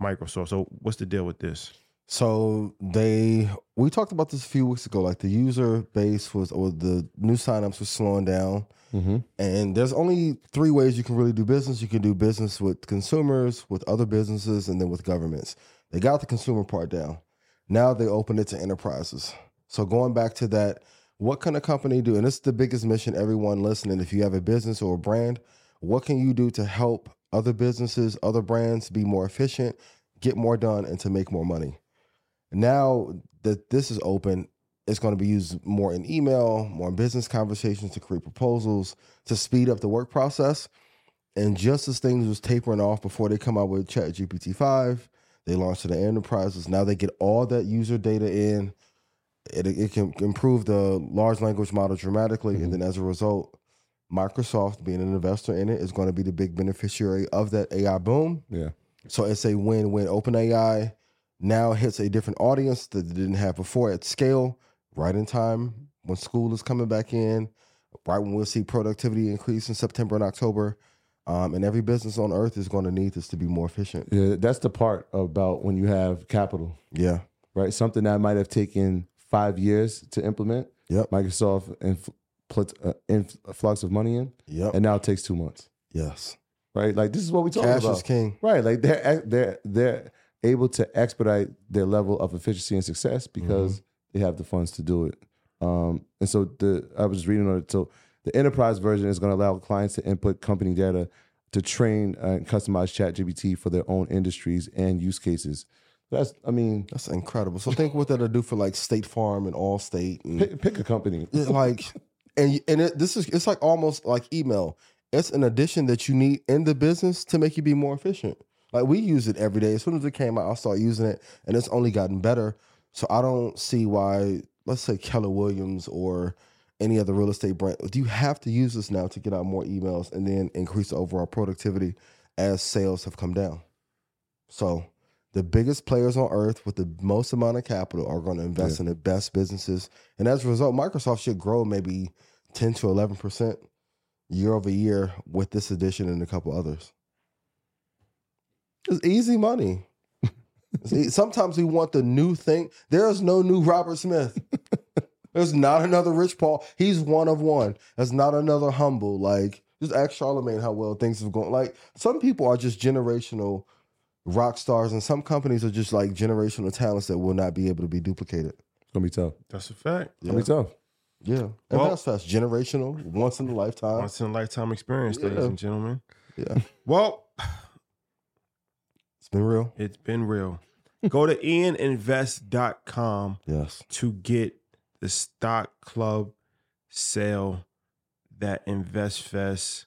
S3: Microsoft? So, what's the deal with this?
S4: So they we talked about this a few weeks ago. Like the user base was or the new signups was slowing down.
S5: Mm-hmm.
S4: And there's only three ways you can really do business. You can do business with consumers, with other businesses, and then with governments. They got the consumer part down. Now they open it to enterprises. So going back to that, what can a company do? And this is the biggest mission everyone listening. If you have a business or a brand, what can you do to help other businesses, other brands be more efficient, get more done, and to make more money? Now that this is open, it's going to be used more in email, more in business conversations to create proposals, to speed up the work process. And just as things was tapering off before they come out with Chat GPT five, they launched to the enterprises. Now they get all that user data in. It, it can improve the large language model dramatically,
S5: Mm-hmm.
S4: and then as a result, Microsoft, being an investor in it, is going to be the big beneficiary of that AI boom.
S5: Yeah.
S4: So it's a win-win. OpenAI now hits a different audience that they didn't have before at scale, right in time when school is coming back in, right when we'll see productivity increase in September and October. Um, and every business on earth is going to need this to be more efficient.
S5: Yeah, that's the part about when you have capital,
S4: Yeah.
S5: right? Something that might have taken five years to implement.
S4: Yep.
S5: Microsoft inf- put uh, influx of money in,
S4: Yep.
S5: and now it takes two months,
S4: yes.
S5: right? Like this is what we talking
S4: Cash
S5: about,
S4: is king.
S5: right? Like they're they're they're able to expedite their level of efficiency and success because
S4: Mm-hmm.
S5: they have the funds to do it. Um, and so the I was just reading on it. So the enterprise version is going to allow clients to input company data to train and customize ChatGPT for their own industries and use cases. That's I mean,
S4: That's incredible. So think what that'll do for like State Farm and Allstate and
S5: pick, pick a company.
S4: Mm. Yeah, like and and it, this is it's like almost like email it's an addition that you need in the business to make you be more efficient like we use it every day as soon as it came out i started using it and it's only gotten better so i don't see why let's say keller williams or any other real estate brand do you have to use this now to get out more emails and then increase the overall productivity as sales have come down so the biggest players on earth with the most amount of capital are going to invest in the best businesses and as a result, Microsoft should grow maybe 10 to 11% year over year with this addition and a couple others. It's easy money. It's e- Sometimes we want the new thing. There is no new Robert Smith. There's not another Rich Paul. He's one of one. There's not another humble. Like, Just ask Charlemagne how well things have gone. Like some people are just generational rock stars, and some companies are just like generational talents that will not be able to be duplicated.
S5: It's gonna be tough.
S3: That's a fact.
S5: It's gonna be tough.
S4: Yeah, and
S3: Well-
S4: that's fast. Generational, once in a lifetime.
S3: Uh, Once in a lifetime experience, ladies
S4: Yeah.
S3: and gentlemen.
S4: Yeah,
S3: Well,
S4: it's been real.
S3: it's been real. Go to ianinvest.com
S4: Yes.
S3: to get the stock club sale that InvestFest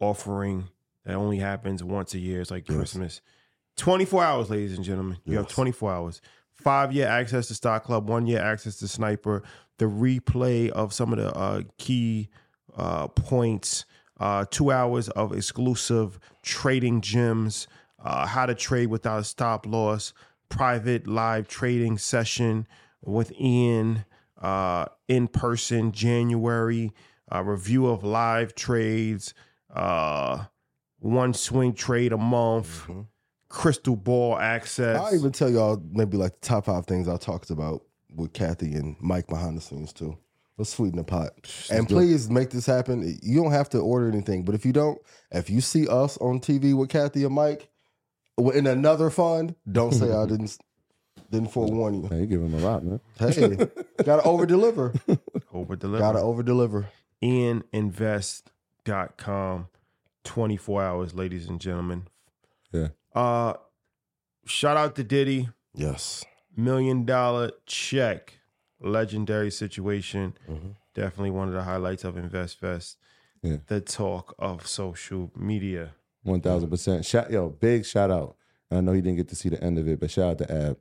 S3: offering that only happens once a year. It's like
S4: Yes.
S3: Christmas. 24 hours, ladies and gentlemen. You have
S4: Yes.
S3: 24 hours. Five year access to Stock Club, one year access to Sniper, the replay of some of the uh, key uh, points, uh, two hours of exclusive trading gems, uh, how to trade without a stop loss, private live trading session with Ian uh, in person January, uh, review of live trades, uh, one swing trade a month, crystal ball access.
S4: I'll Mm-hmm. even tell y'all maybe like the top five things I talked about with Kathy and Mike behind the scenes too. Let's sweeten the pot. And please make this happen. You don't have to order anything, but if you don't, if you see us on TV with Kathy and Mike w- in another fund, don't say
S5: [LAUGHS]
S4: I didn't didn't forewarn you.
S5: Man, you give him a lot, man.
S4: Hey, gotta over
S5: [LAUGHS]
S4: deliver.
S3: over deliver.
S4: Gotta over deliver.
S3: ininvest.com 24 hours ladies and gentlemen
S5: Yeah.
S3: uh shout out to diddy
S4: Yes.
S3: million dollar check legendary situation
S5: Mm-hmm.
S4: Mhm.
S3: definitely one of the highlights of investfest
S5: Yeah.
S3: the talk of social media
S5: One thousand percent. Shout yo, big shout out. And I know he didn't get to see the end of it, but shout out to Ab,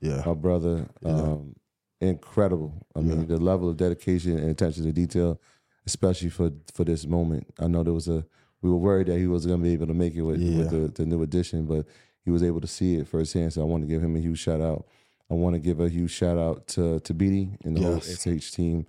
S4: Yeah.
S5: my brother. Um, incredible. I mean, the level of dedication and attention to detail, especially for for this moment. I know there was a we were worried that he was gonna be able to make it with,
S4: Yeah.
S5: with the, the new edition, but he was able to see it firsthand. So I want to give him a huge shout out. I want to give a huge shout out to to Beatty and the
S4: Yes.
S5: whole SH team.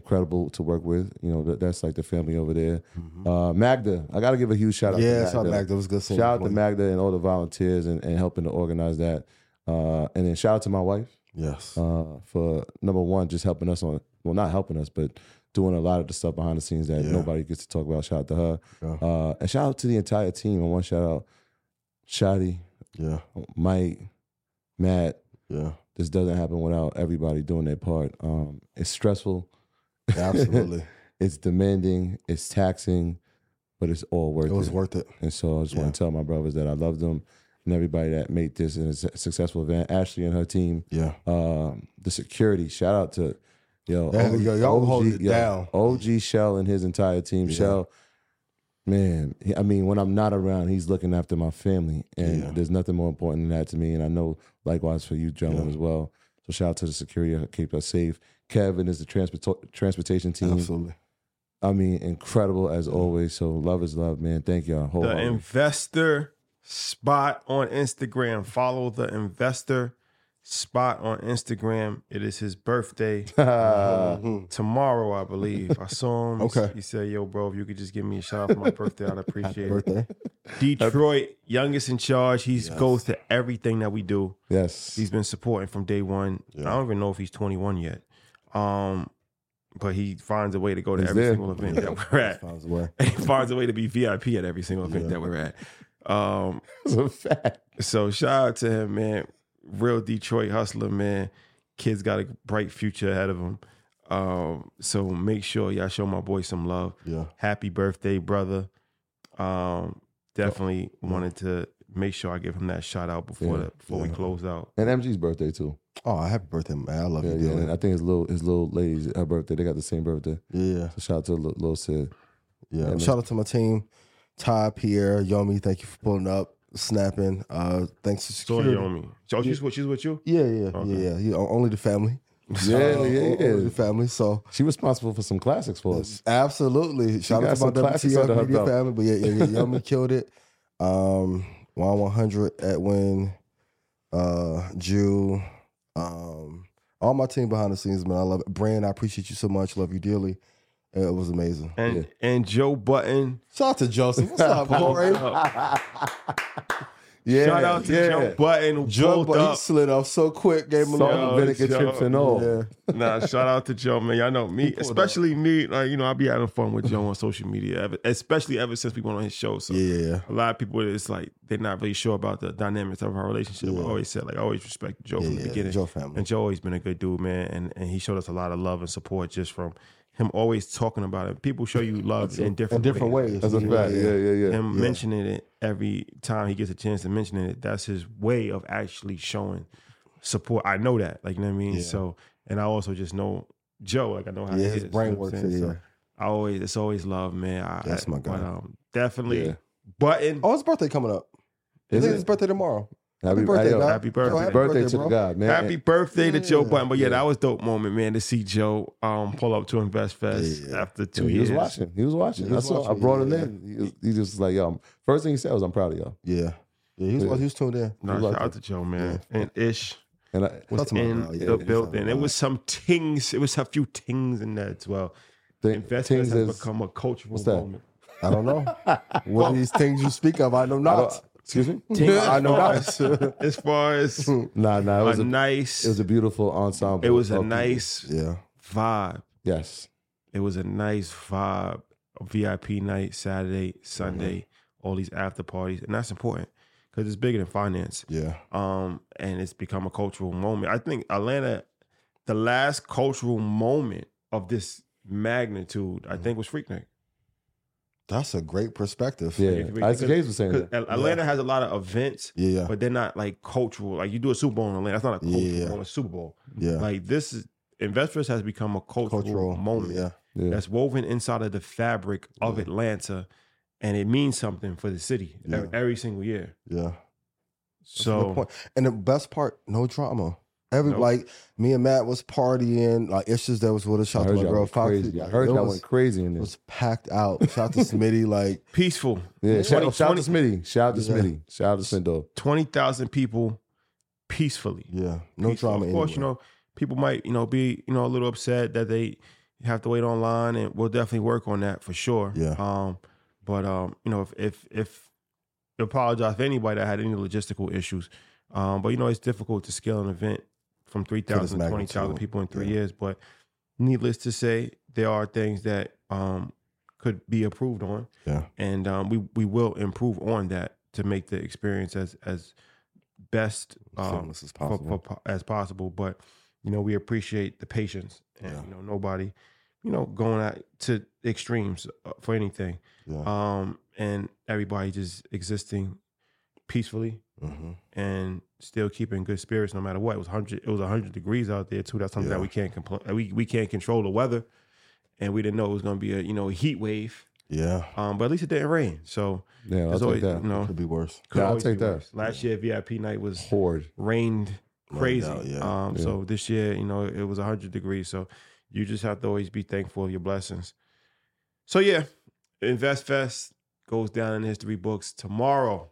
S5: Incredible to work with. You know, that, that's like the family over there. Uh, Magda, I got to give a huge shout out
S4: Mm-hmm. Yeah,
S5: to
S4: so Magda it was good seeing
S5: Shout
S4: you,
S5: out to
S4: boy.
S5: Magda and all the volunteers and, and helping to organize that. Uh, and then shout out to my wife
S4: Yes.
S5: uh, for number one, just helping us on well, not helping us, but doing a lot of the stuff behind the scenes that
S4: Yeah.
S5: nobody gets to talk about. Shout out to her.
S4: Yeah.
S5: Uh, and shout out to the entire team. And one shout out, Shotty,
S4: Yeah.
S5: Mike, Matt.
S4: Yeah.
S5: This doesn't happen without everybody doing their part. Um, it's stressful,
S4: Absolutely.
S5: it's demanding, it's taxing, but it's all worth
S4: it
S5: it.
S4: was worth it.
S5: And so I just
S4: Yeah.
S5: want to tell my brothers that I love them and everybody that made this a su- successful event. Ashley and her team,
S4: Yeah.
S5: um, the security. Shout out to yo,
S4: Yeah,
S5: OG,
S4: yo, y'all holding it down.
S5: OG Shell and his entire team.
S4: Yeah.
S5: Shell, man, he- I mean, when I'm not around, he's looking after my family, and
S4: Yeah.
S5: there's nothing more important than that to me. And I know likewise for you, gentlemen,
S4: Yeah.
S5: as well. So shout out to the security that keep us safe. Kevin is the transport transportation team.
S4: Absolutely.
S5: I mean, incredible as always. So love is love, man. Thank y'all.
S3: the
S5: wholeheartedly.
S3: investor spot on instagram follow the investor spot on instagram it is his
S4: [LAUGHS]
S3: birthday
S5: [LAUGHS]
S3: Mm-hmm.
S4: Mhm.
S3: tomorrow, I believe. I saw him. He s-
S4: Okay.
S3: He said, "Yo, bro, if you could just give me a shout out
S4: [LAUGHS]
S3: for my birthday, I'd appreciate it."
S4: Birthday.
S3: Detroit, youngest in charge. He goes to everything that we do.
S5: Yes.
S3: He's been supporting from day one. I don't even know if he's 21 yet, um, but he finds a way to go to
S5: He's
S3: every
S5: there.
S3: single event that we're at.
S4: Finds a [LAUGHS] way.
S3: [LAUGHS] He finds a way to be VIP at every single event that we're at. Um,
S5: That's a fact.
S3: so shout out to him, man. Real Detroit hustler, man. Kid's got a bright future ahead of him. Um, so make sure y'all show my boy some love.
S4: Yeah.
S3: Happy birthday, brother. Um, definitely wanted to make sure I give him that shout out before
S5: Yeah,
S3: the, before we close out.
S5: And MG's birthday too.
S4: Oh, happy birthday, man. I love
S5: Yeah,
S4: you,
S5: yeah. And
S4: Dylan.
S5: I think his little his little lady's her birthday. They got the same birthday.
S4: Yeah.
S5: So shout out to little, little Sid.
S4: Yeah.
S5: man.
S4: Shout out to my team. Ty, Pierre, Yomi, thank you for pulling up, snapping. Uh thanks to
S3: So
S4: security.
S3: Yomi. So Oh, she's with she's with you?
S4: Yeah, yeah,
S3: Okay.
S4: yeah, yeah. You know, only the family.
S5: Yeah,
S4: [LAUGHS] Uh,
S5: yeah,
S4: Only
S5: yeah.
S4: the family. So
S5: She responsible for some classics for us.
S4: absolutely. Shout
S5: got
S4: out to my
S5: some classics under her
S4: WTF media
S5: belt.
S4: family. But yeah, yeah, yeah Yomi killed it. Um Juan 100, Edwin, uh, Jew, um, all my team behind the scenes, man. I love it. Brand, I appreciate you so much. Love you dearly. It was amazing.
S3: And and Joe Button.
S4: [LAUGHS] Oh, Shout out to Joseph. What's up, Corey?
S5: Yeah,
S3: Shout out to
S5: yeah.
S3: Jump Button. who
S4: Jump,
S3: pulled
S4: but he
S3: up.
S4: slid off so quick, gave him a
S5: Salt
S4: little-
S5: and vinegar
S3: Yo,
S5: chips and
S3: yo.
S5: all.
S4: Yeah.
S3: nah, shout out to Joe, man. Y'all know me, especially me. Like you know, I be having fun with Joe on social media, ever, especially ever since we went on his show. So
S4: Yeah, yeah, yeah.
S3: a lot of people, it's like they're not really sure about the dynamics of our relationship. I always said, like, I always respect Joe
S4: Yeah,
S3: from the
S4: yeah,
S3: beginning.
S4: Joe family.
S3: and Joe always been a good dude, man, and and he showed us a lot of love and support just from him always talking about it. People show you love in different
S4: in different ways.
S5: That's a fact. Yeah, yeah, yeah.
S3: him mentioning it every time he gets a chance to mention it, that's his way of actually showing support. I know that, like you know what I mean. So, and I also just know Joe, like I know how
S4: Yeah,
S3: he
S4: his
S3: is,
S4: brain
S3: you know what
S4: works,
S3: I'm saying?
S4: yeah.
S3: So I always, it's always love, man. I,
S4: uh, That's my guy.
S3: But, um, definitely
S5: Yeah.
S3: button.
S4: Oh, his birthday coming up. I
S5: Is
S4: think
S5: it?
S4: it's his birthday tomorrow.
S5: Happy,
S4: birthday,
S5: yo,
S4: dog.
S3: happy birthday!
S4: Oh, happy
S5: happy
S4: birthday,
S5: birthday to the
S4: bro.
S5: God, man.
S3: Happy birthday to Joe
S4: Yeah.
S3: Button. But yeah, that was dope moment, man, to see Joe um pull up to Invest Fest
S4: Yeah.
S3: after two
S5: And he
S3: years.
S5: was watching. He was watching.
S4: He was
S5: I saw.
S4: watching,
S5: I brought
S4: yeah.
S5: him in. He, was, he just was like, yo, first thing he said was, I'm proud of y'all.
S4: Yeah. Yeah, he was,
S5: Yeah.
S4: he was tuned in.
S3: Nah,
S5: He was
S3: shout out
S5: watching.
S3: to Joe, man. And Ish.
S5: And I
S3: was
S4: That's my
S3: in
S4: guy,
S3: the
S4: yeah, that's my
S3: building. It
S4: guy.
S3: was some tings. It was a few tings in there as well.
S5: think
S3: Investments
S5: things
S3: has
S5: is.
S3: become a cultural
S5: that?
S3: moment.
S4: I
S3: [LAUGHS]
S4: don't know. what are these things you speak of? I know
S5: [LAUGHS] I
S4: not.
S5: don't- excuse me.
S4: I know
S3: As far
S4: not.
S3: as, as far as a
S5: Nah, nah. [LAUGHS] It was a,
S3: nice,
S5: it was a beautiful ensemble.
S3: it was a
S5: of people.
S3: nice
S4: yeah.
S3: vibe.
S5: Yes.
S3: It was a nice vibe. VIP night, Saturday, Sunday,
S5: Mm-hmm.
S3: all these after parties, and that's important because it's bigger than finance.
S4: Yeah.
S3: um, and it's become a cultural moment. I think Atlanta, the last cultural moment of this magnitude, I
S5: Mm-hmm.
S3: think was Freaknik.
S4: That's a great perspective.
S5: Yeah.
S3: If we-
S5: Ice J's was saying
S3: Because
S5: that.
S3: Atlanta has a lot of events,
S4: Yeah.
S3: but they're not like cultural. Like you do a Super Bowl in Atlanta, that's not a cultural
S4: Yeah.
S3: moment, Super Bowl.
S4: Yeah.
S3: Like this is Investors has become a cultural,
S4: Cultural
S3: moment
S4: Yeah.
S5: Yeah.
S3: that's woven inside of the fabric of Atlanta, and it means something for the city e-
S4: Yeah.
S3: every single year.
S4: Yeah. Good
S3: So
S4: point. And the best part, no drama. Every
S3: Nope.
S4: like me and Matt was partying, like issues that was with us.
S5: I
S4: Shout out to
S5: heard
S4: my
S5: y'all
S4: girl
S5: went
S4: Foxy.
S5: crazy. I
S4: Like,
S5: heard
S4: it
S5: y'all
S4: was,
S5: went crazy in
S4: it
S5: this.
S4: was packed out. Shout out
S5: [LAUGHS]
S4: to Smitty, like
S3: peaceful,
S5: Yeah, shout,
S3: 20,
S5: shout out to
S3: 20
S5: Smitty. Shout out to
S4: Yeah.
S5: Smitty. Shout out to Sindo.
S3: twenty thousand people peacefully.
S4: yeah, no
S3: peaceful.
S4: drama.
S3: Of course, you
S4: anywhere.
S3: know people might you know be you know a little upset that they have to wait online, and we'll definitely work on that for sure.
S4: Yeah.
S3: Um, but um, you know if if if apologize for anybody that had any logistical issues, um, but you know it's difficult to scale an event from 3,000 to
S4: magnitude.
S3: 20,000 people in three
S4: Yeah.
S3: years. But needless to say, there are things that um could be improved on.
S4: Yeah.
S3: And um, we we will improve on that to make the experience as as best um,
S4: Seamless as
S3: for,
S4: possible.
S3: for, po- as possible. But you know, we appreciate the patience, and
S4: Yeah.
S3: you know, nobody, you know, going out to extremes uh, for anything.
S4: yeah.
S3: Um, and everybody just existing peacefully
S4: hmm
S3: and still keeping good spirits no matter what. It was hundred. It was hundred degrees out there too. That's something
S4: Yeah.
S3: that we can't complain. We we can't control the weather, and we didn't know it was going to be a you know a heat wave.
S4: Yeah.
S3: Um, but at least it didn't rain. So
S5: Yeah, I'll
S3: there's
S5: take
S3: always you
S5: that.
S3: know
S4: Could be worse.
S3: could
S5: Yeah, I'll
S3: always
S5: take
S3: be
S5: that.
S3: worse. Last year VIP night was
S5: Horde.
S3: rained
S4: Rained
S3: crazy.
S4: out, yeah.
S3: Um,
S5: Yeah.
S3: So this year, you know, it was 100 degrees. So you just have to always be thankful of your blessings. So yeah, Invest Fest goes down in history books tomorrow.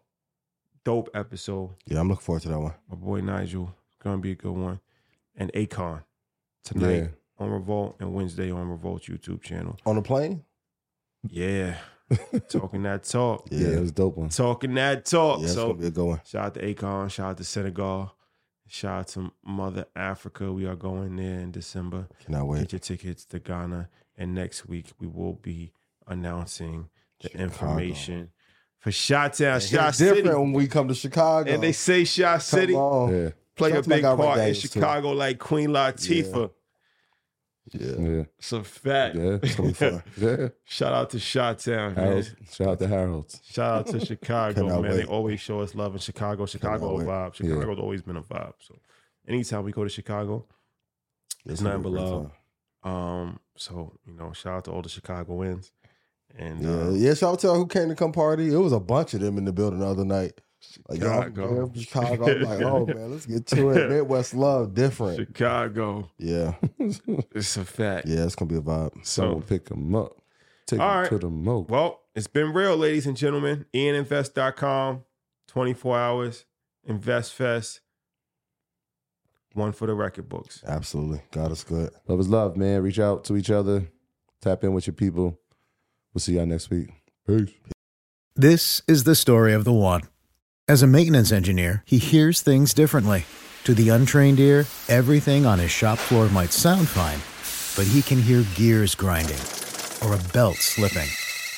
S3: Dope episode.
S4: Yeah, I'm looking forward to that one.
S3: My boy Nigel, gonna be a good one. And Akon tonight
S5: Yeah.
S3: on Revolt and Wednesday on Revolt YouTube channel.
S4: On the plane?
S3: Yeah, talking that talk,
S5: Yeah,
S4: [LAUGHS]
S5: it
S4: Yeah,
S5: was a dope one.
S3: talking that talk.
S4: yeah it's
S3: so
S4: gonna be a good one.
S3: Shout out to Akon. Shout out to Senegal. Shout out to Mother Africa. We are going there in December.
S4: Cannot wait.
S3: Get your tickets to Ghana. And next week we will be announcing the
S4: Chicago.
S3: information for Shot Town,
S4: It's
S3: Shot City.
S4: different when we come to Chicago.
S3: And they say Shot
S4: Come
S3: City
S4: on.
S5: Yeah,
S3: play a
S4: Shout to my
S3: big
S4: guy, Rick
S3: part in
S4: Daniels, too.
S3: Chicago like Queen Latifah.
S4: Yeah.
S5: yeah,
S3: It's a fact.
S5: yeah.
S3: [LAUGHS]
S5: It's gonna be fun. [LAUGHS] yeah.
S3: Shout out to Shot Town, man.
S5: Harold's. Shout out to Harold's.
S3: Shout out
S4: [LAUGHS]
S3: to Chicago,
S4: Cannot
S3: man. They
S4: wait.
S3: always show us love in Chicago. Chicago a
S4: wait.
S3: vibe.
S5: Yeah.
S3: Chicago's always been a vibe. So anytime we go to Chicago,
S4: It's
S3: nothing
S4: gonna be a great
S3: below.
S4: time.
S3: Um, so you know, shout out to all the Chicagoans, and
S4: Yeah,
S3: uh,
S4: yeah. Shout out to who came to come party. It was a bunch of them in the building the other night. Like, y'all from
S3: Chicago.
S4: there, from Chicago. I'm like, oh man, let's get
S3: [LAUGHS]
S4: to it. Midwest love, different.
S3: Chicago,
S4: Yeah,
S3: it's a fact.
S4: yeah. It's gonna be a vibe.
S5: Someone
S3: So
S5: pick him up. Take
S3: All
S5: him
S3: right.
S5: to the moat.
S3: well, it's been real, ladies and gentlemen. E IanInvest.com, 24 hours, Invest Fest, one for the record books.
S4: Absolutely, God is good.
S5: Love is love, man. Reach out to each other. Tap in with your people. We'll see y'all next week. Peace.
S2: This is the story of the one. As a maintenance engineer, he hears things differently. To the untrained ear, everything on his shop floor might sound fine, but he can hear gears grinding or a belt slipping.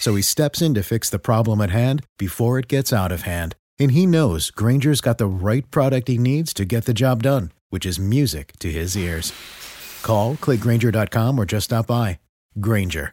S2: So he steps in to fix the problem at hand before it gets out of hand. And he knows Granger's got the right product he needs to get the job done, which is music to his ears. Call, click Granger.com, or just stop by. Granger,